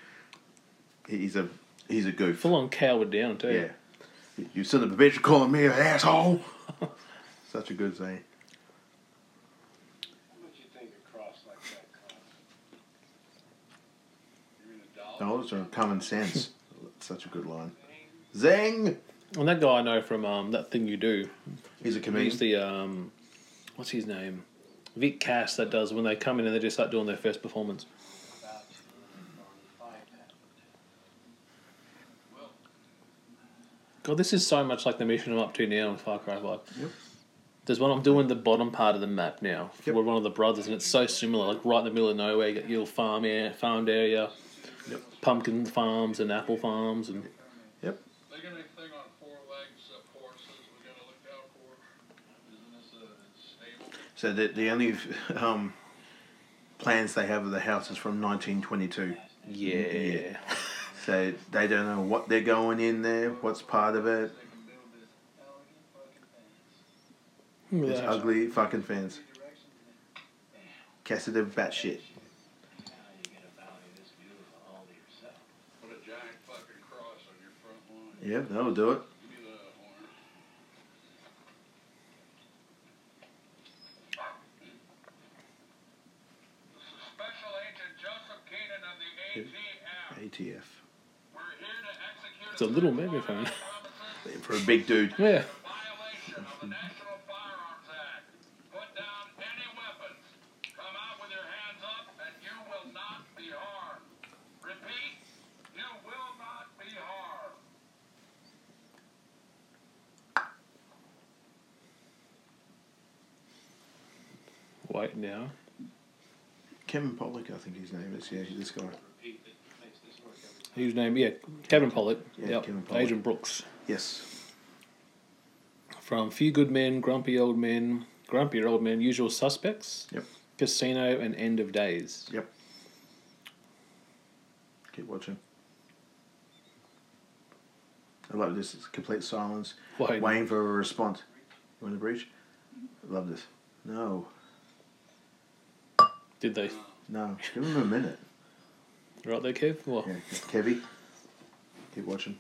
Q: he's a he's a goof.
P: Full on coward down too.
Q: Yeah. You son of a bitch, you're calling me an asshole. Such a good scene. No, it's from common sense. Such a good line. Zing.
P: And that guy I know from um, that thing you do.
Q: He's a comedian.
P: He's the um, what's his name? Vic Cass that does when they come in and they just start doing their first performance. God, this is so much like the mission I'm up to now in Far Cry Five.
Q: Yep.
P: There's one I'm doing the bottom part of the map now. We're one of the brothers, and it's so similar, like right in the middle of nowhere. You got your farm area, farmed area,
Q: yep.
P: pumpkin farms and apple farms, and
Q: yep. So the the only um, plans they have of the house is from 1922.
P: Yeah.
Q: So they don't know what they're going in there, what's part of it. It's ugly fucking fence. Cassidy batshit. Yep, that'll do it. ATF.
P: it's a little megaphone.
Q: For a big dude.
P: Yeah. Wait now.
Q: Kevin Pollock, I think his name is. Yeah, this guy.
P: Whose name? Yeah, Kevin Pollock.
Q: Yeah,
P: yep.
Q: Kevin Pollak.
P: Agent Brooks
Q: Yes.
P: from Few Good Men, Grumpy Old Men, Grumpier Old Men, Usual Suspects.
Q: Yep.
P: Casino and End of Days.
Q: Yep. Keep watching. I love this. It's complete silence.
P: Wait.
Q: Waiting for a response. You want a breach? I love this. No.
P: Did they?
Q: No. Give him a minute.
P: Right there, Kev. Well,
Q: Kevy. Keep watching.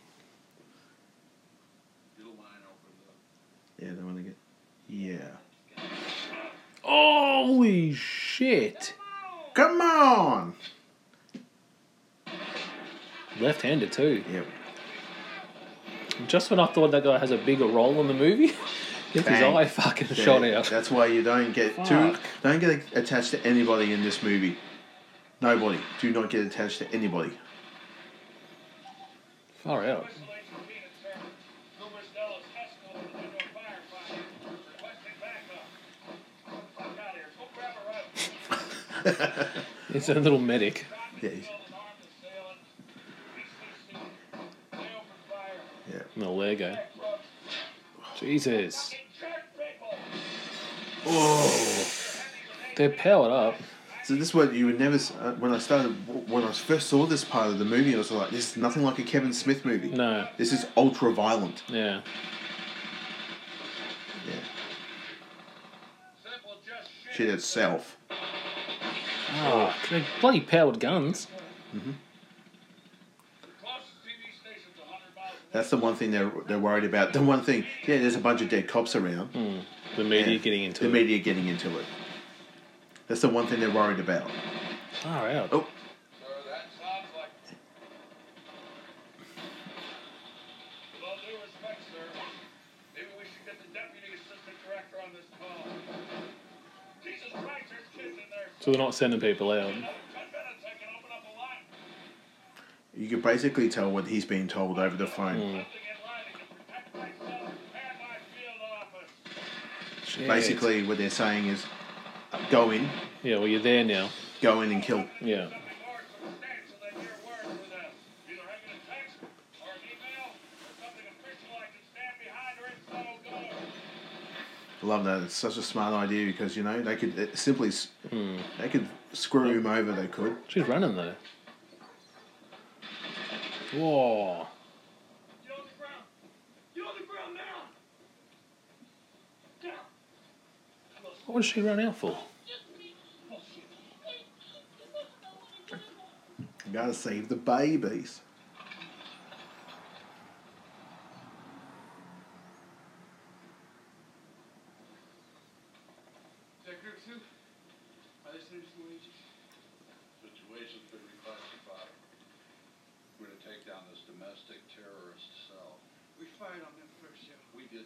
Q: Yeah, they want to get. Yeah.
P: Holy shit!
Q: Come on!
P: Left handed too.
Q: Yep.
P: Just when I thought that guy has a bigger role in the movie, gets his
Q: Bang.
P: eye fucking
Q: Yeah,
P: shot out.
Q: That's why you don't get too.
P: Fuck.
Q: Don't get attached to anybody in this movie. Nobody. Do not get attached to anybody.
P: Far out. It's a little medic.
Q: Yeah. he's- Yeah.
P: No Lego. Jesus.
Q: Oh.
P: They're powered up.
Q: So this one you would never. s- uh, When I started, when I first saw this part of the movie, I was like, "This is nothing like a Kevin Smith movie.
P: No.
Q: This is ultra violent."
P: Yeah.
Q: Yeah. Shit itself.
P: Oh, they bloody powered guns.
Q: hmm That's the one thing they're they're worried about. The one thing, yeah, there's a bunch of dead cops around.
P: The media
Q: Yeah.
P: getting into
Q: the
P: it.
Q: media getting into it. That's the one thing they're worried about.
P: Far out.
Q: Oh.
P: So they're not sending people out.
Q: You can basically tell what he's being told over the phone.
P: Hmm. Mm. Shit.
Q: Basically, what they're saying is, go in,
P: Yeah, well, you're there now.
Q: go in and kill.
P: Yeah.
Q: Love that. It's such a smart idea because you know they could uh, simply s
P: Mm.
Q: they could screw him over. They could.
P: She's running though. Whoa. What was she run out for?
Q: You gotta save the babies.
T: Situation's been reclassified. We're to take down this domestic terrorist cell. We fired on them first, yeah. We did.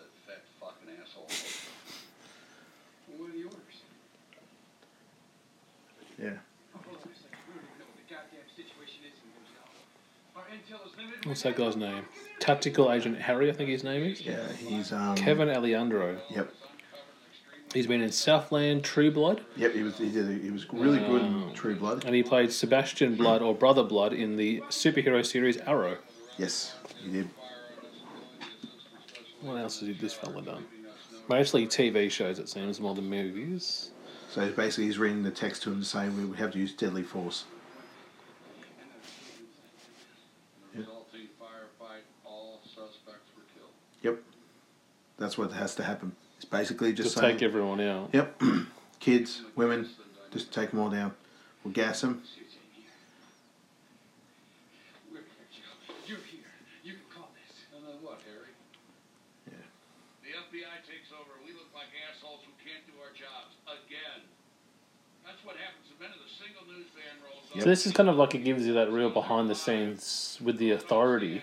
T: That fat fucking asshole. What are yours?
Q: Yeah.
P: What's that guy's name? Tactical Agent Harry, I think his name is.
Q: Yeah, he's um,
P: Kevin Alejandro.
Q: Yep.
P: He's been in Southland, True Blood.
Q: Yep. He was. He did. He was really good
P: Mm.
Q: in True Blood.
P: And he played Sebastian Blood or Brother Blood in the superhero series Arrow.
Q: Yes, he did.
P: What else has this fella done? Mostly TV shows, it seems, more than movies.
Q: So basically, he's reading the text to him saying we would have to use deadly force.
T: Resulting firefight, all suspects were killed.
Q: Yep. That's what has to happen. It's basically just,
P: Just
Q: saying,
P: take everyone out.
Q: Yep. Kids, women, just take them all down. We'll gas them.
T: We're here, Joe. You're here. You can call this. And then what, Harry?
Q: Yeah.
T: The FBI takes over. We look like assholes who can't do our jobs again. That's what happens the minute a single news van rolls
P: So this is kind of like it gives you that real behind the scenes with the authority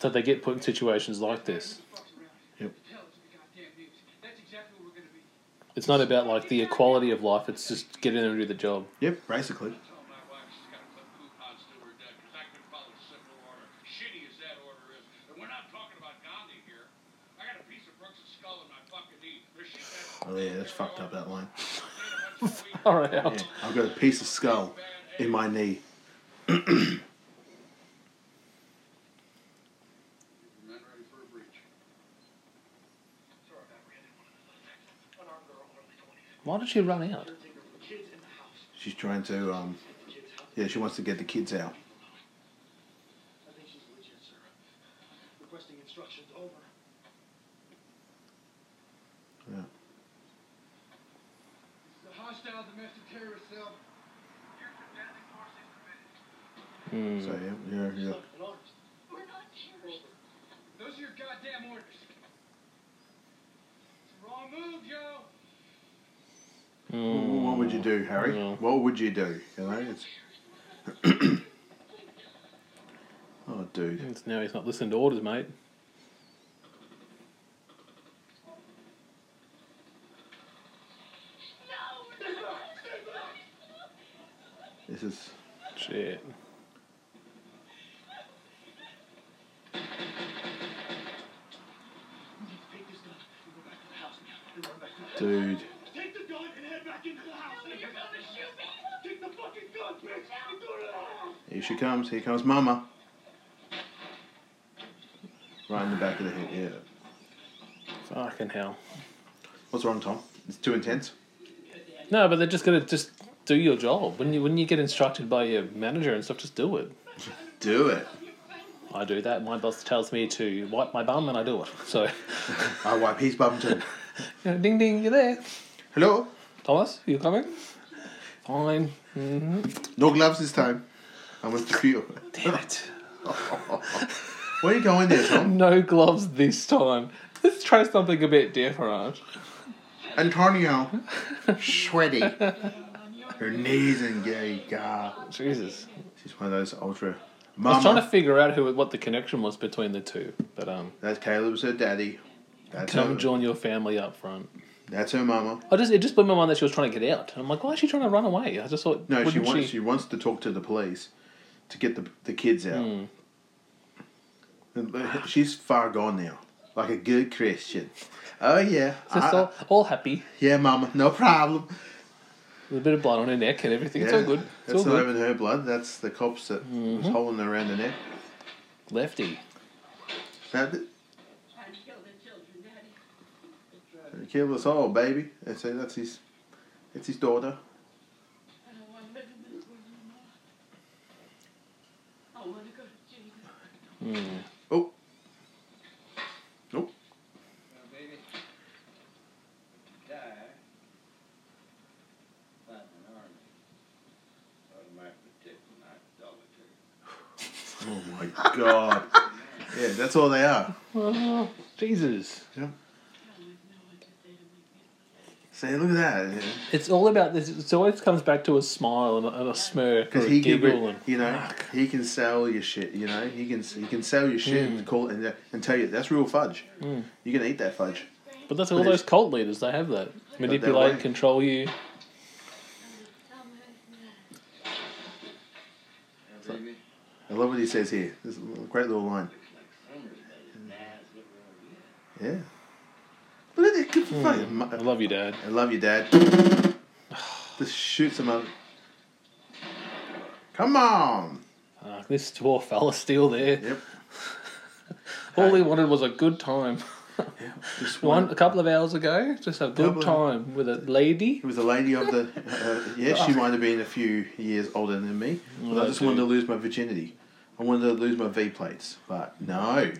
P: that they get put in situations like this.
Q: Yep.
P: It's not about like the equality of life, it's just get in there and do the job.
Q: Yep, basically. Oh yeah, that's fucked up that line.
P: All right.
Q: Yeah, I've got a piece of skull in my knee.
T: Men ready for a breach. Sorry, I ran in one of the unarmed girl, early twenties.
P: Why did she run out?
T: Kids in the house.
Q: She's trying to, um, yeah, she wants to get the kids out.
T: I think she's legit, sir. Requesting instructions over.
Q: Yeah.
T: The hostile domestic terrorist cell.
Q: So yeah, yeah, yeah.
T: We're not terrorists. Those are your goddamn orders. Wrong move, Joe.
Q: Well, What would you do, Harry? What would you do? You know, it's. oh, dude.
P: It's now he's not listening to orders, mate.
Q: This is.
P: Shit.
Q: Dude.
T: Take the gun and head back into the house. you're gonna shoot me. Take the fucking gun, bitch. And go to the house.
Q: Here she comes. Here comes Mama. Right in the back of the head, yeah.
P: Fucking hell.
Q: What's wrong, Tom? It's too intense.
P: No, but they're just gonna just do your job. When you when you get instructed by your manager and stuff, just do it.
Q: Do it.
P: I do that. My boss tells me to wipe my bum, and I do it. So
Q: I wipe his bum too.
P: you know, ding ding, you're there.
Q: Hello,
P: Thomas. You coming? Fine. Mm-hmm.
Q: No gloves this time. I went to feel.
P: Damn it.
Q: Where are you going there, Tom?
P: no gloves this time. Let's try something a bit different.
Q: Antonio, sweaty. Her knees engaged. God.
P: Jesus.
Q: She's one of those ultra.
P: I was trying to figure out who what the connection was between the two, but um.
Q: That's Caleb's her daddy. That's
P: come
Q: her,
P: join your family up front.
Q: That's her mama.
P: I just it just blew my mind that she was trying to get out. And I'm like, why is she trying to run away? I just thought
Q: no, she
P: wouldn't
Q: wants she... wants to talk to the police to get the the kids out.
P: Mm.
Q: And She's far gone now, like a good Christian. Oh yeah,
P: Just all, all happy.
Q: yeah, mama, no problem.
P: With a bit of blood on her neck and everything. It's
Q: Yeah,
P: all good. It's
Q: that's
P: all
Q: not
P: good.
Q: even her blood. That's the cops that was
P: Mhm.
Q: holding her around the neck.
P: Lefty.
Q: That killed us all, baby. They say that's his, it's his daughter.
P: Mm.
Q: Oh. Nope. Oh my god. yeah, that's all they are.
P: Oh, Jesus.
Q: Yep. See, look at that.
P: It's all about this. It always comes back to a smile and a, and a smirk or
Q: Because
P: a
Q: he can,
P: giggle. and,
Q: you know, he can sell your shit. You know, he can he can sell your shit
P: Hmm.
Q: and call it and, and tell you that's real fudge.
P: Mm.
Q: You can eat that fudge.
P: But that's
Q: But
P: all
Q: it's-
P: those cult leaders. They have that manipulate,
Q: way.
P: control you.
Q: I love what he says here. This is a great little line. Yeah. Look at that. Good fucking mu-
P: Hmm. I love you, Dad.
Q: I love you, Dad. Just shoots him up. Come on.
P: Fuck, Ah, this poor fella's still there.
Q: Yep.
P: all he wanted was a good time.
Q: Just
P: One a couple of hours ago, just a good
Q: Couple of-
P: time with a lady.
Q: It was a lady of the. Uh, yeah, she might have been a few years older than me.
P: Well,
Q: But I
P: that
Q: just
P: too.
Q: wanted to lose my virginity. I wanted to lose my V plates, but no.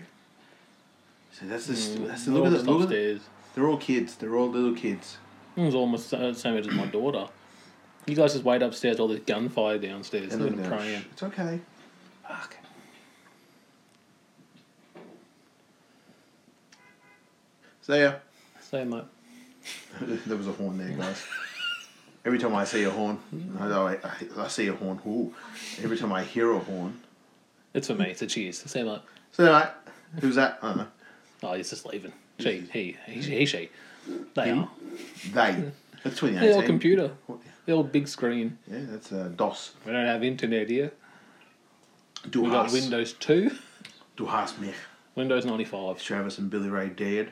Q: So that's the st-
P: Mm,
Q: that's the
P: they're
Q: look at
P: all
Q: the
P: just
Q: look at the,
P: upstairs.
Q: They're all kids. They're all little kids.
P: It was almost the same age as my daughter. You guys just wait upstairs, all this gunfire downstairs,
Q: And
P: and I'm
Q: look
P: gonna
Q: now,
P: pray
Q: shh, It's okay.
P: Fuck.
Q: So yeah,
P: So mate.
Q: there was a horn there, guys. Every time I see a horn, I, I, I see a horn. Ooh. Every time I hear a horn,
P: It's
Q: Hmm.
P: for me, it's a cheers. Say mate.
Q: so like, who's that? I don't know.
P: Oh, he's just leaving. She, he, he, she, he, she.
Q: Hmm.
P: They
Q: Him?
P: are.
Q: They. That's
P: The
Q: 2018.
P: old computer. The old big screen.
Q: Yeah, that's uh, DOS.
P: We don't have internet here.
Q: Du
P: we got
Q: hast-
P: Windows 2,
Q: Du hast mich.
P: Windows 95.
Q: Travis and Billy Ray dead?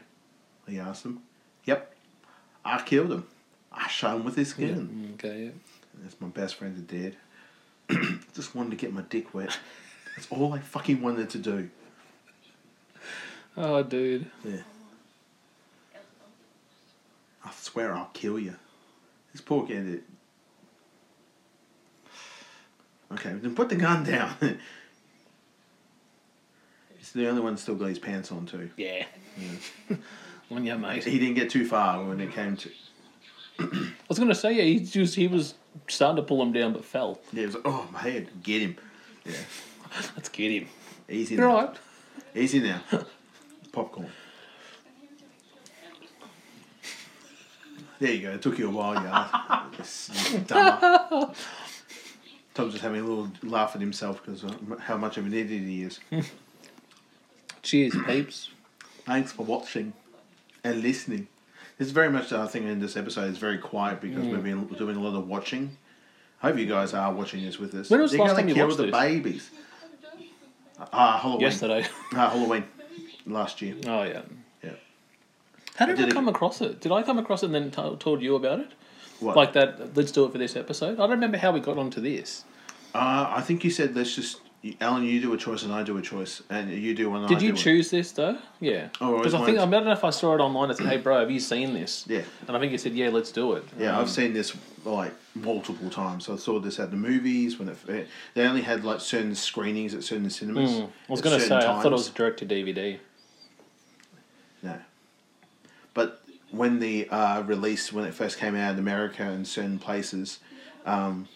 Q: He asked them. Yep. I killed him. I shot him with his
P: Yeah.
Q: gun.
P: mm, Okay, yeah.
Q: That's my best friend that dead. Just wanted to get my dick wet. That's all I fucking wanted to do.
P: Oh, dude.
Q: Yeah. I swear I'll kill you. This poor kid. Okay, then put the gun down. He's the only one that's still got his pants on too.
P: Yeah. On your mate.
Q: He didn't get too far when it came to.
P: I was going to say, yeah, he, just, he was starting to pull him down but fell.
Q: Yeah, it was like, oh my head, get him. Yeah,
P: Let's get him.
Q: easy
P: You're
Q: now.
P: right.
Q: Easy now. Popcorn. There you go. It took you a while, you ass- you dumb. Tom's just having a little laugh at himself because of how much of an idiot he is.
P: Cheers, peeps.
Q: Thanks for watching and listening. It's very much I think in this episode is very quiet because
P: Mm.
Q: we've been doing a lot of watching. I hope you guys are watching this with us.
P: When was the
Q: They're
P: last
Q: gonna
P: time you
Q: kill
P: watched
Q: the
P: this?
Q: babies. Ah, Halloween.
P: Yesterday.
Q: Ah, Halloween. Last year.
P: Oh, yeah.
Q: Yeah.
P: How
Q: I
P: did I,
Q: did it-
P: come across it? Did I come across it and then t- told you about it?
Q: What?
P: Like that, let's do it for this episode? I don't remember how we got onto this.
Q: Uh, I think you said let's just Alan, you do a choice and I do a choice, and you do one. And
P: Did
Q: I
P: you
Q: do
P: choose this though? Yeah.
Q: Oh, I always
P: Because I think I
Q: wanted
P: don't know if I saw it online. It said, "Hey, bro, have you seen this?"
Q: Yeah.
P: And I think you said, "Yeah, let's do
Q: One.
P: it."
Q: Yeah,
P: Um,
Q: I've seen this like multiple times. I saw this at the movies when it, it- they only had like certain screenings at certain cinemas.
P: Mm. I was
Q: at
P: gonna say
Q: certain
P: I thought it
Q: times.
P: was direct to DVD.
Q: No. But when the uh, release, when it first came out in America and certain places, um,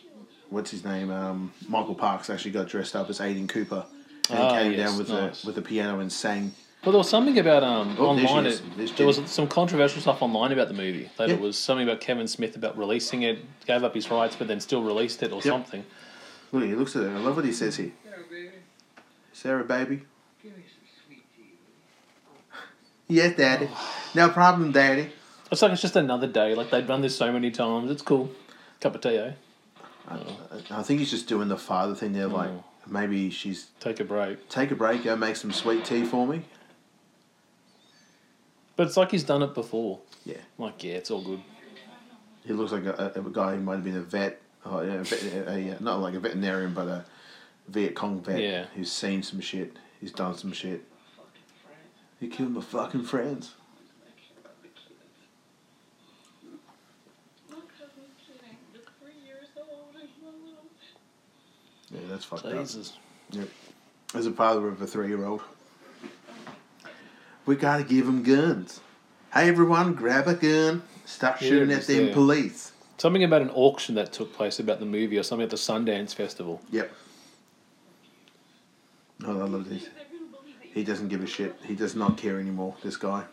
Q: what's his name? Um, Michael Parks actually got dressed up as Aiden Cooper and
P: Ah,
Q: came
P: yes,
Q: down with
P: nice.
Q: a with a piano and sang.
P: Well, there was something about um,
Q: Oh, there she
P: online.
Q: is.
P: it-
Q: There's
P: there was
Q: Jenny.
P: some controversial stuff online about the movie. That it
Q: Yeah.
P: was something about Kevin Smith about releasing it, gave up his rights, but then still released it or something.
Q: Look, he looks at it. I love what he says here.
T: There, baby.
Q: Sarah, baby.
T: Give me some sweet tea.
Q: Yes, daddy. No problem, daddy.
P: It's like it's just another day. Like they'd run this so many times. It's cool. Cup of tea, eh?
Q: I think he's just doing the father thing there. Like maybe she's
P: take a break.
Q: Take a break. Go make some sweet tea for me.
P: But it's like he's done it before.
Q: Yeah.
P: Like yeah, it's all good.
Q: He looks like a, a, a guy who might have been a vet, or a, vet a, a, uh, not like a veterinarian, but a Viet Cong vet
P: Yeah.
Q: who's seen some shit. He's done some shit. He killed my fucking friends.
T: Look how I'm sitting. You're three years old and you're little.
Q: Yeah, that's fucked
P: Jesus.
Q: up. Yep. As a father of a three-year-old, we gotta give him guns. Hey everyone, grab a gun. Stop
P: Yeah,
Q: shooting at
P: just
Q: them
P: there.
Q: police.
P: Something about an auction that took place about the movie or something at the Sundance Festival.
Q: Yep. Oh, I love this. He doesn't give a shit. He does not care anymore. This guy.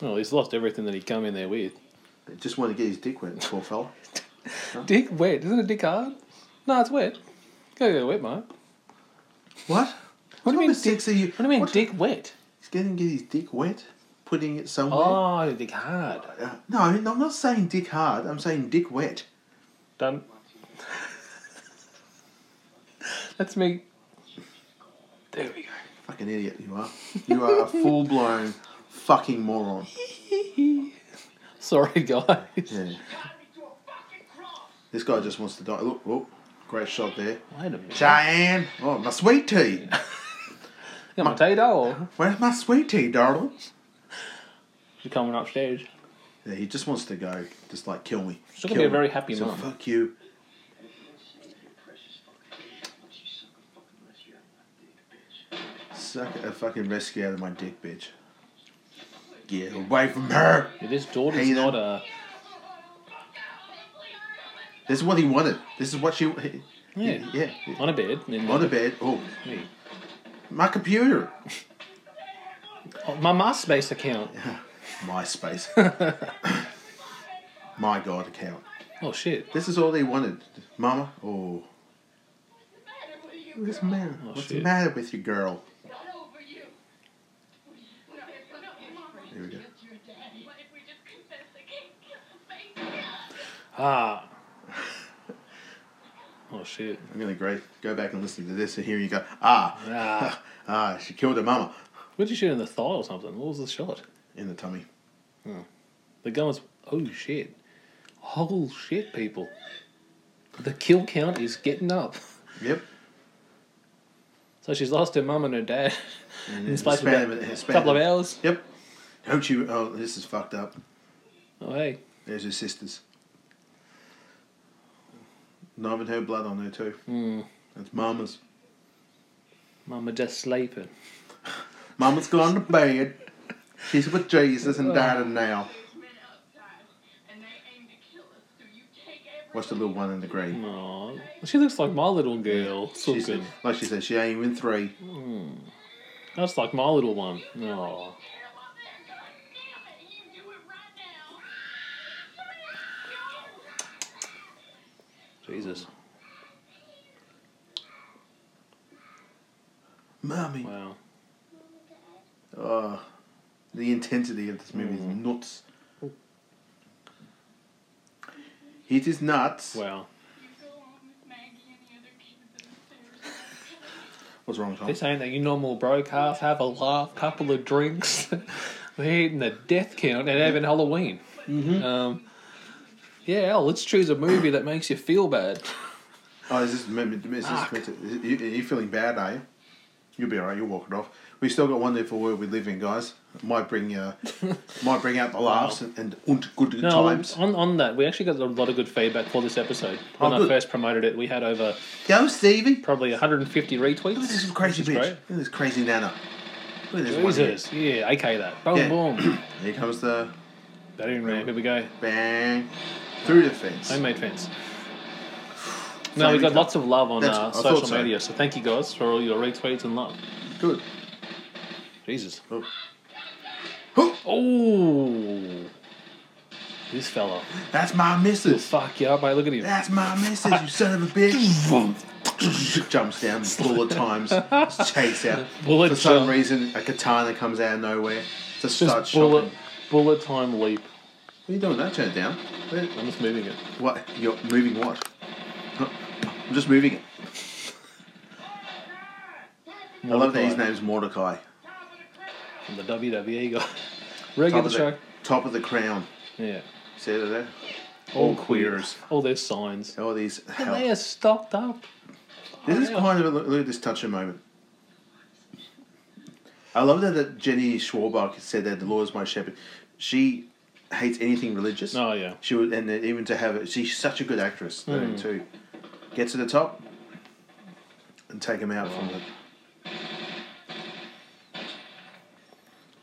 P: Well, he's lost everything that he'd come in there with.
Q: Just wanted to get his dick wet, poor fella.
P: Dick wet? Isn't it dick hard? No, it's wet. Go get it wet, Mark.
Q: What?
P: What do you mean dick?
Q: Six of you.
P: What do you mean dick wet?
Q: He's going to get his dick wet, putting it somewhere.
P: Oh, dick hard.
Q: Uh, no, I'm not saying dick hard. I'm saying dick wet.
P: Done. That's me. There we go.
Q: Fucking idiot you are. You are a full blown fucking moron.
P: Sorry, guys.
Q: Yeah. This guy just wants to die. Look, look. Great shot there.
P: Wait a minute.
Q: Cheyenne. Oh, my sweet tea.
P: Got my potato.
Q: Where's my sweet tea, darling?
P: You're coming upstairs.
Q: Yeah, he just wants to go. Just like, kill me.
P: She's
Q: Kill
P: gonna be a
Q: me.
P: very happy
Q: so
P: mum.
Q: Fuck you. Suck a fucking rescue out of my dick, bitch. Get away from her.
P: Yeah, this daughter's
Q: Hey, um,
P: not
Q: then.
P: a.
Q: This is what he wanted. This is what she.
P: Yeah.
Q: Yeah.
P: On a bed. In
Q: On a bed. Oh,
P: Yeah.
Q: my computer.
P: Oh, my MySpace account.
Q: MySpace. my God account.
P: Oh shit.
Q: This is all they wanted. Mama. Oh. What's the matter?
P: Oh,
Q: What's the
P: shit.
Q: matter with you, girl? Here we go.
P: Ah. Oh shit.
Q: I'm gonna great. Go back and listen to this, and here you go. Ah,
P: Ah.
Q: ah, she killed her mama
P: Where'd you shoot in the thigh or something? What was the shot?
Q: in the tummy.
P: The gun was. Oh shit. Oh shit, people. The kill count is getting up.
Q: Yep.
P: So she's lost her mum and her dad in the
Q: the
P: space of
Q: span
P: about
Q: of- in the
P: Mm, a
Q: span
P: couple of
Q: of-
P: hours.
Q: Yep. Don't you? Oh, this is fucked up.
P: Oh hey.
Q: There's her sisters. Not even her blood on there too.
P: Mm.
Q: That's mama's.
P: Mama just sleeping.
Q: Mama's gone to bed. She's with Jesus and died now. What's the little one in the grave?
P: Mm, Aww. She looks like my little girl.
Q: She
P: Sucking.
Q: said, like she said, she ain't even three.
P: Mm. That's like my little one. Aww. Jesus.
Q: Mommy.
P: Wow.
Q: Oh, the intensity of this movie
P: Mm.
Q: is nuts.
P: Oh.
Q: It is nuts.
P: Wow.
Q: What's wrong, Tom?
P: This ain't that you normal broadcast. Have a laugh, couple of drinks. We're hitting the death count and having Halloween.
Q: Mm-hmm.
P: Um, yeah, hell, let's choose a movie that makes you feel bad.
Q: Oh, is this, is this,
P: Fuck.
Q: is this you, you feeling bad, are you? You'll be alright. You'll walk it off. We still got one there for where we live in, guys. Might bring uh, might bring out the laughs and, and, und good
P: No,
Q: times.
P: on, on that, we actually got a lot of good feedback for this episode. When
Q: Oh,
P: I
Q: good.
P: first promoted it, we had over
Q: Go, Stevie.
P: probably 150 retweets.
Q: Oh, This is crazy bitch.
P: great.
Q: Look at this crazy nana. Look at this one here.
P: Jesus, yeah, okay, that. Boom,
Q: Yeah.
P: boom.
Q: Here comes the
P: batting ram. Here we go.
Q: Bang. Through the fence.
P: Homemade fence. No, we got lots of love on
Q: That's-
P: uh,
Q: I thought
P: social
Q: so.
P: media, so thank you guys for all your retweets and love.
Q: Good.
P: Jesus.
Q: Oh.
P: This fella.
Q: That's my missus.
P: fuck you up, mate. Look at him.
Q: That's my missus, you son of a bitch. Jumps down, bullet times, chase out.
P: Bullet
Q: For some reason, a katana comes out of nowhere. Just, starts
P: bullet-
Q: shocking.
P: Bullet time leap.
Q: What are you doing? That turned down.
P: I'm just moving it.
Q: What? You're moving what? Huh? I'm just moving it. I love that his name's Mordecai.
P: From the WWE guy. Regular
Q: top of the,
P: show.
Q: Top of the crown.
P: Yeah.
Q: See it there?
P: All
Q: queers.
P: All their signs.
Q: All these.
P: And
Q: Hell.
P: they are stocked up.
Q: This is kind of a look at this touch a moment. I love that, that Jenny Schwabach said that the Lord is my shepherd. She hates anything religious.
P: Oh yeah.
Q: She would, and then even to have it, she's such a good actress though,
P: Mm.
Q: too. Get to the top and take him out from the.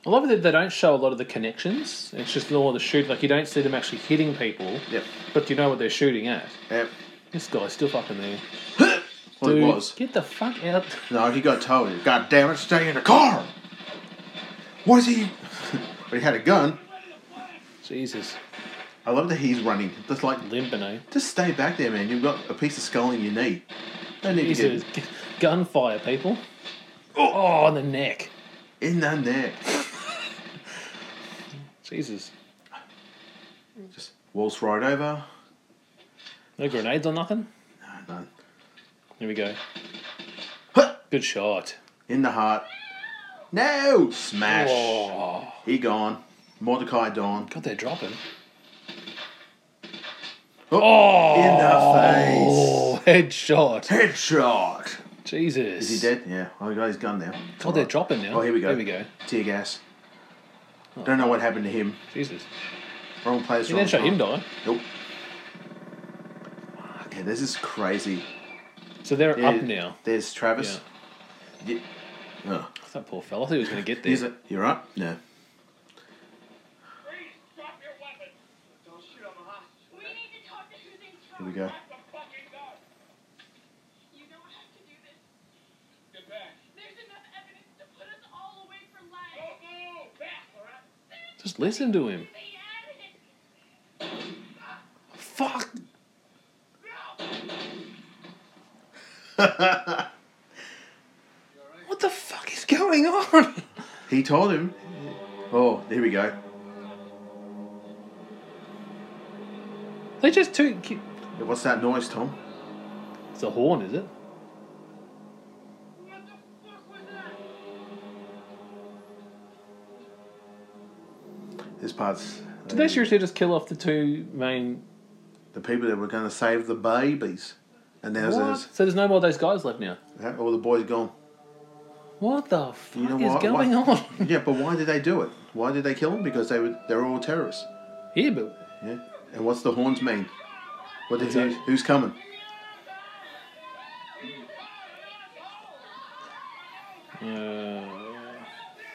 P: I love that they don't show a lot of the connections. It's just all the shoot. Like you don't see them actually hitting people.
Q: Yep.
P: But you know what they're shooting at.
Q: Yep.
P: This guy's still fucking there.
Q: Well, it
P: Dude,
Q: was.
P: Get the fuck out.
Q: No, he got told. God damn it! Stay in the car. What is he? but he had a gun.
P: Jesus.
Q: I love that he's running. Just like
P: limping, eh?
Q: Just stay back there, man. You've got a piece of skull in your knee. Don't need to
P: Jesus.
Q: get
P: G- Gunfire, people. Oh, on the neck.
Q: in the neck.
P: Jesus.
Q: Waltz right over.
P: No grenades or nothing?
Q: No, none.
P: Here we go. Good shot.
Q: In the heart. No! Smash. He gone. Mordecai gone.
P: God, they're dropping.
Q: Oh! In the
P: Oh, headshot.
Q: face. Headshot.
P: Jesus.
Q: Is he dead? Yeah. Oh, he got his gun now.
P: Oh, they're dropping now.
Q: Oh, here we go.
P: Here we go.
Q: Tear gas.
P: Oh.
Q: Don't know what happened to him.
P: Jesus.
Q: Wrong place,
P: You
Q: wrong
P: didn't show him
Q: time.
P: die.
Q: Nope. Yeah, this is crazy.
P: So they're
Q: Yeah,
P: up now.
Q: There's Travis. Yeah. Oh.
P: That poor fella. I thought he was going to get
Q: He's
P: there.
Q: a, you're up? No. Here we go.
P: Just listen to him. Fuck. What the fuck is going on?
Q: He told him. Oh, here we go.
P: They just took.
Q: What's that noise, Tom?
P: It's a horn, is it?
Q: This part's
P: Did they seriously just kill off the two main?
Q: the people that were going to save the babies, and now
P: What?
Q: there's
P: So there's no more of those guys left now.
Q: that- all the boys gone.
P: What the fuck
Q: You know
P: is
Q: why-
P: going
Q: why-
P: on?
Q: Yeah, but why did they do it? Why did they kill them? Because they were they're all terrorists.
P: Yeah, but
Q: Yeah. And what's the horns mean? What did,
P: What's that?
Q: who's, who's coming?
P: uh,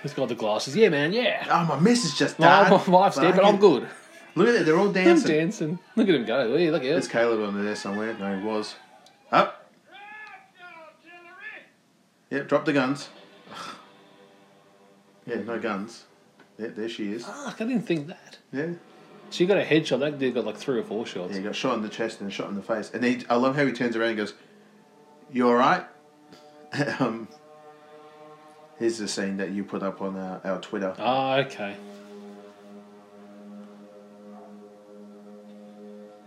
P: who's got the glasses? Yeah, man. Yeah.
Q: Oh, my missus just
P: My
Q: died.
P: my wife's dead, but I'm
Q: Fucking-
P: good.
Q: Look at that, they're all
P: I'm
Q: dancing.
P: dancing. Look at him go. Hey, look at
Q: There's
P: this.
Q: Caleb under there somewhere. No, he was. Up. Yep, drop the guns. Yeah, no guns. Yeah, there she is.
P: Fuck! I didn't think that.
Q: Yeah.
P: She got a headshot. That dude got like three or four shots.
Q: Yeah, he got shot in the chest and shot in the face. And he, I love how he turns around and goes, "You all right?" um, here's the scene that you put up on our, our Twitter.
P: Ah, okay.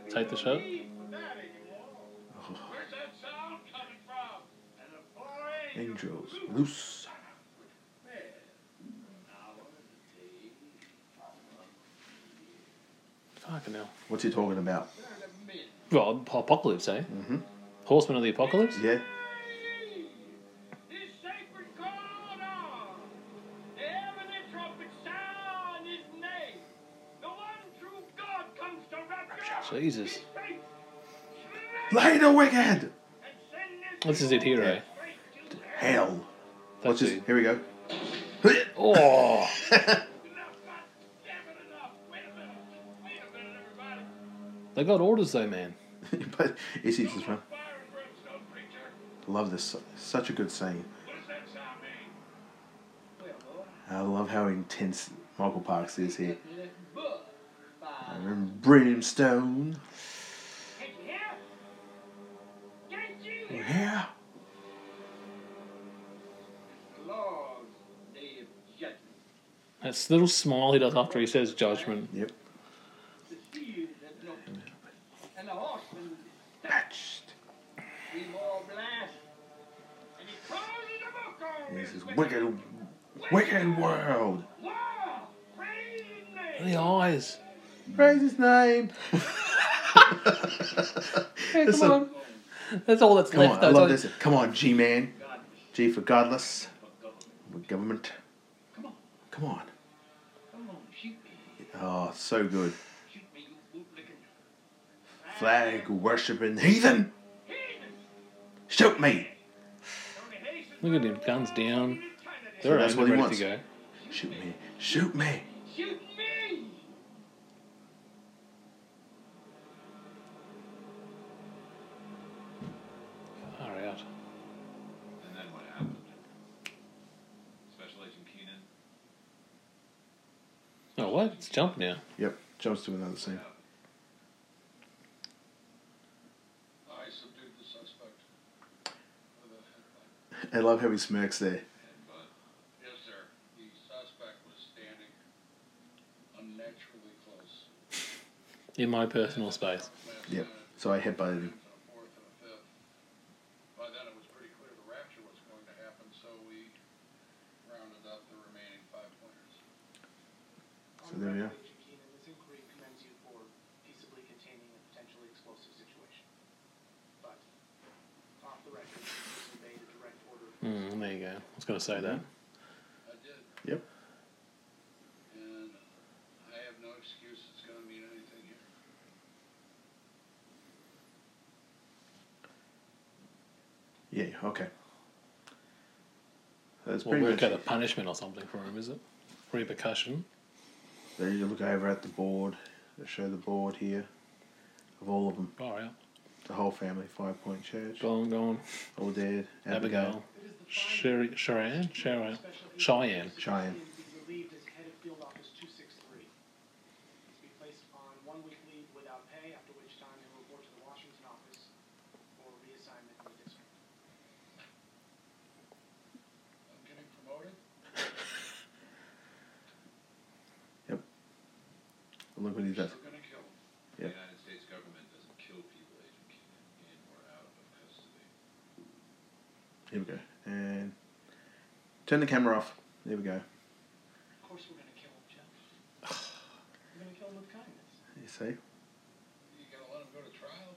P: Take the shot.
Q: Angels loose.
P: Fucking hell.
Q: What's he talking about?
P: Well, apocalypse, eh? Mm-hmm.
M: Horsemen of the Apocalypse?
Q: Yeah.
M: Ah, Jesus.
Q: Lay the wicked!
M: This is it here, eh?
Q: Hell. That's Watch this. Here we go.
M: oh! they got orders though, man.
Q: but it's easy as well. Love this. Such a good saying. I love how intense Michael Parks is here. And brimstone. Yeah.
M: That's the little smile he does after he says judgment.
Q: Yep. This is wicked, wicked world.
M: The eyes.
Q: Praise his name.
M: Hey, come on. That's all that's
Q: Come
M: left.
Q: on,
M: though.
Q: I love
M: It's
Q: this. Come on, G Man. G for godless. For government. Come on. Oh, so good. Flag worshipping heathen. Shoot me.
M: like- Look at him, guns down.
Q: So
M: They're
Q: that's
M: aimed,
Q: what he
M: ready
Q: wants.
M: to go.
Q: Shoot me. Shoot me.
M: Far out.
P: And then what happened? Special Agent Keenan.
M: Oh, what? It's jump now.
Q: Yep, jumps to another scene.
P: I subdued the suspect. With a headbutt.
Q: I love how he smirks there.
P: Headbutt. Yes, sir. The suspect was standing unnaturally close.
M: In my personal space.
Q: Yep. So I headbutted him.
P: Fourth and fifth. By then, it was pretty clear the rapture was going to happen, so we rounded up the remaining five pointers.
Q: So there we are.
M: Mm, there you go. I was going to say that.
P: I did,
Q: Yep.
P: and I have no excuse. It's going to mean anything here.
Q: Yeah, okay. That's
M: We'll
Q: pretty
M: work
Q: much
M: out a
Q: it.
M: punishment or something for him, is it? Repercussion.
Q: Then you look over at the board. They show the board here of all of them.
M: Far out.
Q: The whole family, Five Point Church.
M: Gone, gone.
Q: All dead.
M: Abigail.
Q: Abigail.
M: Sherry, Cheyenne? Cheyenne. Cheyenne.
Q: Cheyenne.
P: I'm getting promoted.
Q: Look what he does.
P: We're going to kill him.
Q: Yep.
P: The United States government doesn't kill people, Agent Keenan, in or out of custody.
Q: Here we go. And turn the camera off. There we go.
U: Of course we're gonna kill him, Jeff. we're gonna kill him with kindness.
Q: You see?
P: You got to let him go to trial.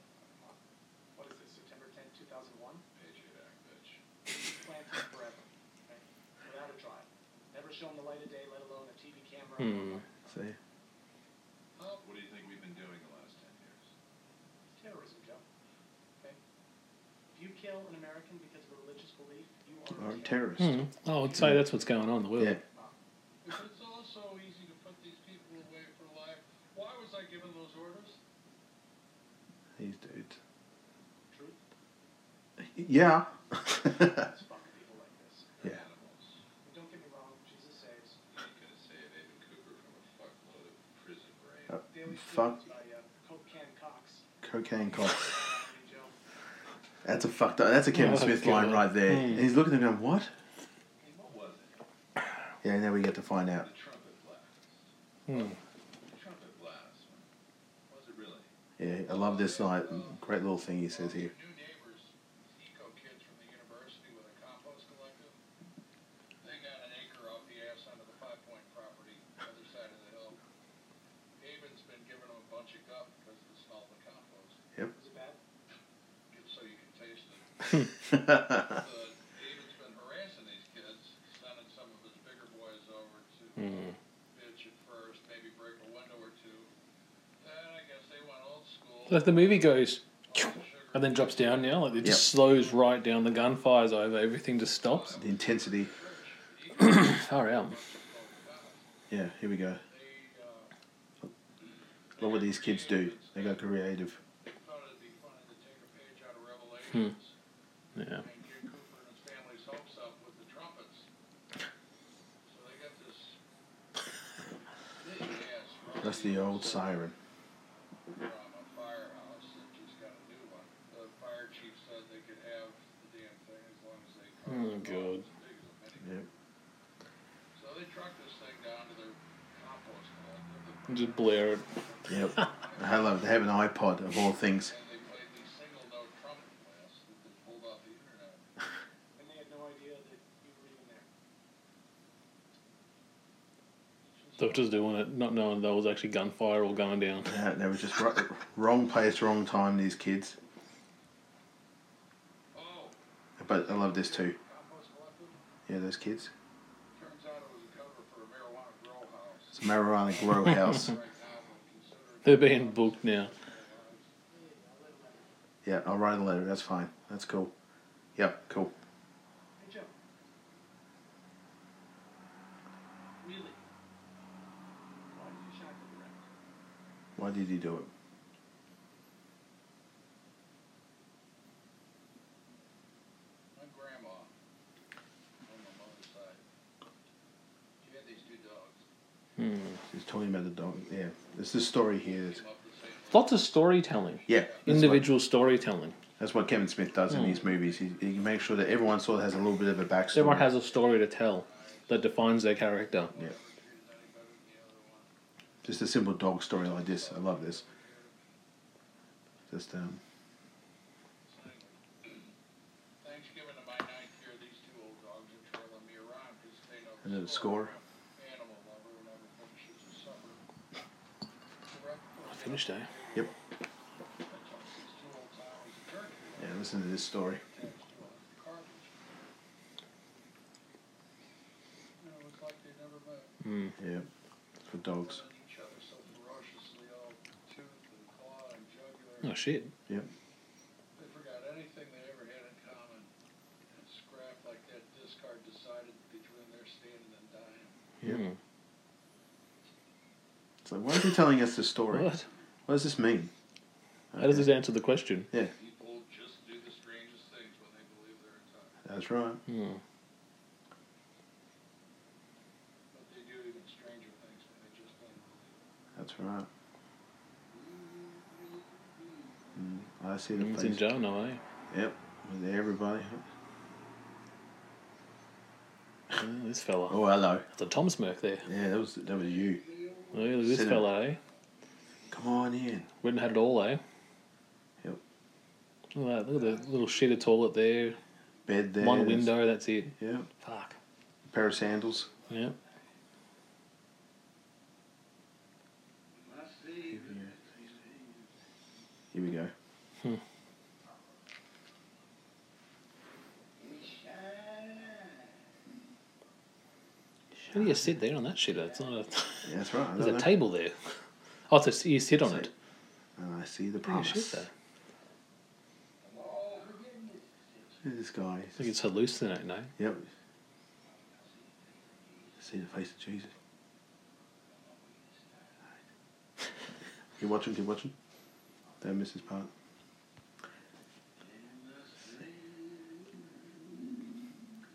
U: What is this, September 10, 2001?
P: Patriot Act, bitch.
U: Planted forever. Okay? Without a trial. Never shown the light of day, let alone a TV camera.
M: Hmm.
Q: See?
P: What do you think we've been doing the last 10 years?
U: Terrorism, Joe. Okay? If you kill an American because of a religious belief, you are
Q: Or terrorist.
M: Hmm. I would say that's what's going on in the world.
Q: Yeah.
P: But it's also easy to put these people away for life. Why was I given those orders?
Q: These dudes.
U: Truth?
Q: Yeah.
U: Let's fuck people like this.
Q: yeah.
P: Animals.
U: And don't get me wrong, Jesus saves.
P: You ain't gonna save Aiden Cooper from a fuckload of prison brain.
Q: Uh,
U: Daily
Q: fuck.
U: Stories by uh, Coke Can Cox.
Q: Cocaine cops.
U: Joe.
Q: That's a fucked up. That's a Kevin
M: Oh,
Q: Smith
M: God.
Q: line right there.
M: Hmm.
Q: And he's looking at him, what?
P: What was it?
Q: Yeah, now we get to find out.
P: The trumpet blast.
M: Hmm.
P: The trumpet blast. Was it really?
Q: Yeah, I love this like great little thing he says here.
P: New neighbors, these eco kids from the university with a compost collective. They got an acre off the ass under the Five Point property, other side of the hill. Haven's been giving them a bunch of guff because of the smell of the compost.
Q: Yep.
P: It's so you can ta- Hmm. Like the movie goes, and then drops down now. Like it just
Q: Yep.
P: slows right down. The gun fires over. Everything just stops.
Q: The intensity.
P: Far out.
Q: Yeah, here we go.
P: uh,
Q: Look what these kids do. They got creative.
P: Hmm. Yeah.
Q: That's the uh, old siren.
P: Oh god.
Q: Yep.
P: Just blare it.
Q: Yep. Hello, they have an iPod of all things.
P: They were just doing it, not knowing that was actually gunfire or going down.
Q: Yeah, they were just ro- wrong place, wrong time. These kids. But I love this too. Yeah, those kids. It's a marijuana grow house.
P: They're being booked now.
Q: yeah, I'll write a letter. That's fine. That's cool. Yep, cool. Why did you do it?
P: Hmm.
Q: He's talking about the dog. Yeah, it's the story here.
P: Lots of storytelling.
Q: Yeah,
P: Individual storytelling.
Q: That's what Kevin Smith does in
P: Hmm.
Q: these movies. He, he makes sure that everyone sort of has a little bit of a backstory.
P: Everyone has a story to tell that defines their character.
Q: Yeah. Just a simple dog story like this. I love this. Just um, and then the score.
P: I finished eh?
Q: Yep. Yeah, listen to this story.
P: Hmm.
Q: Yeah, for dogs.
P: Oh shit.
Q: Yep. Yep.
P: Hmm.
Q: It's like, why is he telling us this story?
P: What?
Q: What does this mean?
P: How does this answer the question?
Q: Yeah. That's right.
P: Hmm.
Q: That's right. Mm, I see the
P: He's
Q: face.
P: in jail now, eh?
Q: Yep, with everybody.
P: Yeah, this fella.
Q: Oh, hello.
P: That's a Tom smirk there.
Q: Yeah, that was that was you.
P: Oh, yeah, look at this
Q: Sit
P: fella, eh?
Q: Come on in.
P: Went and had it all, eh?
Q: Yep.
P: Look at that. Look at the little sheet of toilet there.
Q: Bed there.
P: One window, that's it.
Q: Yep.
P: Fuck.
Q: Pair of sandals.
P: Yeah.
Q: Here we go.
P: Hmm. How do you sit there on that shit? It's not a.
Q: Yeah, that's right. I
P: There's
Q: don't
P: a
Q: know.
P: table there. Oh, so you sit on it.
Q: And I see the
P: How do you
Q: promise.
P: sit there?
Q: Look at this guy.
P: I think it's hallucinating, eh?
Q: Yep. See the face of Jesus. Keep watching, keep watching. Don't miss this part.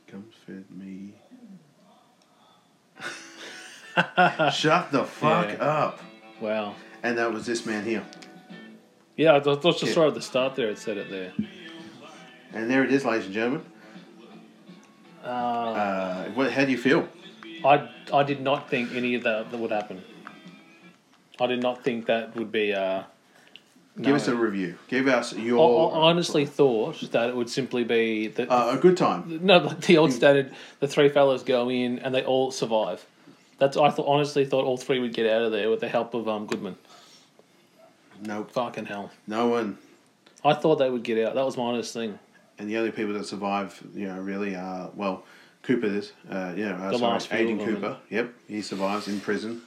Q: Come fed me. Shut the fuck
P: Yeah.
Q: up.
P: Wow.
Q: And that was this man here.
P: Yeah, I thought just
Q: Yeah.
P: right at the start there it said it there.
Q: And there it is, ladies and gentlemen.
P: Uh,
Q: Uh, what, how do you feel?
P: I I did not think any of that, that would happen. I did not think that would be. Uh,
Q: Give us
P: no. Oh,
Q: a review. Give us
P: I,
Q: your
P: I honestly thought that it would simply be that
Q: uh, a good time.
P: no, like the old standard. The three fellas go in and they all survive. That's I thought honestly thought all three would get out of there with the help of um Goodman.
Q: Nope.
P: Fucking hell!
Q: No one.
P: I thought they would get out. That was my honest thing.
Q: and the only people that survive, you know, really are well, Cooper is, uh, yeah, uh,
P: The
Q: sorry,
P: last people
Q: Aiden
P: to
Q: Cooper.
P: live.
Q: Yep, he survives in prison.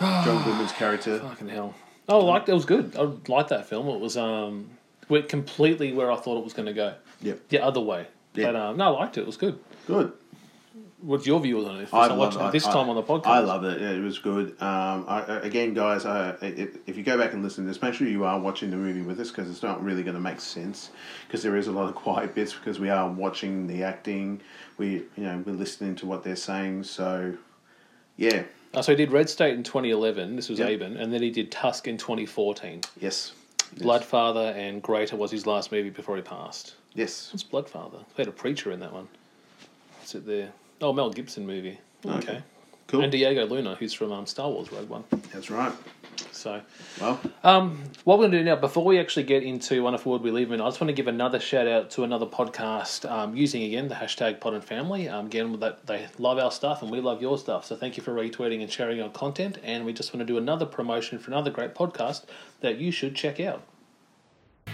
Q: John Goodman's character.
P: Fucking hell.
Q: Um,
P: Oh, I liked it was good. I liked that film. It was um, went completely where I thought it was going to go.
Q: Yep.
P: The other way.
Q: Yep.
P: But um, no, I liked it. It was good.
Q: Good.
P: What's your view on it? If
Q: I
P: I watched
Q: love-
P: it this
Q: I-
P: time on the podcast.
Q: I love it. It was good. Um, I, I- again, guys, I, i if you go back and listen to this, make sure you are watching the movie with us because it's not really going to make sense because there is a lot of quiet bits because we are watching the acting. We, you know, we're listening to what they're saying. So, yeah,
P: Uh, so he did Red State in 2011. This was
Q: Yep.
P: Aben, and then he did Tusk in 2014.
Q: Yes.
P: Bloodfather and Greater was his last movie before he passed.
Q: Yes.
P: What's Bloodfather? They had a preacher in that one. What's it there? Oh, Mel Gibson movie. Okay.
Q: Okay. Cool.
P: And Diego Luna, who's from um, Star Wars Rogue One.
Q: that's right.
P: So,
Q: Well,
P: um, what we're going to do now, before we actually get into One of Word We Live In, I just want to give another shout out to another podcast um, using again the hashtag Pod and Family. Um, again, that they love our stuff and we love your stuff. So thank you for retweeting and sharing our content. And we just want to do another promotion for another great podcast that you should check out.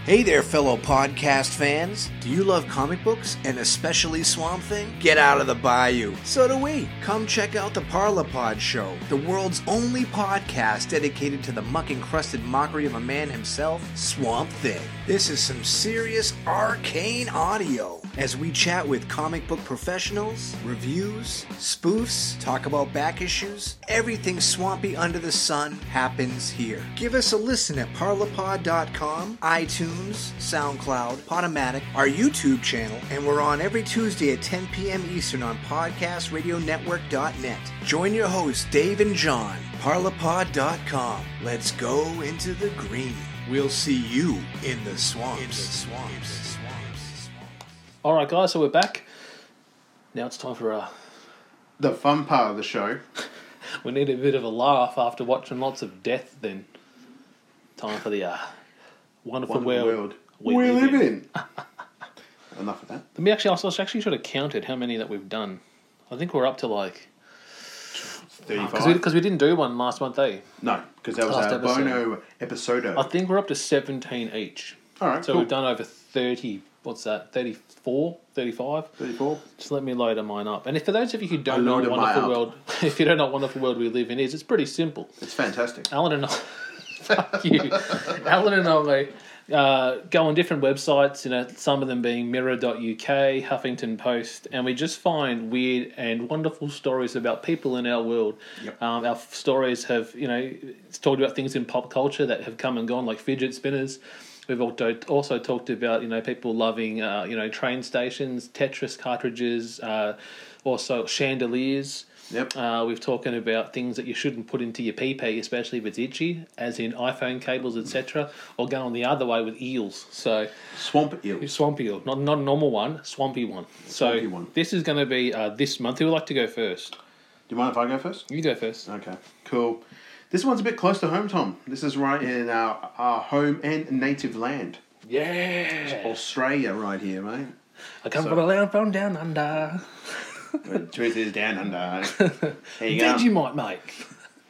V: Hey there, fellow podcast fans. Do you love comic books and especially Swamp Thing? Get out of the bayou. So do we. Come check out the Parlapod Show, the world's only podcast dedicated to the muck encrusted mockery of a man himself, Swamp Thing. This is some serious arcane audio as we chat with comic book professionals, reviews, spoofs, talk about back issues. Everything swampy under the sun happens here. Give us a listen at parlapod.com, iTunes, SoundCloud, Podomatic, our YouTube channel, and we're on every Tuesday at 10 p.m. Eastern on podcastradionetwork.net. Join your hosts, Dave and John, parlapod.com. Let's go into the green. We'll see you in the swamps.
P: All right, guys, so we're back. Now it's time for a.
Q: The fun part of the show.
P: we need a bit of a laugh after watching lots of death, then. Time for the uh,
Q: Wonderful
P: wonderful, world.
Q: world. We live in. Enough of that.
P: Let me actually, I actually should have counted how many that we've done. I think we're up to like. Because we,
Q: 35.
P: 'cause we didn't do one last month, eh?
Q: No, because that was
P: Last
Q: our
P: episode.
Q: Bono episode.
P: I think we're up to 17 each.
Q: All right,
P: So
Q: cool.
P: we've done over 30, what's that, 34, 35?
Q: 34.
P: Just let me load mine up. And if for those of you who
Q: I
P: don't know
Q: loaded
P: what
Q: mine
P: Wonderful
Q: up.
P: World, if you don't know what Wonderful World We Live In is, it's pretty simple.
Q: It's fantastic.
P: Alan and I, fuck you. Alan and I uh, go on different websites, you know, some of them being mirror.uk, Huffington Post, and we just find weird and wonderful stories about people in our world. Um, our f- stories have, you know, it's talked about things in pop culture that have come and gone, like fidget spinners. We've also, also talked about, you know, people loving, uh, you know, train stations, Tetris cartridges, uh, also chandeliers.
Q: Yep.
P: Uh, we've talking about things that you shouldn't put into your PP, especially if it's itchy, as in iPhone cables, etc., or going the other way with eels. So
Q: swamp eel,
P: swamp eel, not not a normal one, swampy one. So
Q: Swampy one.
P: this is going to be uh, this month. Who would like to go first? Do
Q: you mind if I go first?
P: You go first.
Q: Okay, cool. This one's a bit close to home, Tom. This is right in our, our home and native land.
P: Yeah.
Q: Australia, right here, mate.
P: I come
Q: So-
P: from a land from down under.
Q: The truth is down under. There you go.
P: Vegemite, mate.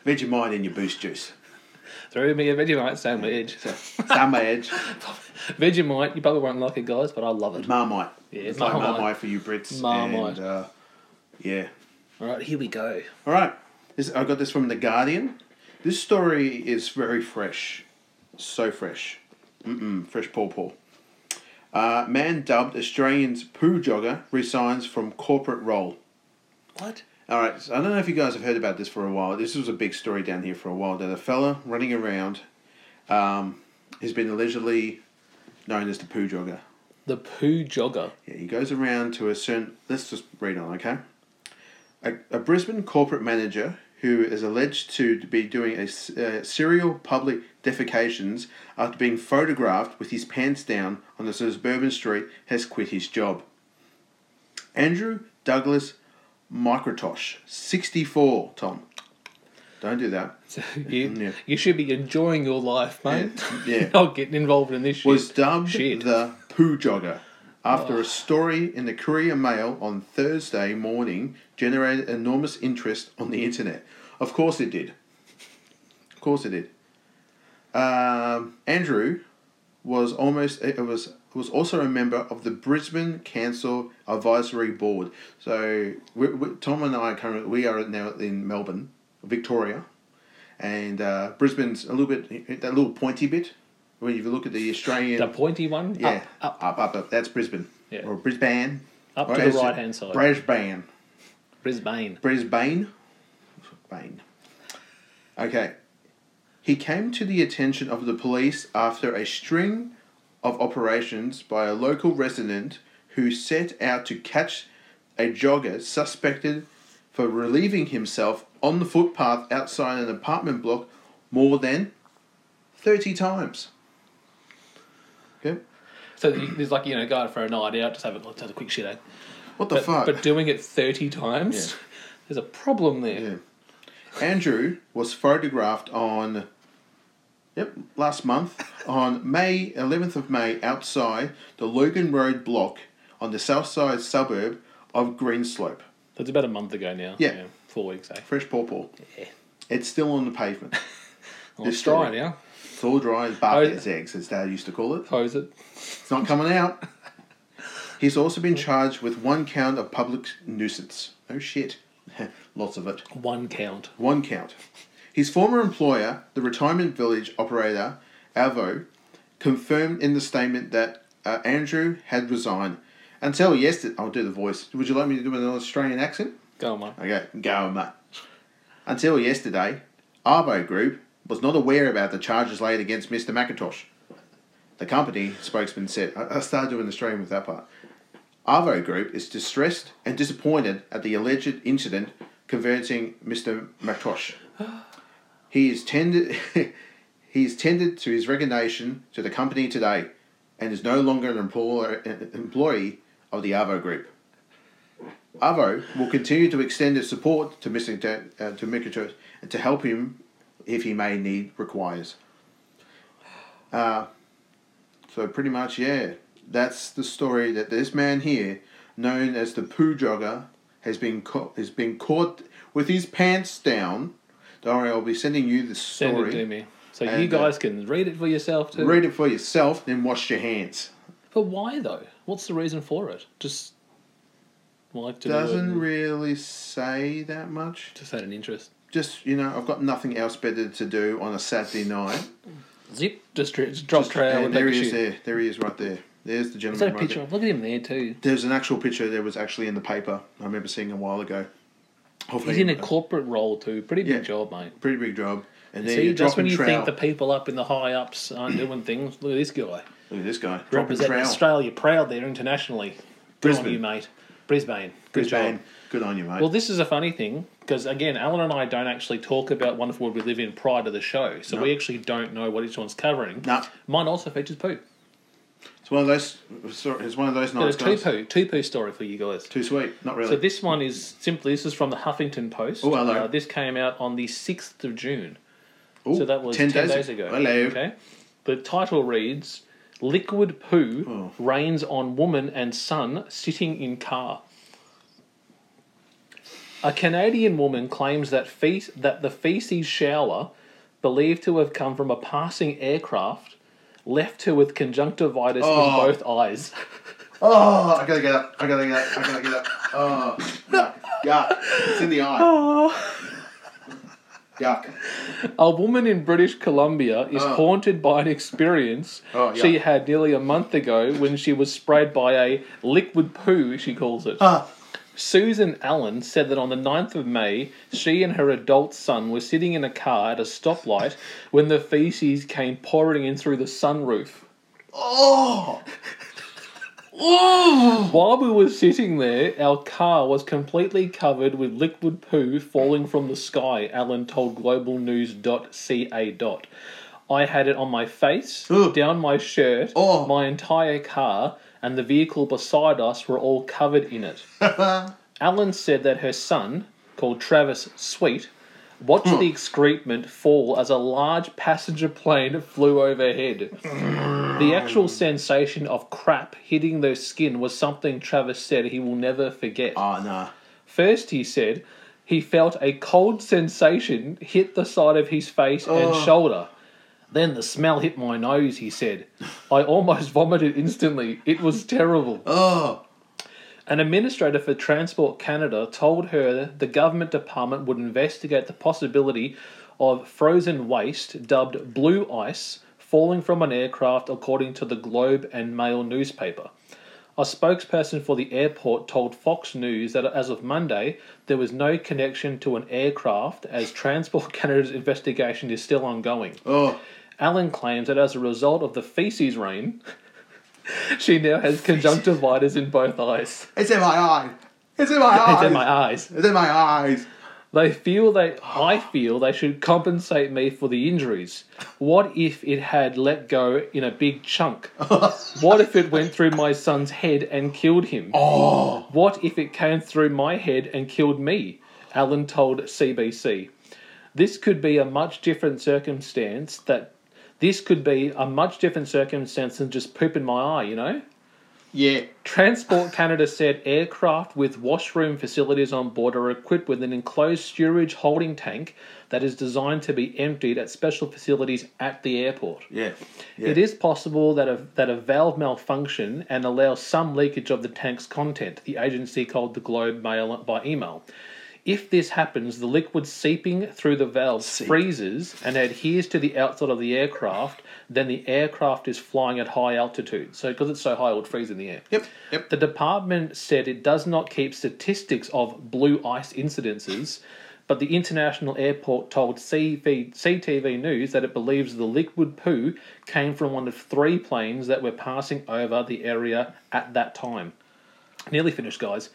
Q: Vegemite in your boost juice.
P: Throw me a Vegemite sandwich.
Q: Sandwich.
P: Vegemite, you probably won't like it, guys, but I love it.
Q: Marmite.
P: Yeah,
Q: it's
P: Marmite.
Q: like Marmite for you Brits.
P: Marmite.
Q: And, uh, yeah.
P: All right, here we go.
Q: All right. This, I got this from The Guardian. This story is very fresh. So fresh. Mm-mm, fresh paw paw. Uh, man dubbed Australian's poo jogger resigns from corporate role.
P: What?
Q: All right, so I don't know if you guys have heard about this for a while. This was a big story down here for a while that a fella running around um, has been allegedly known as the poo jogger.
P: The poo jogger.
Q: Yeah, he goes around to a certain. Let's just read on, okay? A, a Brisbane corporate manager who is alleged to be doing a s- uh, serial public defecations after being photographed with his pants down on a suburban street has quit his job. Andrew Douglas Microtosh, 64, Tom. Don't do that.
P: You, you should be enjoying your life, mate.
Q: Yeah.
P: Not getting involved in this shit.
Q: was dubbed the poo jogger after a story in the Courier Mail on Thursday morning generated enormous interest on the internet. Of course it did. Of course it did. Um, Andrew was almost it was who was also a member of the Brisbane Council Advisory Board. So we, we, Tom and I currently we are now in Melbourne, Victoria, and uh, Brisbane's a little bit that little pointy bit. When you look at the Australian,
P: the pointy one,
Q: yeah, up, up, up, up, up. that's Brisbane,
P: Yeah.
Q: or Brisbane,
P: Up
Q: Or
P: to
Q: is
P: the
Q: it
P: right hand side.
Q: Brisbane,
P: Brisbane.
Q: Brisbane, Bane. Okay. He came to the attention of the police after a string of operations by a local resident who set out to catch a jogger suspected for relieving himself on the footpath outside an apartment block more than 30 times.
P: So there's like you know, going for a night out, just have a, just have a quick shit out.
Q: What the
P: But-
Q: fuck?
P: But doing it thirty times,
Q: Yeah.
P: there's a problem there.
Q: Andrew was photographed on, yep, last month on May 11th of May outside the Logan Road block on the south side suburb of Greenslope.
P: That's about a month ago now.
Q: Yeah.
P: four weeks. Eh?
Q: Fresh pawpaw. Yeah. It's still on the pavement.
P: Well, it's
Q: This
P: dry
Q: story.
P: now.
Q: It's all dry as basket eggs, as Dad used to call it.
P: Close it.
Q: It's not coming out. He's also been charged with one count of public nuisance. Oh shit. Lots of it.
P: One count.
Q: One count. His former employer, the retirement village operator, Avo, confirmed in the statement that uh, Andrew had resigned. Until yesterday, I'll do the voice. Would you like me to do an Australian accent?
P: Go on, mate.
Q: Okay, go mate. Until yesterday, Arbo Group was not aware about the charges laid against Mr. McIntosh. The company spokesman said, I I started doing Australian with that part. Arvo Group is distressed and disappointed at the alleged incident converting Mr. McIntosh. He is tendered, he is tendered to his resignation to the company today, and is no longer an employer, an employee of the Arvo Group. Arvo will continue to extend its support to Mr. Da- uh, to Mikachu and to help him if he may need requires. Uh, so pretty much, yeah, that's the story that this man here, known as the poo jogger, has been caught has been caught with his pants down. Don't worry, I'll be sending you the
P: Send
Q: story.
P: it to me. So you
Q: And, uh,
P: guys can read it for yourself too.
Q: Read it for yourself, then wash your hands.
P: But why though? What's the reason for it? Just like to
Q: Doesn't
P: do it.
Q: really say that much.
P: Just had an interest.
Q: Just you know, I've got nothing else better to do on a Saturday night.
P: Zip. Just, dr- just drop trail and
Q: there
P: take
Q: he
P: a
Q: is.
P: shit.
Q: There, there he is, right there. There's the
P: Is that
Q: gentleman.
P: a
Q: right
P: picture?
Q: there.
P: Look at him there too.
Q: There's an actual picture that was actually in the paper. I remember seeing a while ago. Hopefully,
P: He's in a corporate role too. Pretty big job, mate.
Q: pretty big job. And there
P: See,
Q: you're
P: just
Q: dropping
P: when you
Q: trowel.
P: think the people up in the high ups aren't doing things, look at this guy.
Q: Look at this guy. Dropping
P: Representing
Q: trowel.
P: Australia proud there internationally. Brisbane,
Q: Brisbane.
P: you, mate. Brisbane. Good
Q: Brisbane.
P: job.
Q: Good on you, mate.
P: Well, this is a funny thing because again, Alan and I don't actually talk about Wonderful World We Live in prior to the show, so
Q: No.
P: we actually don't know what each one's covering.
Q: No.
P: Mine also features poo.
Q: it's one of those. Sorry, it's one of those
P: So There's
Q: nights.
P: two
Q: guys.
P: poo, two poo story for you guys.
Q: Too sweet. Not really.
P: So this one is simply this is from the Huffington Post.
Q: Oh, hello.
P: Uh, this came out on the sixth of June.
Q: Oh,
P: so that was
Q: 10
P: ten,
Q: days
P: days,
Q: ago.
P: ago.
Q: Hello.
P: Okay. The title reads: "Liquid poo
Q: Oh.
P: rains on woman and son sitting in car." A Canadian woman claims that fe- that the feces shower, believed to have come from a passing aircraft, left her with conjunctivitis
Q: Oh.
P: in both eyes.
Q: Oh, I gotta get up. I gotta get up. I gotta get up. Oh, yuck. yuck. It's in the eye. Oh. Yuck.
P: A woman in British Columbia is
Q: Oh.
P: haunted by an experience
Q: Oh,
P: she
Q: yuck.
P: had nearly a month ago when she was sprayed by a liquid poo, she calls it.
Q: Ah.
P: Susan Allen said that on the 9th of May, she and her adult son were sitting in a car at a stoplight when the feces came pouring in through the sunroof.
Q: Oh.
P: While we were sitting there, our car was completely covered with liquid poo falling from the sky, Alan told globalnews.ca. I had it on my face, down my shirt, my entire car, and the vehicle beside us were all covered in it. Alan said that her son, called Travis Sweet, watched the excrement fall as a large passenger plane flew overhead. The actual sensation of crap hitting their skin was something Travis said he will never forget.
Q: Oh, no.
P: First, he said he felt a cold sensation hit the side of his face
Q: Oh.
P: and shoulder. Then the smell hit my nose, he said. I almost vomited instantly. It was terrible.
Q: Oh.
P: An administrator for Transport Canada told her the government department would investigate the possibility of frozen waste, dubbed blue ice, falling from an aircraft, according to the Globe and Mail newspaper. A spokesperson for the airport told Fox News that as of Monday, there was no connection to an aircraft as Transport Canada's investigation is still ongoing.
Q: Oh.
P: Allen claims that as a result of the feces rain, she now has conjunctivitis in both eyes.
Q: It's in my eye. It's in my eyes.
P: it's in my eyes.
Q: It's in my eyes.
P: They feel they I feel they should compensate me for the injuries. What if it had let go in a big chunk? what if it went through my son's head and killed him?
Q: Oh.
P: What if it came through my head and killed me? Alan told CBC. This could be a much different circumstance that this could be a much different circumstance than just poop in my eye, you know?
Q: Yeah.
P: Transport Canada said aircraft with washroom facilities on board are equipped with an enclosed sewerage holding tank that is designed to be emptied at special facilities at the airport.
Q: Yeah. yeah.
P: It is possible that a, that a valve malfunction and allows some leakage of the tank's content, the agency called the Globe Mail by email. If this happens, the liquid seeping through the valves Seep. freezes and adheres to the outside of the aircraft. Then the aircraft is flying at high altitude. So, because it's so high, it would freeze in the air.
Q: Yep, yep.
P: The department said it does not keep statistics of blue ice incidences, but the international airport told CV, CTV News that it believes the liquid poo came from one of three planes that were passing over the area at that time. Nearly finished, guys.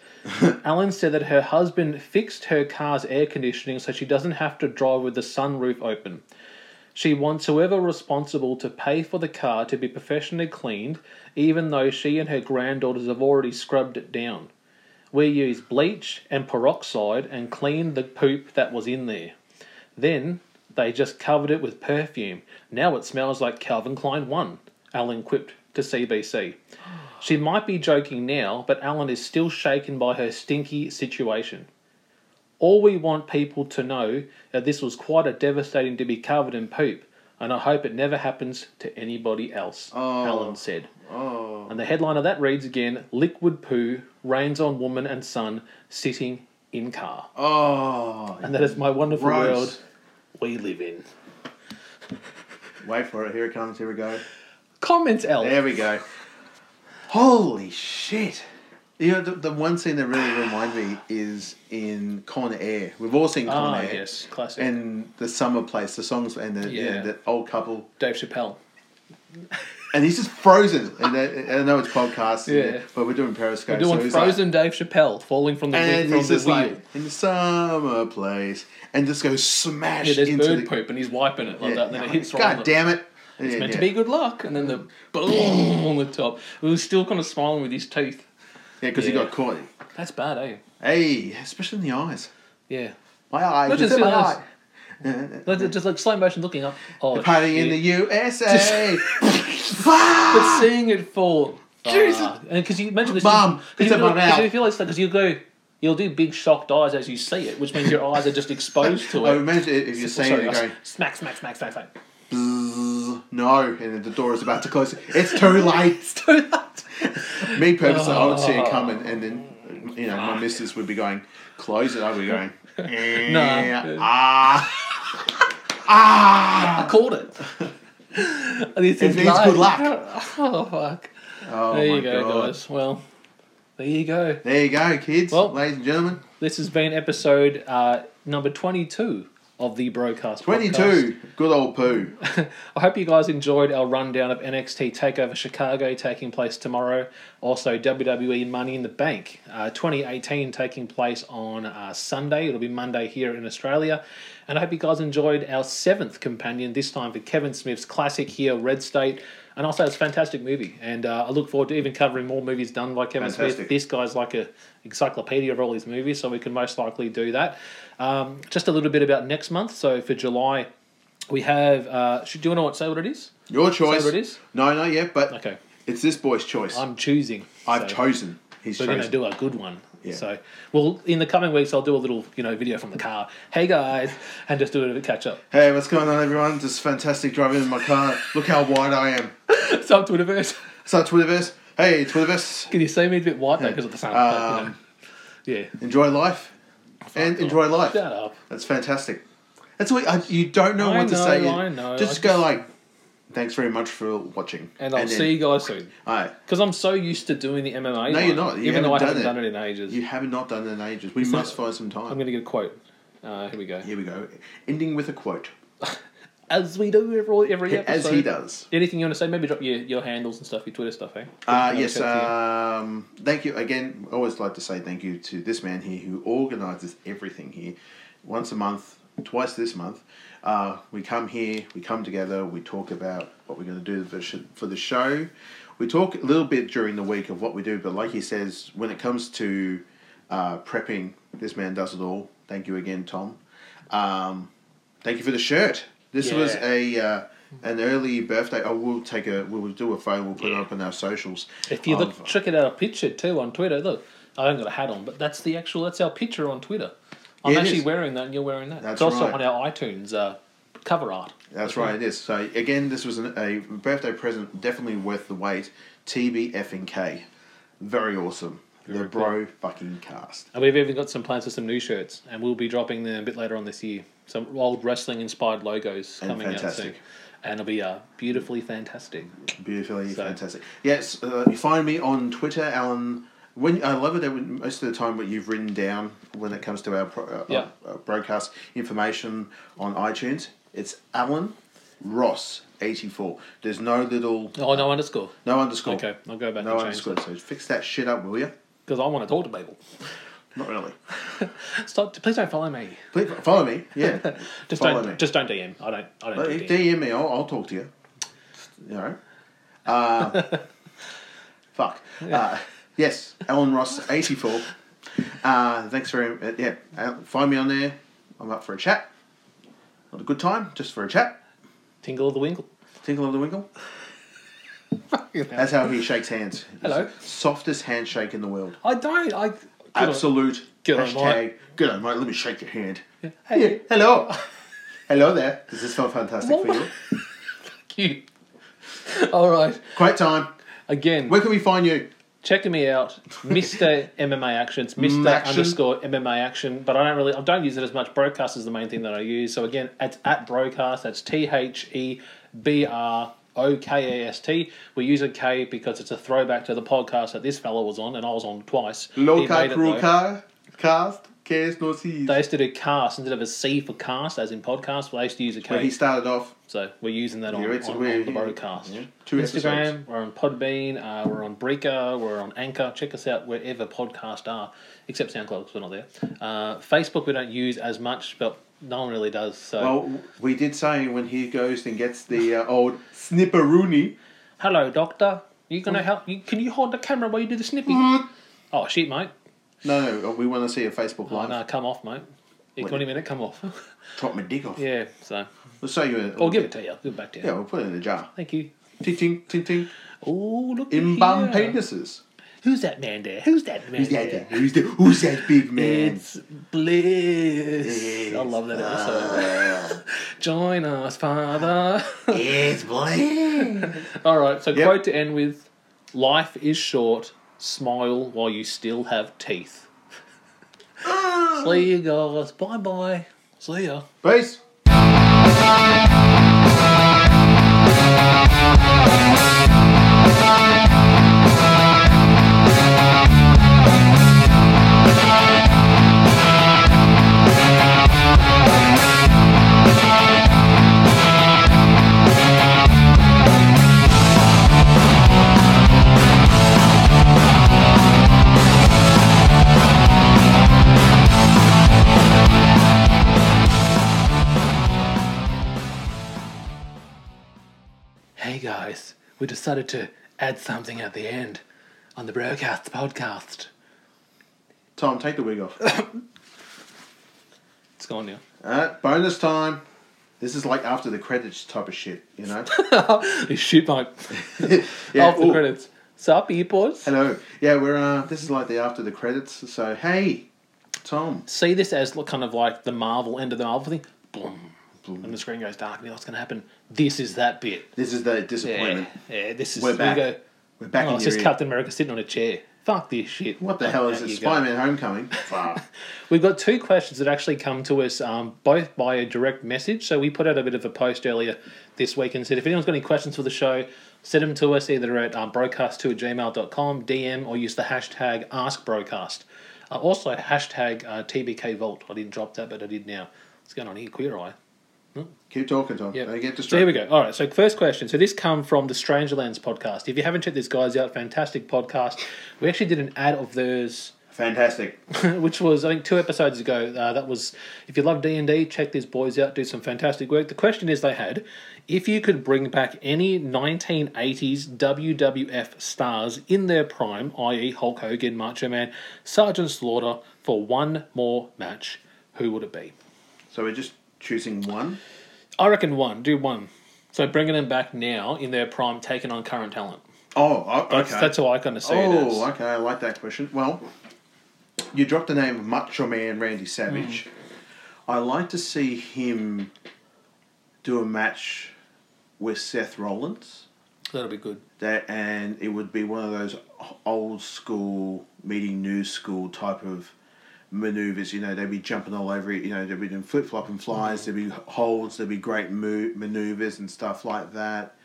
P: Alan said that her husband fixed her car's air conditioning so she doesn't have to drive with the sunroof open. She wants whoever responsible to pay for the car to be professionally cleaned, even though she and her granddaughters have already scrubbed it down. We used bleach and peroxide and cleaned the poop that was in there. Then they just covered it with perfume. Now it smells like Calvin Klein 1, Alan quipped to CBC. She might be joking now, but Alan is still shaken by her stinky situation. All we want people to know that this was quite a devastating to be covered in poop, and I hope it never happens to anybody else,
Q: oh.
P: Alan said.
Q: Oh.
P: And the headline of that reads again Liquid Poo Rains on Woman and Son Sitting in Car.
Q: Oh.
P: And that is my wonderful gross. world we live in.
Q: Wait for it. Here it comes. Here we go.
P: Comments, L.
Q: There we go. Holy shit. You know, the, the one scene that really reminded me is in Con Air. We've all seen Con
P: ah,
Q: Air.
P: yes, classic.
Q: And the summer place, the songs, and the, yeah. yeah the old couple.
P: Dave Chappelle.
Q: And he's just frozen. and I, I know it's podcast,
P: yeah. yeah.
Q: but we're doing Periscope.
P: We're doing
Q: so
P: frozen like, Dave Chappelle falling from the
Q: and
P: wheel,
Q: he's
P: from
Q: just
P: the
Q: like
P: wheel.
Q: in the summer place, and just goes smash.
P: Yeah, there's
Q: into
P: bird
Q: the,
P: poop, and he's wiping it like
Q: Yeah,
P: that. And then
Q: no,
P: it hits right on
Q: God
P: the-
Q: damn it!
P: It's
Q: Yeah,
P: meant to
Q: yeah.
P: be good luck, and then the boom on the top. We were still kind of smiling with his teeth.
Q: Yeah, because he
P: Yeah.
Q: got caught.
P: That's bad, eh?
Q: Hey, especially in the eyes.
P: Yeah.
Q: My eyes.
P: Not
Q: it's
P: just
Q: in my
P: in the eyes.
Q: eye.
P: Like, just like slow motion looking up. Oh,
Q: Party in
P: shit.
Q: the USA.
P: But seeing it fall.
Q: Jesus.
P: Ah, and because you mentioned this,
Q: Mum,
P: because
Q: it's in my mouth.
P: you feel like because you go, you'll do big shocked eyes as you see it, which means your eyes are just exposed to
Q: I
P: it.
Q: Oh, imagine if you're
P: S-
Q: saying
P: sorry,
Q: it, you're
P: I s-
Q: going,
P: smack, smack, smack, smack, smack.
Q: "Bzzz, no, and the door is about to close. It's too late.
P: Too late.
Q: Me purposely, I would see it
P: Oh.
Q: coming, and then you know my missus would be going, "Close it." I'd be going, "Yeah, ah,
P: I
Q: ah."
P: called it. And it's
Q: It
P: his
Q: means good luck.
P: Oh fuck!
Q: Oh
P: there
Q: my
P: you go,
Q: God.
P: guys. Well, there you go.
Q: There you go, kids,
P: Well-
Q: ladies and gentlemen.
P: This has been episode uh, number twenty-two of the broadcast.
Q: Twenty-two, good old poo.
P: I hope you guys enjoyed our rundown of NXT Takeover Chicago taking place tomorrow. Also, WWE Money in the Bank uh, 2018 taking place on uh, Sunday. It'll be Monday here in Australia. And I hope you guys enjoyed our seventh companion, this time for Kevin Smith's classic here, Red State. And also, it's a fantastic movie. And uh, I look forward to even covering more movies done by Kevin Smith.
Q: Fantastic.
P: This guy's like a encyclopedia of all his movies, so we can most likely do that. Um, just a little bit about next month. So for July, we have. Uh, should do you want to say what it is?
Q: Your
P: Say
Q: choice.
P: what it is.
Q: No, no, yeah, but
P: Okay,
Q: it's this boy's choice.
P: I'm choosing.
Q: I've
P: so
Q: chosen. He's
P: We're
Q: chosen.
P: gonna do a good one.
Q: Yeah.
P: So, well, in the coming weeks, I'll do a little, you know, video from the car. Hey guys, and just do a bit of catch up.
Q: Hey, what's going on, everyone? Just fantastic driving in my car. Look how wide I am.
P: What's up, Twitterverse?
Q: What's up, Twitterverse? Hey, Twitterverse.
P: Can you see me a bit white though, because of the sun? but, you know,
Q: Um,
P: yeah.
Q: Enjoy life. and enjoy life.
P: Shut up.
Q: That's fantastic. That's what I, you don't know
P: I
Q: what to
P: know,
Q: say.
P: I know.
Q: Just
P: I
Q: go like, thanks very much for watching.
P: And I'll
Q: then-
P: see you guys soon.
Q: All right.
P: Because I'm so used to doing the MMA.
Q: No,
P: line,
Q: you're not. You
P: even though I
Q: haven't
P: haven't
Q: done
P: done it in ages.
Q: You have not done it in ages. We
P: Is
Q: must
P: that-
Q: find some time.
P: I'm going to get a quote. Uh, here we go.
Q: Here we go. Ending with a quote.
P: As we do every, every episode.
Q: As he does.
P: Anything you want to say? Maybe drop your, your handles and stuff, your Twitter stuff, eh?
Q: Uh,
P: Give
Q: yes.
P: them a shout to you.
Q: Um, thank you again. I Always like to say thank you to this man here who organises everything here. Once a month, twice this month, uh, we come here. We come together. We talk about what we're going to do for sh- for the show. We talk a little bit during the week of what we do, but like he says, when it comes to uh, prepping, this man does it all. Thank you again, Tom. Um, thank you for the shirt. This was
P: Yeah.
Q: a uh, an early birthday. I will take a. We'll do a photo. We'll put it up on our socials.
P: If you
Q: of- uh,
P: look, check it out a picture too on Twitter. Look, I haven't got a hat on, but that's the actual, that's our picture on Twitter. I'm
Q: Yeah, it
P: actually
Q: is.
P: wearing that and you're wearing that.
Q: That's
P: it's also
Q: right.
P: on our iTunes uh, cover art.
Q: That's right, it is. So again, this was an, a birthday present, definitely worth the wait. TBF and K, very awesome. the bro fucking cast.
P: And we've even got some plans for some new shirts, and we'll be dropping them a bit later on this year. Some old wrestling inspired logos
Q: And
P: coming out soon.
Q: fantastic.
P: And it'll be uh, beautifully fantastic.
Q: Beautifully fantastic. Yes, uh, you find me on Twitter, Alan. When I love it that when- most of the time what you've written down when it comes to our pro, uh,
P: Yeah.
Q: uh, broadcast information on iTunes, it's Alan Ross eighty four. There's no little
P: Oh, no underscore.
Q: no underscore.
P: Okay, I'll go back
Q: No
P: and change
Q: underscore. So fix that shit up, will you?
P: Because I want to talk to people.
Q: Not really.
P: Stop! Please don't follow me.
Q: Please follow me. Yeah.
P: Just
Q: Follow
P: don't.
Q: me.
P: Just don't DM. I don't. I don't.
Q: Well,
P: do
Q: if
P: DM.
Q: DM me, I'll, I'll talk to you. You know. Uh, fuck. Uh, yes, Alan Ross, 84. Uh, thanks very uh, Yeah, uh, find me on there. I'm up for a chat. Not a good time, just for a chat.
P: Tingle of the Winkle.
Q: Tinkle of the Winkle. That's how he shakes hands.
P: Hello.
Q: Softest handshake in the world.
P: I don't. I. good on-
Q: Absolute.
P: Good on,
Q: hashtag.
P: mate.
Q: Good on, mate. Let me shake your hand.
P: Hey.
Q: Yeah, hello. hello there. Does this feel fantastic for you?
P: you. All right.
Q: Great time.
P: Again.
Q: Where can we find you?
P: Checking me out, Mister MMA Actions, Mister
Q: Maction.
P: underscore MMA Action. But I don't really, I don't use it as much. Broadcast is the main thing that I use. So again, it's at Broadcast. That's T H E B R O K A S T. We use a K because it's a throwback to the podcast that this fella was on, and I was on twice. He
Q: Loca
P: made it, though.
Q: Croca Cast Case No Seas.
P: They used to do cast instead of a C for cast, as in podcast. They used to use a K.
Q: Where he started off.
P: So we're using that on,
Q: Yeah, it's
P: on,
Q: where
P: on the
Q: he-
P: broadcast.
Q: two
P: Instagram,
Q: episodes.
P: we're on Podbean, uh, we're on Breaker, we're on Anchor. Check us out wherever podcasts are, except SoundCloud because we're not there. Uh, Facebook we don't use as much, but no one really does. So
Q: Well, we did say when he goes and gets the uh, old snipperoonie.
P: hello, doctor, you gonna help? You, can you hold the camera while you do the snippy?
Q: Mm-hmm.
P: oh shit, mate!
Q: No, no, we want to see a Facebook
P: Oh,
Q: live.
P: no, come off, mate. In
Q: What?
P: twenty minute, come off.
Q: Drop my dick off.
P: yeah, so
Q: We'll show you. A,
P: I'll give it to you. I'll give it back to you.
Q: Yeah, we'll put it in a jar.
P: Thank you.
Q: Ting ting ting ting.
P: Oh look, at
Q: Inbound
P: here.
Q: penises.
P: Who's that man there? Who's that man?
Q: Who's that?
P: there?
Q: Who's that? Who's that big man?
P: It's bliss. I love that episode. Join us, Father.
Q: it's bliss.
P: All right, so quote to end with Life is short, smile while you still have teeth. See you guys. Bye bye. See ya.
Q: Peace.
P: Hey guys, we decided to add something at the end on the broadcast podcast.
Q: Tom, take the wig off.
P: It's gone now.
Q: uh, bonus time. This is like after the credits type of shit, you know?
P: It's shit, mate.
Q: Yeah,
P: Off the
Q: ooh.
P: credits. Sup, Epos?
Q: Hello. Yeah, we're uh, this is like the after the credits. So hey, Tom.
P: See this as look- kind of like the Marvel end of the Marvel thing. Boom. And the screen goes dark. You know what's going to happen? This is that bit.
Q: This is the disappointment.
P: Yeah, yeah, this is.
Q: We're
P: we
Q: back.
P: go,
Q: We're back
P: Oh,
Q: in
P: it's
Q: your
P: just Oh,
Q: ear."
P: Captain America sitting on a chair. Fuck this shit.
Q: What the hell is it? Spider-Man Homecoming. Fuck.
P: We've got two questions that actually come to us um, both by a direct message. So we put out a bit of a post earlier this week and said if anyone's got any questions for the show, send them to us either at um, broadcast2 at gmail.com, DM, or use the hashtag AskBroadcast. Uh, also, hashtag uh, TBK Vault. I didn't drop that, but I did now. What's going on here? Queer Eye.
Q: Keep talking, Tom. Don't get
P: So here we
Q: distracted.
P: go. All right. So first question. So this come from the Strangerlands podcast. If you haven't checked these guys out, fantastic podcast. We actually did an ad of theirs.
Q: Fantastic.
P: which was I think two episodes ago. Uh, that was if you love D and D, check these boys out. Do some fantastic work. The question is they had if you could bring back any 1980s WWF stars in their prime, i.e. Hulk Hogan, Macho Man, Sergeant Slaughter, for one more match, who would it be?
Q: So we're just choosing one.
P: I reckon one. Do one. So bringing them back now in their prime, taking on current talent.
Q: Oh, o- okay.
P: That's- that's how I kinda see it
Q: Oh,
P: as.
Q: okay. I like that question. Well, you dropped the name of Macho Man Randy Savage.
P: Hmm.
Q: I like to see him do a match with Seth Rollins.
P: That'll be good.
Q: That and it would be one of those old school meeting new school type of maneuvers. You know, they'd be jumping all over it. You know, they'd be doing flip flop and flies. There'd be holds. There'd be great mo- maneuvers and stuff like that.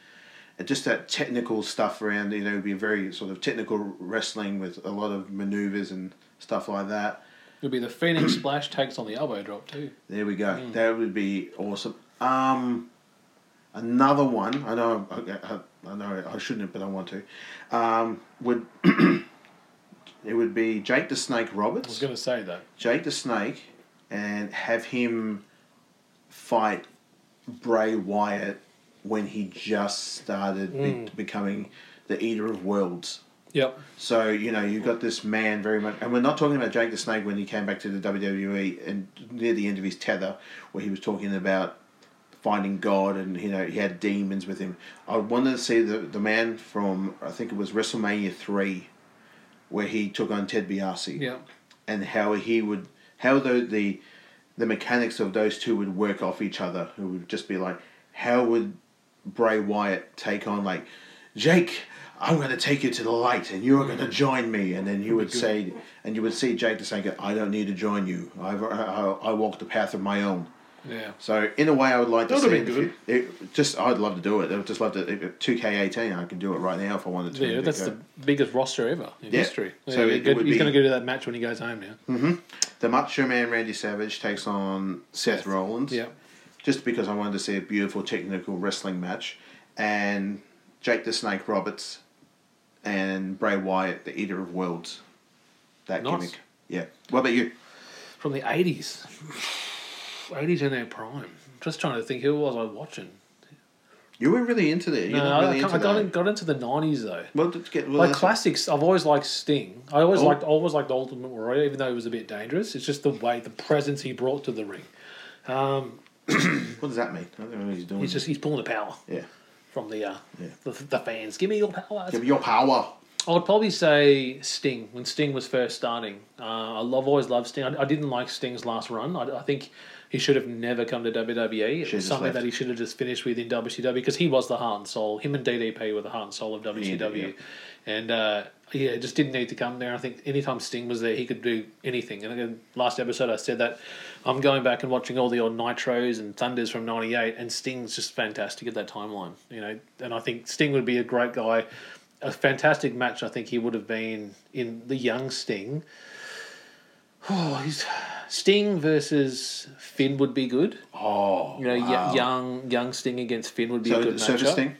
Q: And just that technical stuff around. You know, it'd be very sort of technical wrestling with a lot of maneuvers and stuff like that.
P: It'll be the Phoenix Splash takes on the elbow drop too.
Q: There we go. That would be awesome. Um, another one. I know. I, I- I know. I shouldn't, but I want to. Um, would it would be Jake the Snake Roberts? I was
P: going to say that.
Q: Jake the Snake, and have him fight Bray Wyatt when he just started be-
P: Mm.
Q: becoming the Eater of Worlds.
P: Yep.
Q: So you know you've got this man very much, and we're not talking about Jake the Snake when he came back to the WWE and near the end of his tether, where he was talking about finding God and you know he had demons with him. I wanted to see the the man from I think it was WrestleMania three, where he took on Ted DiBiase
P: Yeah.
Q: and how he would how the the the mechanics of those two would work off each other. It would just be like, how would Bray Wyatt take on like, Jake, I'm going to take you to the light, and you are going to join me, and then you would say, and you would see Jake the Snake, go, I don't need to join you. I've, I I I walk the path of my own.
P: Yeah.
Q: So in a way, I would like to
P: That
Q: see
P: would've been
Q: him- It, just I'd love to do it. I'd just love to. Two K eighteen, I can do it right now if I wanted to.
P: Yeah, that's the biggest roster ever in
Q: Yeah.
P: history.
Q: So
P: So
Q: it- it would
P: he's
Q: be-
P: going to go to that match when he goes home now.
Q: hmm The Macho Man Randy Savage takes on Seth Rollins.
P: Yeah.
Q: Just because I wanted to see a beautiful technical wrestling match, and Jake the Snake Roberts, and Bray Wyatt, the Eater of Worlds. That
P: Nice.
Q: gimmick. Yeah. What about you?
P: From the eighties. Eighties in their prime. Just trying to think who was I watching?
Q: You were really into the. You're
P: No,
Q: not
P: I,
Q: really
P: can't-
Q: into
P: I got,
Q: that.
P: in, got into the nineties though.
Q: Well, let's get well,
P: like
Q: that's-
P: classics, I've always liked Sting. I always
Q: Oh.
P: liked always liked the Ultimate Warrior, even though it was a bit dangerous. It's just the way the presence he brought to the ring. Um,
Q: what does that mean? I don't know what he's doing.
P: He's just he's pulling the power.
Q: Yeah.
P: From the uh,
Q: Hmm. Yeah.
P: the, the fans, give me your power.
Q: Give me your power.
P: I would probably say Sting when Sting was first starting. Uh, I love always loved Sting. I, I didn't like Sting's last run. I, I think he should have never come to WWE. It
Q: Should've
P: was
Q: just
P: something
Q: left.
P: that he should have just finished with in WCW because he was the heart and soul. Him and DDP were the heart and soul of WCW, and uh, yeah, just didn't need to come there. I think anytime Sting was there, he could do anything. And again, last episode I said that I'm going back and watching all the old Nitros and Thunders from '98, and Sting's just fantastic at that timeline. You know, and I think Sting would be a great guy a fantastic match. I think he would have been in the young Sting. Oh, he's Sting versus Finn would be good.
Q: Oh,
P: you know, y-
Q: wow.
P: young young Sting against Finn would be
Q: So,
P: a good
Q: Surface
P: matchup.
Q: Sting?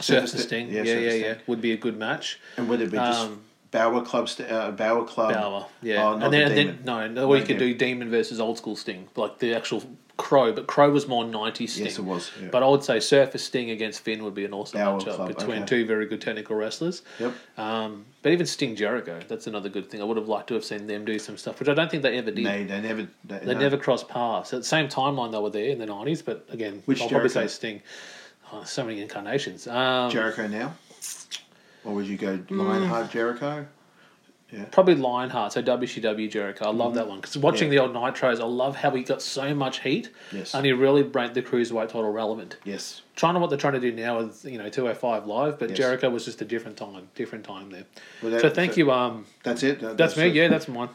P: Surface
Q: Surface
P: Sting,
Q: Sting. Yeah,
P: yeah, yeah,
Q: Surface
P: yeah, would be a good match.
Q: And would it be just
P: Um,
Q: Bauer Club? St- uh, Bauer Club.
P: Bauer, yeah,
Q: Oh, not
P: and then,
Q: the
P: and then
Q: demon.
P: no, no, or you
Q: No
P: could do Demon versus old school Sting, like the actual Crow, but Crow was more '90s Sting.
Q: Yes, it was. yeah.
P: But I would say Surface Sting against Finn would be an awesome
Q: Bauer
P: matchup
Q: Club,
P: between
Q: okay.
P: two very good technical wrestlers.
Q: Yep.
P: Um, but even Sting Jericho, that's another good thing. I would have liked to have seen them do some stuff, which I don't think they ever did.
Q: No, they never. They,
P: They
Q: no.
P: never crossed paths. At the same timeline, they were there in the nineties. But again,
Q: Which
P: I'll
Q: Jericho?
P: probably say Sting. Oh, so many incarnations. Um,
Q: Jericho now. Or would you go
P: Mm.
Q: Lionheart Jericho?
P: Probably Lionheart, so WCW Jericho. I love that one because watching
Q: Mm-hmm. Yeah.
P: the old Nitros, I love how he got so much heat,
Q: Yes.
P: and he really made the cruiserweight title relevant.
Q: Yes,
P: trying to what they're trying to do now with you know 205 live, but
Q: Yes.
P: Jericho was just a different time, different time there.
Q: Well, that-
P: so thank
Q: so-
P: you. Um,
Q: That's it. That-
P: that's, me.
Q: it.
P: Yeah, that's mine.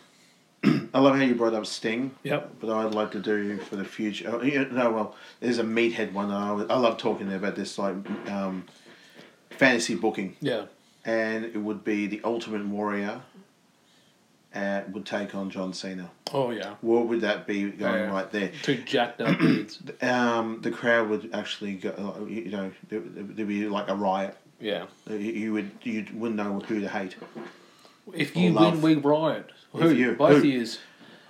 Q: I love how you brought up Sting.
P: Yep.
Q: But I'd like to do for the future. Oh, yeah, no, well, there's a meathead one. That I, would- I love talking about this, like um, fantasy booking.
P: Yeah.
Q: And it would be the Ultimate Warrior uh, would take on John Cena.
P: Oh yeah,
Q: What would that be going
P: Yeah.
Q: right there?
P: two jacked up dudes.
Q: Um, the crowd would actually go. uh, You know, there- there'd be like a riot.
P: Yeah.
Q: You- You would you wouldn't know who to hate.
P: If
Q: Or
P: you
Q: love.
P: win, we riot.
Q: If
P: Who
Q: you-
P: Both
Q: who?
P: of yous.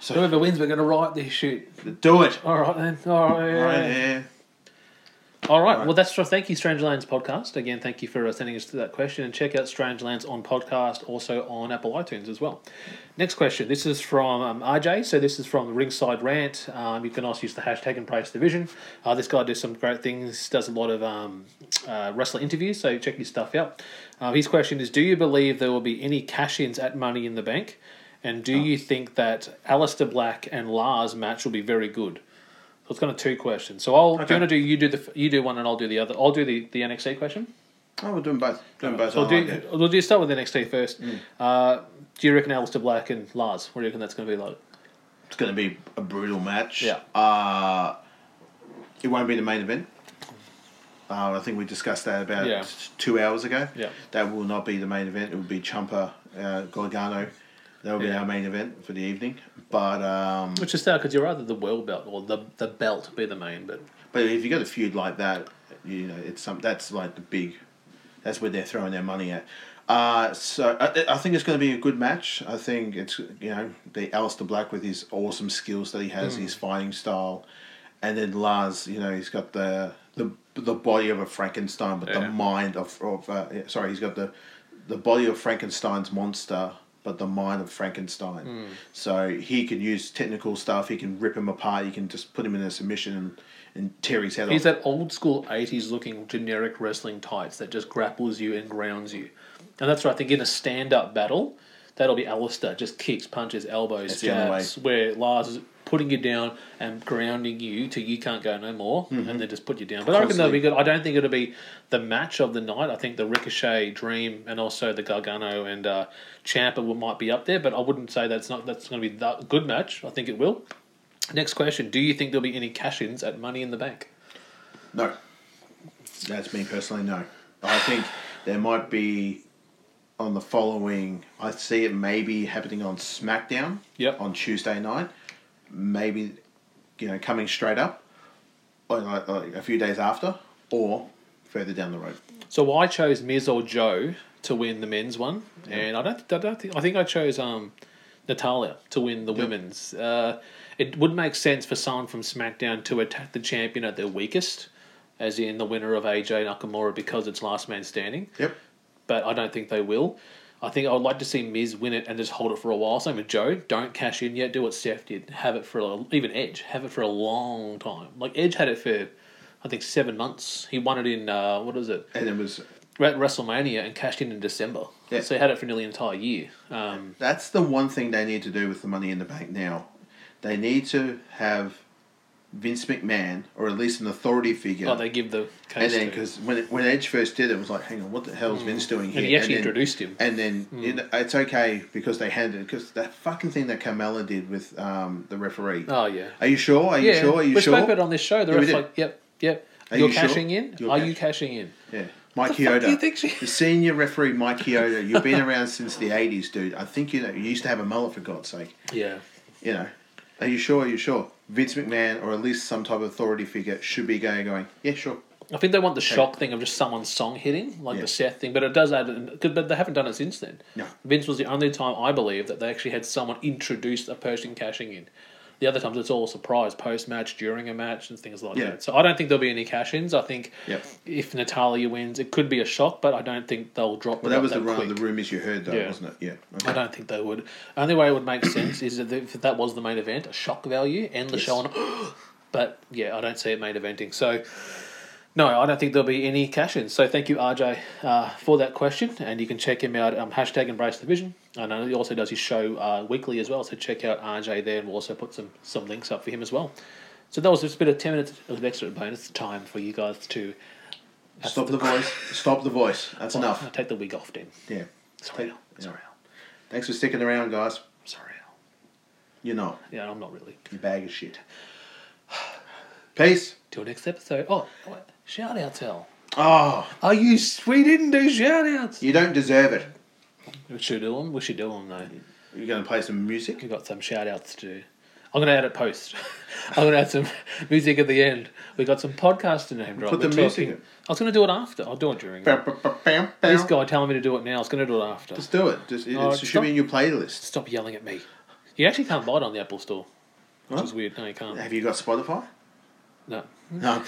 P: Whoever wins, we're going to riot this shit.
Q: Do it.
P: All right then. All right. Yeah.
Q: Right, yeah.
P: All right. Well, that's for thank you, Strangelands podcast. Again, thank you for uh, sending us to that question. And check out Strangelands on podcast, also on Apple iTunes as well. Next question. This is from um, RJ. So this is from Ringside Rant. Um, you can also use the hashtag Embrace Division. Uh, this guy does some great things. Does a lot of um, uh, wrestler interviews. So check his stuff out. Uh, his question is: Do you believe there will be any cash-ins at Money in the Bank? And do you think that Alistair Black and Lars match will be very good? So it's kind of two questions. So I'll do you want to do you do the f- you do one and I'll do the other. I'll do the, the NXT question.
Q: Oh, we're doing both. Doing both.
P: So
Q: I
P: we'll do
Q: like it.
P: we'll do start with NXT first. Uh, do you reckon Alistair Black and Lars? What do you reckon that's going to be like?
Q: It's going to be a brutal match.
P: Yeah.
Q: Uh, it won't be the main event. Uh, I think we discussed that about
P: Yeah.
Q: two hours ago.
P: Yeah.
Q: That will not be the main event. It will be Chumpa uh, Gargano. That will be
P: Yeah.
Q: our main event for the evening. But um,
P: Which is sad because you're rather the world belt or the the belt be the main, but
Q: but if you got a feud like that, you know it's some that's like the big. That's where they're throwing their money at. Uh, so I, I think it's going to be a good match. I think it's you know the Alistair Black with his awesome skills that he has,
P: Mm.
Q: his fighting style, and then Lars, you know, he's got the the the body of a Frankenstein, but the
P: Yeah.
Q: mind of of uh, yeah, sorry, he's got the the body of Frankenstein's monster, but the mind of Frankenstein.
P: Mm.
Q: So he can use technical stuff. He can rip him apart. You can just put him in a submission and, and tear his head
P: he's
Q: off.
P: that old school '80s looking generic wrestling tights that just grapples you and grounds you, and that's what I think in a stand up battle, that'll be Alistair just kicks, punches, elbows,
Q: That's the other way.
P: jabs, where Lars is putting you down and grounding you till you can't go no more,
Q: Mm-hmm.
P: and they just put you down. But I reckon that'll be good. I don't think it'll be the match of the night. I think the Ricochet Dream and also the Gargano and uh, Champa will- might be up there, but I wouldn't say that's not that's going to be that good match. I think it will. Next question: Do you think there'll be any cash-ins at Money in the Bank?
Q: No, that's me personally. No, I think there might be on the following. I see it maybe happening on SmackDown.
P: Yep.
Q: On Tuesday night, maybe you know coming straight up, or like, like a few days after, or further down the road.
P: So I chose Miz or Joe to win the men's one, and I don't, I don't think I think I chose um, Natalia to win the women's. Uh, it would make sense for someone from SmackDown to attack the champion at their weakest, as in the winner of AJ Nakamura because it's last man standing.
Q: Yep.
P: But I don't think they will. I think I would like to see Miz win it and just hold it for a while. Same with Joe. Don't cash in yet. Do what Steph did. Have it for a, even Edge. Have it for a long time. Like Edge had it for, I think seven months. He won it in uh, what is it?
Q: And it was
P: were at WrestleMania and cashed in in December.
Q: Yeah.
P: So he had it for nearly an entire year. Um,
Q: That's the one thing they need to do with the money in the bank now. They need to have Vince McMahon, or at least an authority figure.
P: Oh, they give the
Q: And
P: case
Q: then,
P: to-
Q: because when, it- when Edge first did it, it was like, hang on, what the hell's
P: Mm.
Q: Vince doing
P: And
Q: here?
P: he actually
Q: then-
P: introduced him.
Q: And then
P: Mm.
Q: you know, it's okay because they handed it, because that fucking thing that Carmella did with um, the referee.
P: Oh, yeah.
Q: Are you sure? Are you
P: Yeah,
Q: sure? Are you
P: we
Q: sure?
P: spoke about it on this show. The
Q: Yeah, we
P: ref's
Q: did.
P: like, yep, yep.
Q: Are
P: You're
Q: you sure?
P: cashing in?
Q: You're
P: Are you cashing in?
Q: Yeah. Mike
P: the fuck
Q: Kyoto.
P: do you think she-
Q: the senior referee, Mike Kyoto. You've been around since the 80s, dude. I think you know, you used to have a mullet, for God's sake.
P: Yeah.
Q: you know, are you sure? Are you sure? Vince McMahon, or at least some type of authority figure, should be going, going yeah, sure.
P: I think they want the shock thing of just someone's song hitting, like
Q: Yeah.
P: the Seth thing, but it does add. 'cause- But they haven't done it since then.
Q: No.
P: Vince was the only time I believe that they actually had someone introduce a person cashing in. The other times it's all surprise, post match, during a match, and things like
Q: Yeah.
P: that. So I don't think there'll be any cash ins. I think
Q: Yep.
P: if Natalia wins, it could be a shock, but I don't think they'll drop.
Q: Well,
P: the
Q: that was the
P: quick.
Q: run of the rumours you heard, though,
P: Yeah.
Q: wasn't it? Yeah.
P: I don't think they would. Only way it would make sense is that if that was the main event, a shock value, end the show on. But yeah, I don't see it main eventing. So No, I don't think there'll be any cash ins. So thank you, RJ, uh, for that question. And you can check him out, um, hashtag embrace the vision. And uh, he also does his show uh, weekly as well. So check out RJ there, and we'll also put some, some links up for him as well. So that was just a bit of 10 minutes of extra bonus time for you guys to.
Q: Stop the voice. Stop the voice. That's
P: Well,
Q: enough.
P: I'll take the wig off then.
Q: Yeah.
P: Sorry, Al. Sorry, Al.
Q: Thanks for sticking around, guys.
P: Sorry, Al.
Q: You're not.
P: Yeah, I'm not really.
Q: You bag of shit. Peace.
P: Till next episode. Oh, what? shout out, Al.
Q: Oh.
P: Are you sweet? didn't do shout outs.
Q: You don't deserve it.
P: We should do them. We should do them though.
Q: You're going to play some music.
P: We've got some shout outs to do. I'm going to add it post. I'm going to add some music at the end. We got some podcast to name drop.
Q: Put the
P: We're
Q: music in.
P: I was going to do it after. I'll do it during. This guy telling me to do it now. I was going to do it after.
Q: Just do it. Just, it,
P: Oh,
Q: it should
P: stop-
Q: be in your playlist.
P: Stop yelling at me. You actually can't buy it on the Apple Store, which
Q: What?
P: is weird. No, you can't.
Q: Have you got Spotify?
P: No.
Q: No.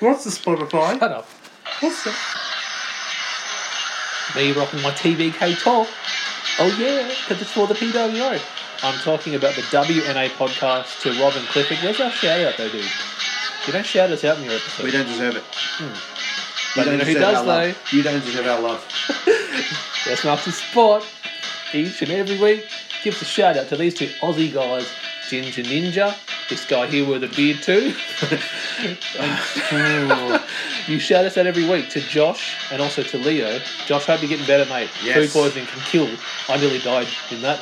Q: What's the Spotify?
P: Shut up. What's the... Me rocking my TVK talk. Oh yeah, because it's for the PWO. I'm talking about the WNA podcast to Robin Clifford. Where's our shout out though, dude? You don't shout us out in your episode.
Q: We don't deserve it.
P: But you know who
Q: deserve
P: does
Q: our
P: though?
Q: love. You don't deserve our love.
P: That's Master Sport. Each and every week gives a shout out to these two Aussie guys, Ginger Ninja, this guy here with a beard too. And- you shout us out every week to Josh and also to Leo. Josh, hope you're getting better, mate.
Q: Yes.
P: Food poisoning can kill. I nearly died in that.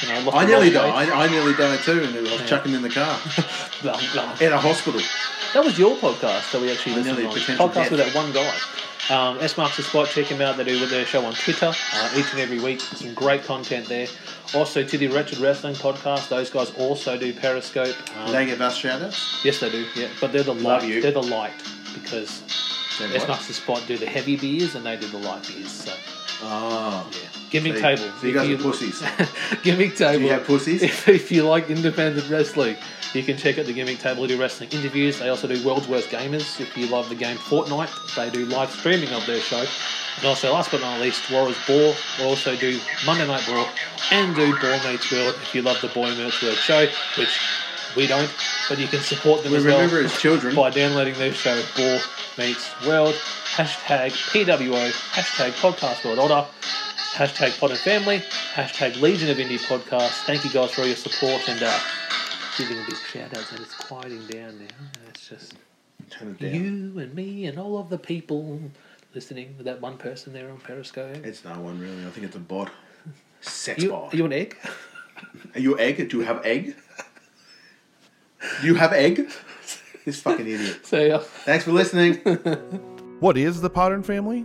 P: You know, lost
Q: I
P: a
Q: nearly
P: lot of
Q: died.
P: weight.
Q: I, I nearly died too, and I was
P: Yeah.
Q: chucking in the car
P: Blah, blah.
Q: at a hospital.
P: That was your podcast that we actually
Q: I
P: listened
Q: nearly
P: on.
Q: potential
P: Podcast with
Q: death.
P: that one guy. Um, S marks the spot. Check him out. They do their show on Twitter uh, each and every week. Some great content there. Also to the Wretched Wrestling podcast. Those guys also do Periscope.
Q: Do
P: Um,
Q: they give us shout outs?
P: yes, they do. Yeah, but they're the
Q: Love
P: light.
Q: you.
P: They're the light because
Q: They're
P: S
Q: what?
P: marks the spot do the heavy beers and they do the light beers. So
Q: Oh.
P: Give me
Q: So you-
P: table.
Q: So you
P: If
Q: guys
P: you-
Q: are pussies.
P: Gimmick Table.
Q: Do you have pussies?
P: If, if you like independent wrestling, you can check out the Gimmick Table. They do wrestling interviews. They also do World's Worst Gamers. If you love the game Fortnite, they do live streaming of their show. And also, last but not least, Warriors Ball. They also do Monday Night Brawl and do Ball Meets World if you love the Boy Meets World show, which we don't, but you can support them
Q: We
P: as
Q: remember
P: well
Q: as children.
P: by downloading their show Ball Meets World, hashtag PWO, hashtag Podcast World Order, hashtag Pod and Family, hashtag Legion of Indie Podcast. Thank you guys for all your support and uh, giving big shout outs, and it's quieting down now. It's just
Q: Turn it down.
P: you and me and all of the people listening, that one person there on Periscope.
Q: It's no one really. I think it's a bot. Sex
P: You,
Q: bot.
P: are you an egg?
Q: Are you egg? Do you have egg? Do you have egg? This fucking idiot.
P: So, yeah.
Q: Thanks for listening.
A: What is the Podern family?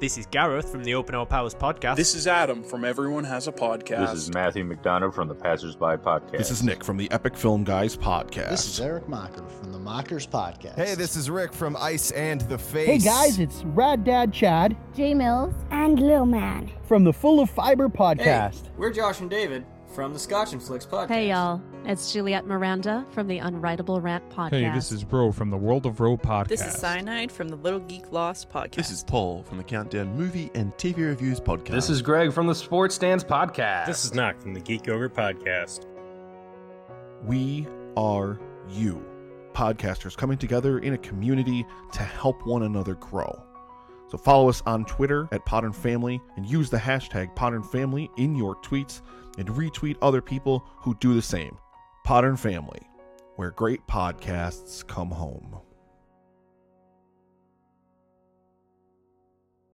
B: This is Gareth from the Open All Powers podcast.
O: This is Adam from Everyone Has a Podcast.
D: This is Matthew McDonough from the Passersby Podcast.
A: This is Nick from the Epic Film Guys podcast.
E: This is Eric Mocker from the Mockers Podcast.
F: Hey, this is Rick from Ice and the Face.
G: Hey guys, it's Rad Dad Chad
C: J Mills and Lil Man.
G: from the Full of Fiber podcast.
J: Hey, we're Josh and David from the Scotch and Flicks podcast.
H: Hey, y'all. It's Juliette Miranda from the Unwritable Rant podcast.
K: Hey, this is Bro from the World of Row podcast.
W: This is Cyanide from the Little Geek Lost podcast.
X: This is Paul from the Countdown Movie and TV Reviews podcast.
N: This is Greg from the Sports Stands Podcast.
O: This is Knock from the Geek Ogre Podcast.
A: We are you. Podcasters coming together in a community to help one another grow. So follow us on Twitter at Podern Family and use the hashtag Podern Family in your tweets and retweet other people who do the same. Podern Family, where great podcasts come home.